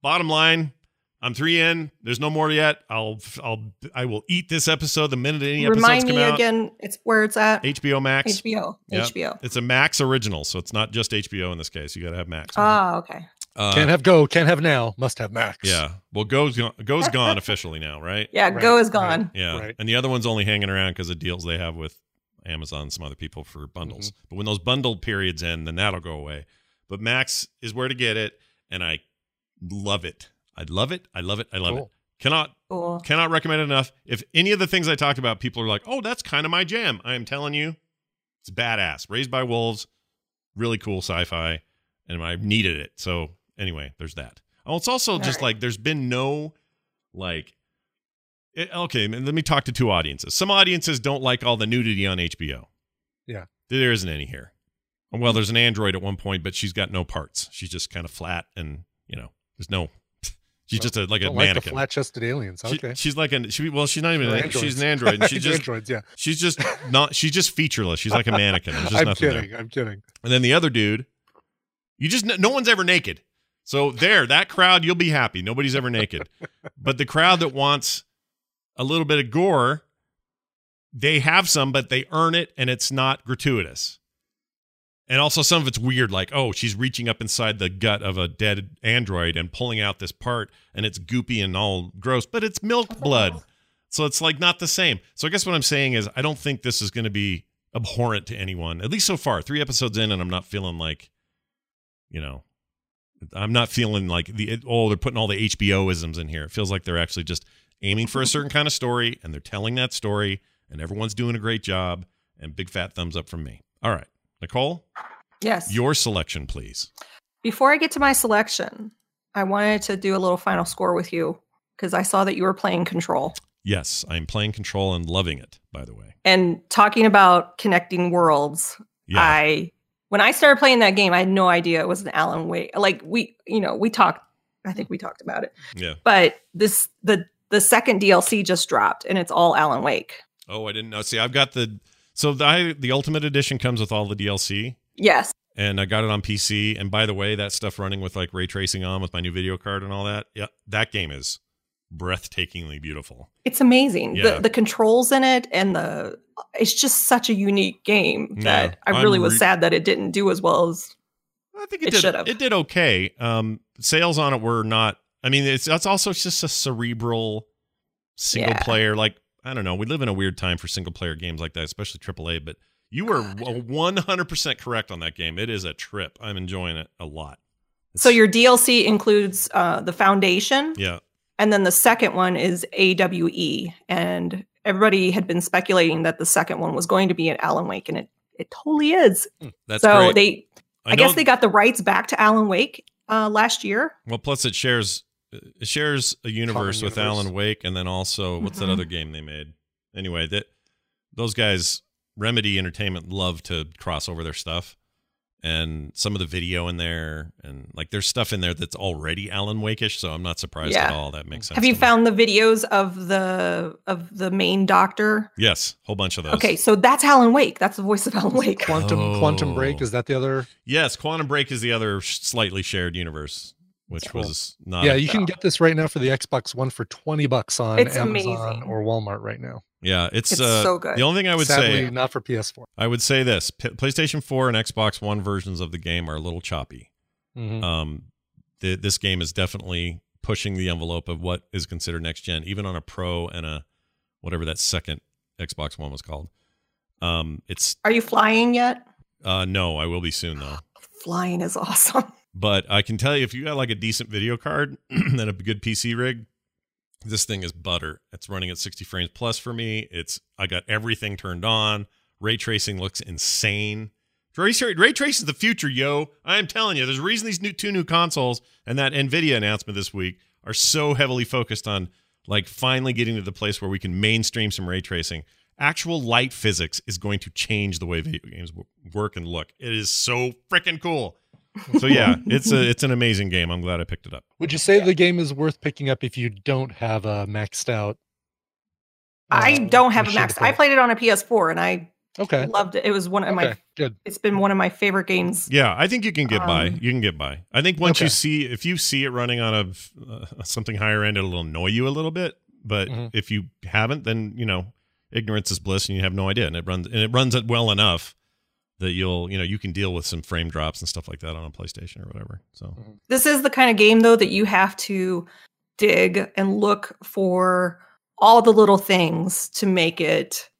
A: bottom line i'm three in there's no more yet i'll i'll i will eat this episode the minute any episodes
L: Remind
A: come
L: me
A: out
L: again. It's where it's at.
A: hbo max
L: HBO.
A: Yep.
L: HBO.
A: it's a max original so it's not just hbo in this case you gotta have max
L: Oh, okay.
A: Uh,
B: can't have go, can't have now, must have max.
A: yeah well go's gone, go's gone [laughs] officially now right
L: [laughs] Yeah, Go is gone.
A: Yeah.
B: Right.
A: And the other one's only hanging around because of deals they have with Amazon and some other people for bundles. But when those bundled periods end, then that'll go away. But Max is where to get it, and I love it. I love it. I love it. I love it.
B: Cool.
A: Cannot
L: Cool.
A: cannot recommend it enough. If any of the things I talked about, people are like, "Oh, that's kind of my jam." I am telling you, it's badass. Raised by Wolves, really cool sci-fi, and I needed it. So anyway, there's that. Oh, it's also just like there's been no like it, okay, man, let me talk to two audiences. Some audiences don't like all the nudity on HBO.
B: Yeah. Hmm.
A: There isn't any here. Well, there's an android at one point, but she's got no parts. She's just kind of flat, and you know, there's no. [laughs] She's just a, like a
B: Don't
A: mannequin.
B: like the flat chested aliens.
A: She-
B: Okay.
A: she's like an she well she's not even
B: Or
A: an, she's
B: androids.
A: an android.
B: [laughs]
A: and She just
B: Androids, yeah.
A: She's just not she's just featureless. She's like a mannequin. There's just
B: I'm
A: nothing there.
B: kidding. I'm kidding.
A: And then the other dude, you just no one's ever naked. So there, that crowd, you'll be happy. Nobody's ever naked. but the crowd that wants a little bit of gore, they have some, but they earn it, and it's not gratuitous. And also, some of it's weird, like oh, she's reaching up inside the gut of a dead android and pulling out this part, and it's goopy and all gross, but it's milk blood. So it's like not the same. So I guess what I'm saying is I don't think this is going to be abhorrent to anyone, at least so far. Three episodes in, and I'm not feeling like, you know, I'm not feeling like the it- oh they're putting all the HBO isms in here. It feels like they're actually just aiming for a certain kind of story, and they're telling that story, and everyone's doing a great job. And big fat thumbs up from me. All right, Nicole,
L: Yes.
A: your selection, please.
L: Before I get to my selection, I wanted to do a little final score with you because I saw that you were playing Control
A: Yes, I'm playing Control and loving it. By the way,
L: and talking about connecting worlds.
A: Yeah.
L: I when I started playing that game, I had no idea it was an Alan Wake. Like we, you know, we talked. I think we talked about it,
A: yeah.
L: but this the the second DLC just dropped and it's all Alan Wake.
A: Oh, I didn't know. See, I've got the so the I, the Ultimate Edition comes with all the DLC.
L: Yes.
A: and I got it on PC. And by the way, that stuff running with like ray tracing on with my new video card and all that. Yeah, that game is breathtakingly beautiful.
L: It's amazing.
A: Yeah.
L: The the controls in it and the it's just such a unique game that
A: Yeah,
L: I really
A: I'm
L: was
A: re-
L: sad that it didn't do as well as
A: I think
L: it,
A: did,
L: should have.
A: It did okay. Um, sales on it were not. I mean, it's that's also just a cerebral single
L: Yeah.
A: player. Like I don't know. We live in a weird time for single player games like that, especially AAA. But you were one hundred percent correct on that game. It is a trip. I'm enjoying it a lot.
L: So your DLC includes uh, the Foundation,
A: Yeah.
L: and then the second one is AWE, and everybody had been speculating that the second one was going to be an Alan Wake, and it it totally is.
A: That's
L: so
A: great.
L: they, I,
A: know-
L: guess they got the rights back to Alan Wake uh, last year.
A: Well, plus it shares it shares a universe with
B: universe.
A: Alan Wake, and then also what's that
L: Mhm.
A: other game they made? Anyway, that those guys Remedy Entertainment love to cross over their stuff, and some of the video in there, and like there's stuff in there that's already Alan Wakeish. So I'm not surprised at
L: Yeah.
A: all. That makes sense.
L: Have you
A: to me.
L: found the videos of the of the main doctor?
A: Yes, whole bunch of those.
L: Okay, so that's Alan Wake. That's the voice of Alan Wake.
B: Quantum Quantum Break
A: Oh.
B: is that the other?
A: Yes, Quantum Break is the other sh- slightly shared universe, which was not.
B: yeah, you can get this right now for the Xbox One for twenty bucks on
L: It's
B: Amazon
L: amazing.
B: or Walmart right now.
A: Yeah, it's,
L: It's
A: uh,
L: so good.
A: The only thing I would
B: Sadly,
A: say,
B: not for PS4.
A: I would say this: P- PlayStation 4 and Xbox One versions of the game are a little choppy.
B: Mhm.
A: Um, th- this game is definitely pushing the envelope of what is considered next gen, even on a Pro and a whatever that second Xbox One was called. Um, it's
L: Are you flying yet?
A: uh, no, I will be soon though.
L: [sighs] Flying is awesome. [laughs]
A: But I can tell you, if you got like a decent video card [clears throat] and a good PC rig, this thing is butter. It's running at 60 frames plus for me. It's I got everything turned on. Ray tracing looks insane. Ray, tra- ray trace is the future, yo. I am telling you. There's a reason these new two new consoles and that Nvidia announcement this week are so heavily focused on like finally getting to the place where we can mainstream some ray tracing. Actual light physics is going to change the way video games w- work and look. It is so freaking cool. So yeah, it's a it's an amazing game. I'm glad I picked it up.
B: Would you say the game is worth picking up if you don't have a maxed out?
L: I
B: uh,
L: don't have a
B: machine
L: max.
B: to
L: I
B: play?
L: played it on a PS4 and I
B: Okay.
L: loved it. It was one of my
B: Okay, good.
L: it's been one of my favorite games.
A: Yeah, I think you can get by.
L: Um,
A: You can get by. I think once you
L: okay.
A: see if you see it running on a uh, something higher end, it'll annoy you a little bit. But
L: Mm-hmm.
B: Mhm.
A: if you haven't, then you know ignorance is bliss, and you have no idea. And it runs and it runs it well enough that you'll you know you can deal with some frame drops and stuff like that on a PlayStation or whatever. So
L: This is the kind of game though that you have to dig and look for all the little things to make it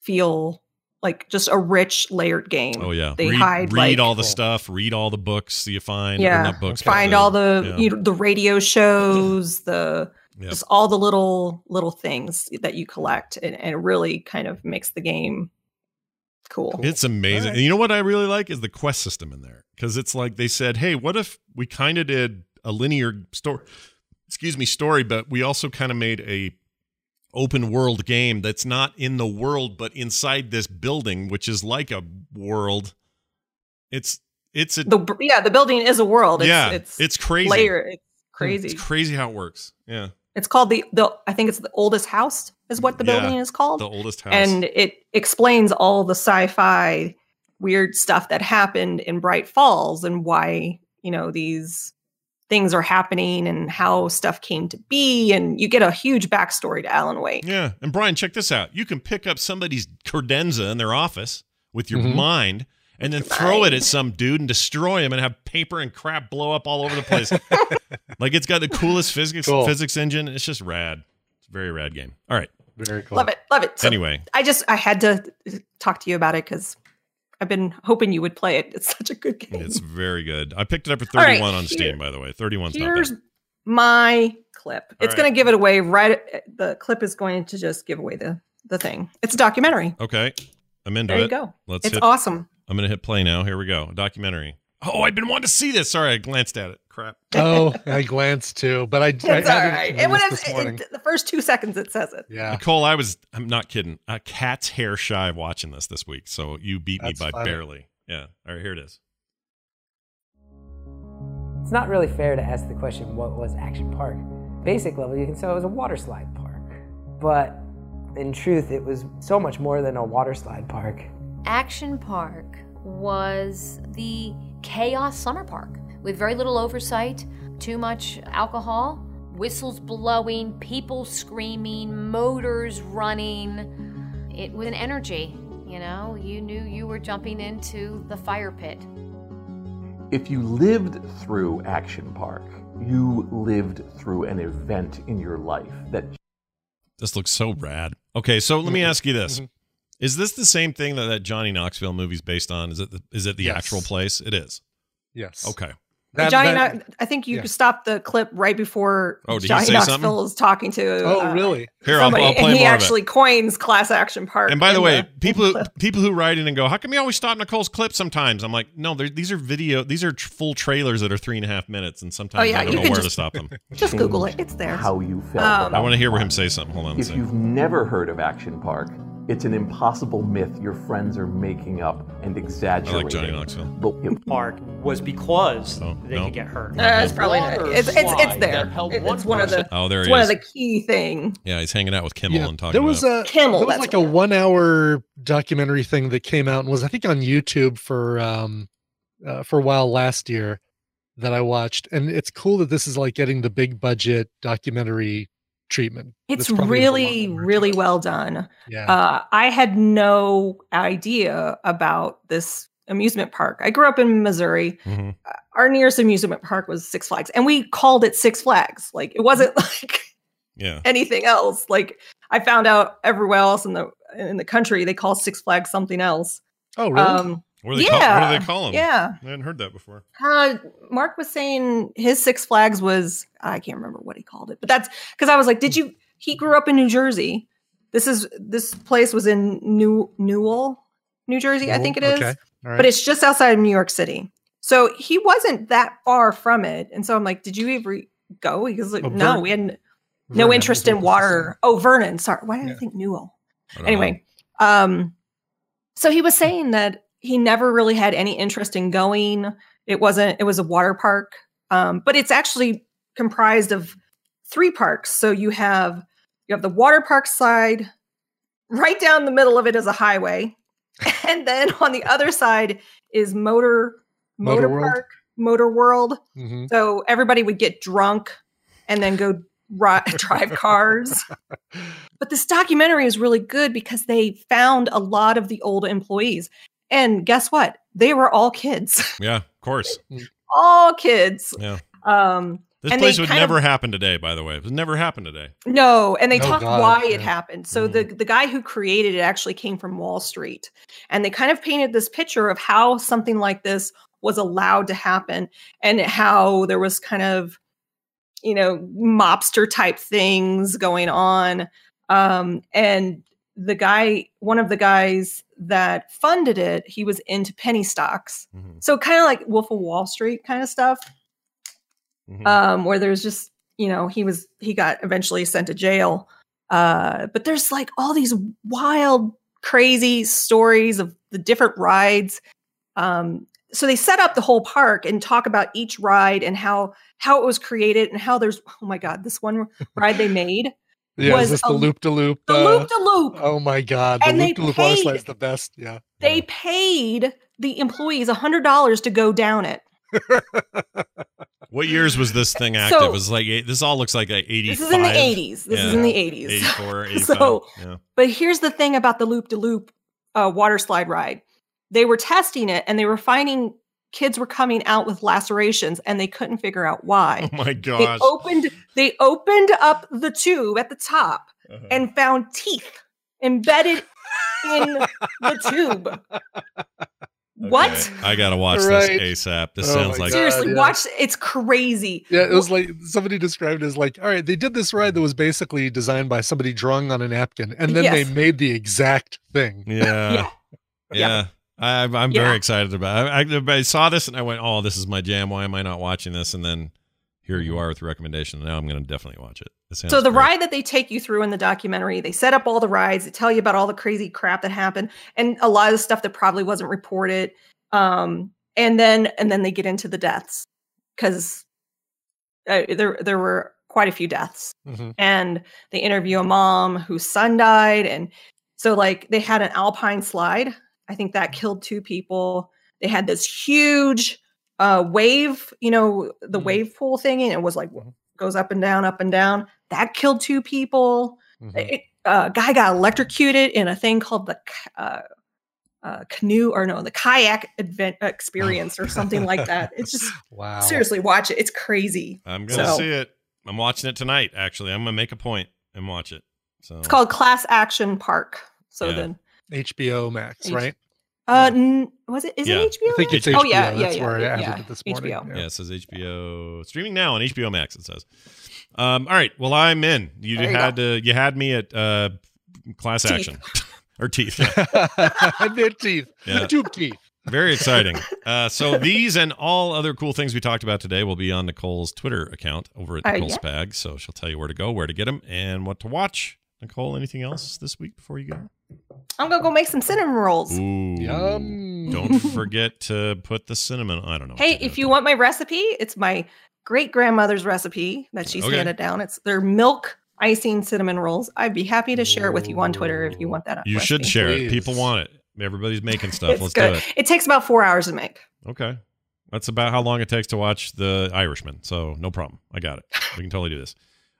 L: feel like just a rich layered game.
A: oh yeah,
L: They
A: read,
L: hide
A: read
L: like
A: all the stuff, read all the books that you find. or
L: yeah,
A: not books, but
L: find all the
A: yeah.
L: you know, the radio shows, the
A: Yeah.
L: just all the little little things that you collect, and, and it really kind of makes the game cool.
A: It's amazing. And you know what I really like is the quest system in there because it's like they said, hey, what if we kind of did a linear story, excuse me, story, but we also kind of made a open world game that's not in the world but inside this building, which is like a world. It's it's a
L: the br- yeah, the building is a world. It's,
A: yeah,
L: it's,
A: it's, crazy.
L: layer. It's crazy.
A: It's crazy how it works. Yeah,
L: It's called the the I think it's the oldest house is what the
A: Yeah,
L: building is called.
A: the oldest house.
L: and it explains all the sci-fi weird stuff that happened in Bright Falls and why, you know, these things are happening and how stuff came to be and you get a huge backstory to Alan Wake.
A: Yeah. And Brian, check this out. You can pick up somebody's credenza in their office with your
L: Mm-hmm.
B: Mhm.
A: mind and then throw it at some dude and destroy him and have paper and crap blow up all over the
L: [laughs]
A: place. like it's got the coolest physics
B: Cool.
A: physics engine. It's just rad. It's a very rad game. All right.
B: Very cool.
L: Love it. Love it. So
A: Anyway,
L: I just I had to uh, talk to you about it cuz I've been hoping you would play it. It's such a good game.
A: it's very good. I picked it up for
L: All right,
A: 31 on Steam,
L: here-
A: by the way. 31's not bad.
L: Here's my clip. it's
A: right.
L: going to give it away right the clip is going to just give away the the thing. It's a documentary.
A: Okay. I'm into
L: There
A: it.
L: you go.
A: Let's
L: it's
A: hit-
L: awesome.
A: I'm going to hit play now. Here we go. documentary. Oh, I've been wanting to see this. Sorry, I glanced at it. Crap.
L: [laughs]
B: Oh, I glanced too, but I,
L: It's
B: I
L: all
B: added
L: right.
B: to the
L: It
B: list
L: was
B: this morning.
L: it, the first two seconds it says it.
B: yeah.
A: Nicole, I was I'm not kidding. A cat's hair shy of watching this this week. So you beat
B: That's
A: me by
B: funny.
A: barely. Yeah. All right, here it is.
T: It's not really fair to ask the question, what was Action Park? Basic level, you can say it was a water slide park. But in truth, it was so much more than a water slide park.
U: Action Park was the chaos summer park with very little oversight, too much alcohol, whistles blowing, people screaming, motors running. It was an energy, you know, you knew you were jumping into the fire pit.
V: If you lived through Action Park, you lived through an event in your life that
A: This looks so rad. Okay, so let me ask you
L: Mm-hmm.
A: this.
B: Mm-hmm.
A: Is this the same thing that that Johnny Knoxville movie's based on? Is it the, is it the
B: Yes.
A: actual place? It is.
B: Yes.
A: Okay.
L: Johnny, Knox- I think you
A: yeah.
L: stopped the clip right before
A: Oh, did he
L: Johnny
A: say something?
L: Knoxville is talking to.
B: Oh,
L: uh,
B: really?
A: Here, I'll-
L: somebody,
A: I'll play
L: and he
A: more of it.
L: actually coins class action park.
A: And by the
L: in
A: way, people
L: [laughs]
A: who, people who write in and go, how come you always stop Nicole's clip sometimes? I'm like, no, there- these are video, these are tr- full trailers that are three and a half minutes, and sometimes
L: Oh, yeah,
A: I don't
L: you
A: know
L: can
A: where to
L: just-
A: stop
L: [laughs]
A: them.
L: just Google it. It's there.
V: how you felt.
L: Um,
A: I want to hear him say something. Hold on. a
V: If
A: second.
V: you've never heard of Action Park, It's an impossible myth your friends are making up and exaggerating.
A: Johnny Knoxville.
V: But
D: Park was
A: Oh,
D: because they could get hurt.
L: Uh, it's probably not.
D: Water
L: It's it's it's
D: slide
L: there.
D: that helped
L: It-
D: one
L: It's one of the.
D: person-
A: Oh, there
L: it's
A: he
L: one
A: is.
L: of the key thing.
A: Yeah, he's hanging out with Kimmel and talking
B: There was
A: about
B: a
L: Kimmel,
B: There was
L: that's
B: like
L: what
B: a one hour documentary thing that came out and was I think on YouTube for um uh, for a while last year that I watched, and it's cool that this is like getting the big budget documentary treatment.
L: It's
B: This probably is a lot-
L: really, really well done.
B: Yeah.
L: Uh, I had no idea about this amusement park. I grew up in Missouri.
A: Mhm.
L: Our nearest amusement park was Six Flags, and we called it Six Flags. Like it wasn't [laughs] like
A: Yeah.
L: anything else. Like I found out everywhere else in the in the country they call Six Flags something else.
B: Oh,
A: really? What do they call- what do they call 'em?
L: Um, Yeah.
A: I hadn't heard that before.
L: Uh, Mark was saying his Six Flags was I can't remember what he called it, but that's because I was like, did you? He grew up in New Jersey. This is this place was in New Newell, New Jersey, I think it
E: Newell,
L: is.
E: okay. All right.
L: But it's just outside of New York City, so he wasn't that far from it. And so I'm like, did you ever go? He was like,
E: Oh,
L: no,
E: Ver-
L: we had n- no
E: Vernon
L: interest
E: is what
L: in
E: this is.
L: water. Oh, Vernon. Sorry, why did I think Newell?
E: don't
L: Anyway, um, so he was saying that he never really had any interest in going. It wasn't. It was a water park, um, but it's actually comprised of three parks. So you have you have the water park side. Right down the middle of it is a highway, [laughs] and then on the other side is motor motor,
E: Motor World?
L: park motor world.
B: Mm-hmm.
L: [laughs]
E: Mhm.
L: So everybody would get drunk and then go ri- drive cars. But this documentary is really good because they found a lot of the old employees. And guess what? They were all kids,
A: Yeah, of course.
L: all kids.
A: Yeah.
L: Um,
A: This
L: and they
A: place would
L: kind of-
A: never happen today, by the way. It would never happen today.
L: No, and they
A: Oh,
L: talk
A: God,
L: why it
A: yeah. Mm-hmm.
L: happened. So the the guy who created it actually came from Wall Street, and they kind of painted this picture of how something like this was allowed to happen, and how there was kind of, you know, mobster type things going on. Um, and the guy, one of the guys that funded it, he was into penny stocks,
A: Mm-hmm.
L: so kind of like Wolf of Wall Street kind of stuff
A: Mm-hmm.
L: um, where there's just you know he was he got eventually sent to jail uh, but there's like all these wild crazy stories of the different rides um, so they set up the whole park and talk about each ride and how how it was created and how there's oh my god
A: [laughs]
L: this one ride they made
B: Yeah,
L: was
B: is this the
L: a-
B: loop to loop?
A: Uh,
L: the loop-de-loop.
B: Oh my god, the
L: And they
B: loop to loop water
L: paid-
B: slide's the best. Yeah.
L: they paid the employees $100 to go down it
A: What years was this thing active?
L: So-
A: it was like eight- this all looks like eighty.
L: This is in the 80s. This is in the 80s.
A: 84, 85.
L: [laughs] So-
A: yeah. [laughs]
L: But here's the thing about the loop de loop uh, water slide ride they were testing it and they were finding kids were coming out with lacerations and they couldn't figure out why.
A: Oh my
L: They
A: gosh.
L: opened they opened up the tube at the top
A: Uh-huh.
L: and found teeth embedded in
B: [laughs]
A: [laughs]
L: the tube. What?
A: I gotta watch
B: Right.
A: this ASAP. This
B: Oh
A: sounds
B: my
A: like
L: Seriously,
B: yeah.
L: watch it's crazy.
B: Yeah, it was like somebody described it as like, all right, they did this ride that was basically designed by somebody drawing on a napkin, and then
L: Yes.
B: they made the exact thing.
A: Yeah. Yeah. I, I'm I'm
B: Yeah.
A: very excited about it. I, I, I saw this and I went, oh, this is my jam. Why am I not watching this? And then here you are with the recommendation. Now I'm going to definitely watch it. It sounds
L: so the
A: great.
L: ride that they take you through in the documentary, they set up all the rides, they tell you about all the crazy crap that happened and a lot of the stuff that probably wasn't reported. Um, and then and then they get into the deaths because uh, there there were quite a few deaths,
B: Mm-hmm.
E: Mhm.
L: and they interview a mom whose son died, and so like they had an alpine slide. I think that killed two people. They had this huge uh, wave, you know, the
B: Mm-hmm.
L: wave pool thing, and it was like goes up and down, up and down. That killed two people.
B: Mm-hmm.
L: It- uh, guy got electrocuted in a thing called the ca- uh, uh, canoe or no, the kayak advent uh, experience or something like that. It's just
B: [laughs] Wow.
L: seriously watch it. It's crazy.
A: I'm going to
L: So,
A: see it. I'm watching it tonight, actually. I'm going to make a point and watch it. So
L: It's called Class Action Park. So
A: Yeah.
L: then,
B: HBO Max,
L: H-
B: right?
L: uh, n- was it? Is
A: Yeah. I
L: it HBO?
B: I think it's HBO.
L: Oh yeah, yeah,
B: That's
L: yeah,
B: where
L: yeah,
B: I
L: yeah.
B: added it this morning.
L: HBO.
A: Yeah. it says HBO streaming now on HBO Max. It says. Um, all right. Well, I'm in. You
B: There you
A: had to. You had me at uh, class
B: Teeth.
A: action [laughs] or teeth.
L: [laughs]
A: yeah.
B: [laughs] I meant teeth.
A: Yeah.
B: Tube teeth.
A: Very exciting. Uh, so these and all other cool things we talked about today will be on Nicole's Twitter account over at
B: Oh,
L: Uh,
A: Nicole's
B: yeah.
A: Bag. So she'll tell you where to go, where to get them, and what to watch Nicole, anything else this week before you go?
L: I'm gonna go make some cinnamon rolls.
A: Ooh.
L: Yum.
A: Don't forget to put the cinnamon. I don't know.
L: Hey, if you want my recipe, it's my great grandmother's recipe that she's
A: Okay.
L: handed down. It's their milk icing cinnamon rolls. I'd be happy to share it with you on Twitter if you want that.
A: You should
L: recipe.
A: share it. People want it. Everybody's making stuff.
L: It's
A: Let's
L: good.
A: do it.
L: It takes about four hours to make.
A: Okay. That's about how long it takes to watch The Irishman. So no problem. I got it. We can totally do this.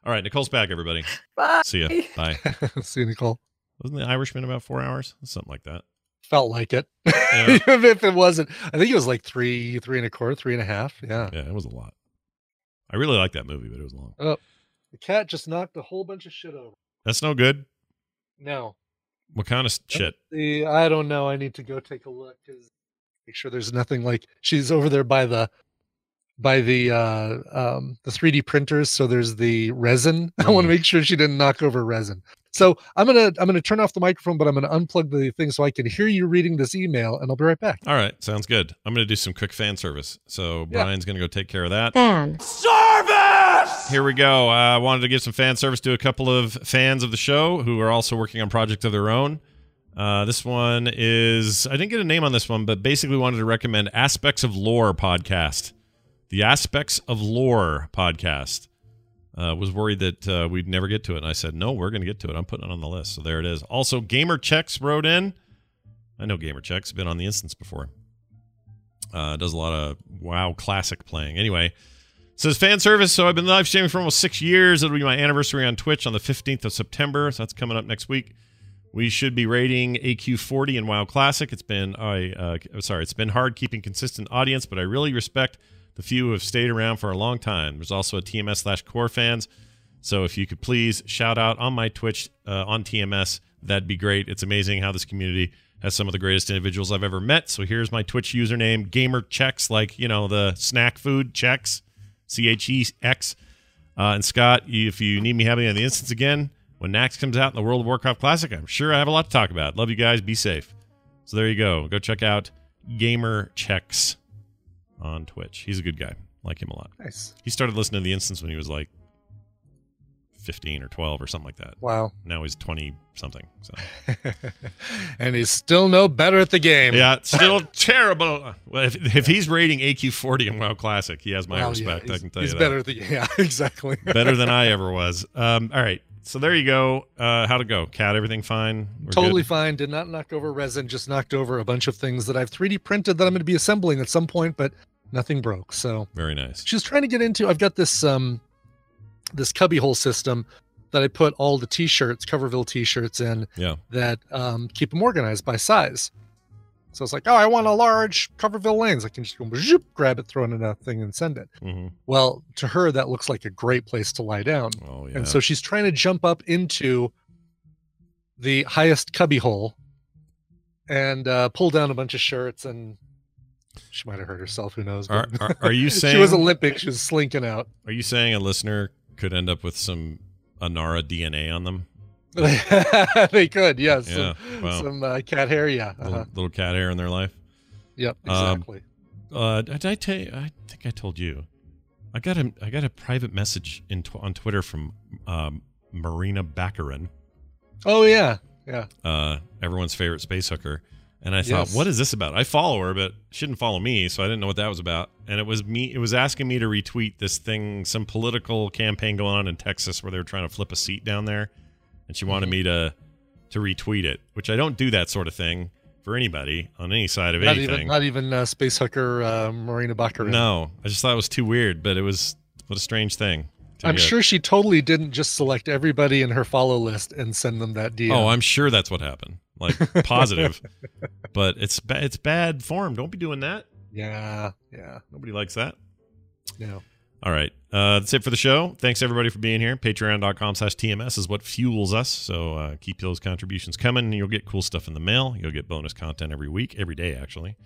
A: All right. Nicole's back, everybody.
L: [laughs] Bye.
A: See ya. Bye.
B: [laughs] See you, Nicole.
A: Wasn't The Irishman about four hours? Something like that.
B: Felt like it. [laughs] Even if it wasn't, I think it was like three, three and a quarter, three and a half. Yeah.
A: Yeah, it was a lot. I really like that movie, but it was long.
B: Oh, the cat just knocked a whole bunch of shit over.
A: That's no good.
B: No,
A: What kind of shit?
B: the, I don't know. I need to go take a look. 'cause- make sure there's nothing like she's over there by the by the uh um the 3d printers so there's the resin [laughs] i want to make sure she didn't knock over resin so i'm gonna i'm gonna turn off the microphone but i'm gonna unplug the thing so i can hear you reading this email and i'll be right back
A: All right. Sounds good. I'm going to do some quick fan service. So
B: Yeah.
A: Brian's going to go take care of that.
E: Service!
A: Here we go. Uh, I wanted to give some fan service to a couple of fans of the show who are also working on projects of their own. Uh, this one is, I didn't get a name on this one, but basically wanted to recommend Aspects of Lore podcast. The Aspects of Lore podcast. Uh, was worried that uh, we'd never get to it. And I said, no, we're going to get to it. I'm putting it on the list. So there it is. Also, Gamer Checks wrote in. I know Gamer Checks, been on the instance before. Uh, does a lot of WoW classic playing. Anyway, says fan service. So I've been live streaming for almost six years. It'll be my anniversary on Twitch on the 15th of September. So that's coming up next week. We should be rating AQ40 in WoW Classic. It's been I uh, I'm sorry, it's been hard keeping consistent audience, but I really respect the few who have stayed around for a long time. There's also a TMS slash core fans. So if you could please shout out on my Twitch uh, on TMS, that'd be great. It's amazing how this community has some of the greatest individuals I've ever met. So here's my Twitch username, gamer checks, like you know the snack food checks, C H E X. Uh, and Scott, you- if you need me having on the instance again, when Nax comes out in the World of Warcraft Classic, I'm sure I have a lot to talk about. Love you guys. Be safe. So there you go. Go check out Gamer Checks on Twitch. He's a good guy. Like him a lot.
B: Nice.
A: He started listening to the instance when he was like 15 or 12 or something like that.
B: Wow. [laughs]
A: Now he's 20 something. So
B: and he's still no better at the game
A: yeah, it's
B: [laughs]
A: still terrible. Well, if, if he's rating AQ40 in WoW Classic, he has my
B: Well, yeah,
A: respect. I
B: he's-
A: can tell
B: he's
A: you that.
B: better at the [laughs] yeah exactly
A: better than I ever was. Um, all right. So there you go. Uh, how to go, cat? Everything fine? We're
B: [laughs] totally
A: good?
B: fine. Did not knock over resin, just knocked over a bunch of things that I've 3D printed that I'm going to be assembling at some point, but nothing broke. So
A: Very nice.
B: She's trying to get into. I've got this um, this cubbyhole system that I put all the T-shirts, Coverville T-shirts in.
A: Yeah.
B: That um, keep them organized by size. So it's like, oh, I want a large Coverville lanes. I can just go zoop, grab it, throw it in a thing, and send it.
A: Mhm.
B: Well, to her, that looks like a great place to lie down.
A: Oh, yeah.
B: And so she's trying to jump up into the highest cubbyhole and uh, pull down a bunch of shirts and she might have hurt herself. Who knows?
A: Are-
B: but-
A: are- are you
B: [laughs] she was
A: saying-
B: Olympic? She was slinking out. [laughs]
A: Are you saying a listener could end up with some Anara DNA on them?
B: they could, yes.
A: Yeah,
B: Some,
A: wow.
B: some, uh, cat hair, yeah. Uh-huh.
A: Little, little cat hair in their life?
B: Yep,
A: Um,
B: exactly.
A: uh, did I tell you? I think I told you. I got a I got a private message in tw- on Twitter from um, Marina Baccarin.
B: Oh yeah, yeah.
A: uh, everyone's favorite space hooker. And I
B: Yes.
A: thought, what is this about? I follow her, but she didn't follow me, so I didn't know what that was about. And it was me. It was asking me to retweet this thing, some political campaign going on in Texas where they were trying to flip a seat down there, and she
B: Mm-hmm.
A: wanted me to to retweet it, which I don't do that sort of thing for anybody on any side of
B: Not
A: anything.
B: even, not even uh, space hooker uh, Marina Baccarin.
A: no, I just thought it was too weird, but it was what a strange thing. to
B: I'm
A: get.
B: sure she totally didn't just select everybody in her follow list and send them that DM.
A: Oh, I'm sure that's what happened. Like
B: [laughs]
A: positive, but it's ba- it's bad form. Don't be doing that.
B: Yeah, yeah.
A: Nobody likes that.
B: No.
A: All right. Uh, that's it for the show. Thanks everybody for being here. Patreon.com slash TMS is what fuels us. So uh, keep those contributions coming. and You'll get cool stuff in the mail. You'll get bonus content every week, every day, actually.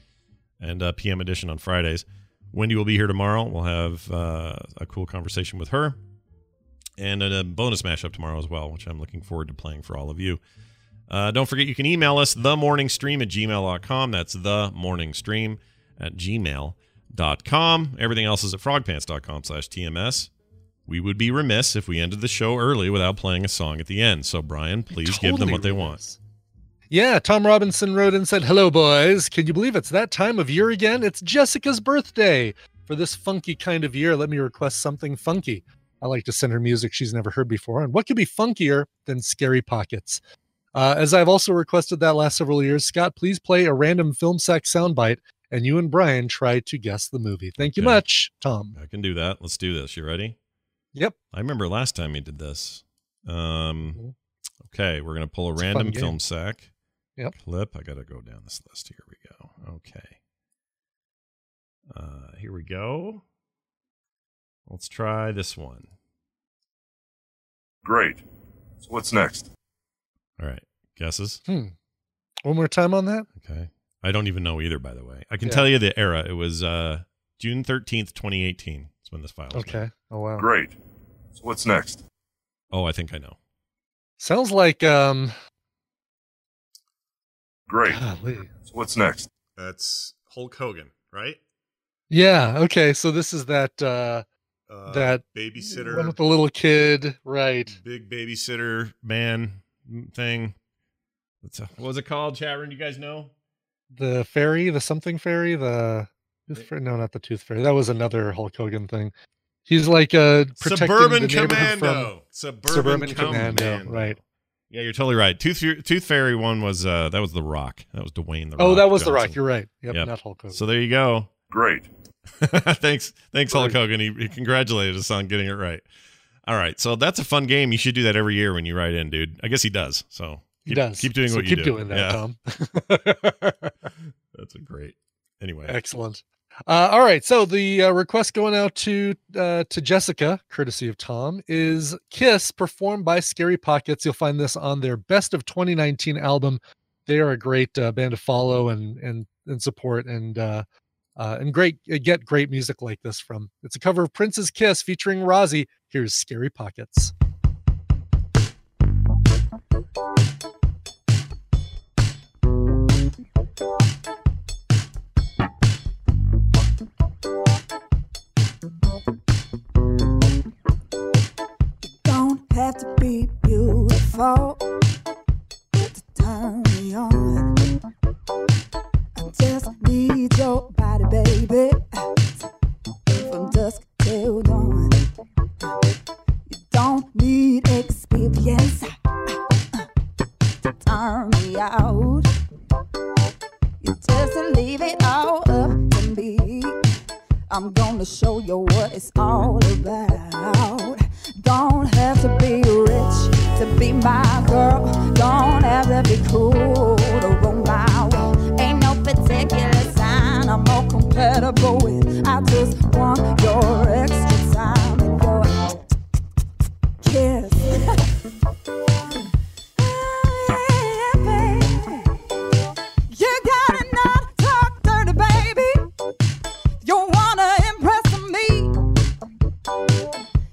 A: And uh, PM edition on Fridays. Wendy will be here tomorrow. We'll have uh, a cool conversation with her and a a bonus mashup tomorrow as well, which I'm looking forward to playing for all of you. Uh, don't forget, you can email us, themorningstream at gmail.com. That's themorningstream at gmail.com. Everything else is at frogpants.com slash TMS. We would be remiss if we ended the show early without playing a song at the end. So, Brian, please give them
B: totally
A: what they want.
B: Yeah, Tom Robinson wrote and said, Hello, boys. Can you believe it's that time of year again? It's Jessica's birthday. For this funky kind of year, let me request something funky. I like to send her music she's never heard before. And what could be funkier than Scary Pockets? Uh, as I've also requested that last several years, Scott, please play a random film sack soundbite and you and Brian try to guess the movie. Thank you
A: Okay.
B: much, Tom.
A: I can do that. Let's do this. You ready?
B: Yep. Mm-hmm.
A: I remember last time you did this. Um, okay, we're gonna pull a
B: It's a fun
A: random
B: game.
A: film sack.
B: Yep.
A: Clip. I gotta go down this list. Here we go. Okay. Uh, here we go. Let's try this one.
G: Great. So what's next?
A: All right. Guesses.
B: Hmm. One more time on that?
A: Okay. I don't even know either, by the way. I can
B: Yeah.
A: tell you the era. It was uh, June thirteenth, twenty eighteen. That's when this file. Was made.
B: Okay. Oh, wow.
G: Great. So what's next?
A: Oh, I think I know.
B: Sounds like um
G: Great.
B: Golly.
G: So what's next?
A: That's Hulk Hogan, right?
B: yeah, okay. So this is that uh,
A: Uh,
B: that
A: babysitter.
B: one with the little kid, right?
A: Big babysitter man thing. What's a, what was it called, chat room? Do you guys know?
B: The fairy, the something fairy, the tooth fairy. No, not the tooth fairy. That was another Hulk Hogan thing. He's like uh protecting
A: Suburban
B: the neighborhood
A: Commando.
B: From
A: Suburban Commando. Uh,
B: Right.
A: Yeah, you're totally right. Tooth Fu- Tooth Fairy one was uh that was The Rock. That was Dwayne the Rock.
B: Oh, that was The
A: Johnson.
B: Rock. You're right. Yep, not Hulk Hogan.
A: So there you go.
G: Great.
A: [laughs] thanks, thanks Hulk Hogan. He, he congratulated us on getting it right. All right, so that's a fun game. You should do that every year when you write in, dude. I guess he does. So
B: He does.
A: Keep doing
B: So
A: what you
B: keep
A: do.
B: doing that, Tom. [laughs]
A: [laughs] that's a great. Anyway,
B: Excellent. Uh, all right. So the uh, request going out to uh, to Jessica, courtesy of Tom, is "Kiss" performed by Scary Pockets. You'll find this on their Best of 2019 album. They are a great uh, band to follow and and and support and uh, uh, and great get great music like this from. It's a cover of Prince's "Kiss" featuring Rozzy. Here's Scary Pockets.
I: Don't have to be beautiful to turn me on. I just need your body, baby, from dusk till dawn. You don't need experience to turn me out. You just leave it all up to me. I'm gonna show you what it's all about. Don't have to be rich to be my girl. Don't have to be cool to roll my world. Ain't no particular sign I'm more compatible with. I just want your extra time and your kiss. [laughs] You gotta not talk dirty, baby. You wanna impress me.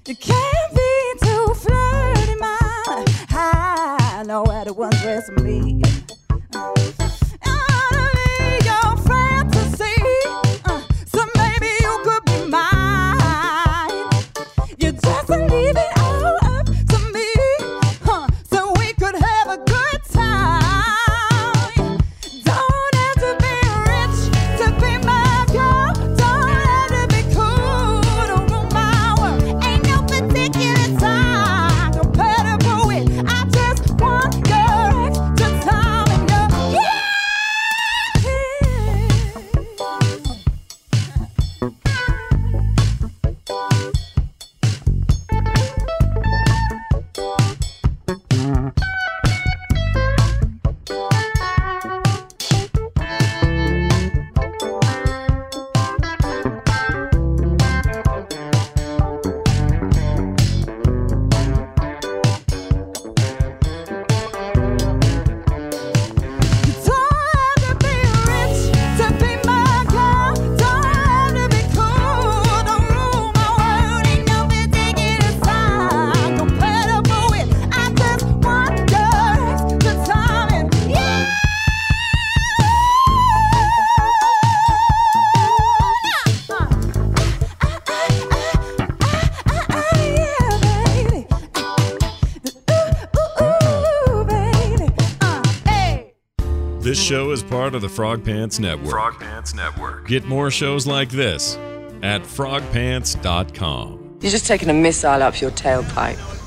I: You can't be too flirty, man. I know how to impress me. Only your fantasy. Uh, So maybe you could be mine. You just leave it all up to me. huh, So we could have a good time. Don't have to be rich to be my girl. Don't have to be cool to rule my world. Ain't no particular time compatible with. I just want your extra time and your yeah. Uh, Uh,
A: This show is part of the Frog Pants Network.
W: Frog Pants Network.
A: Get more shows like this at frogpants.com.
T: You're just taking a missile up your tailpipe.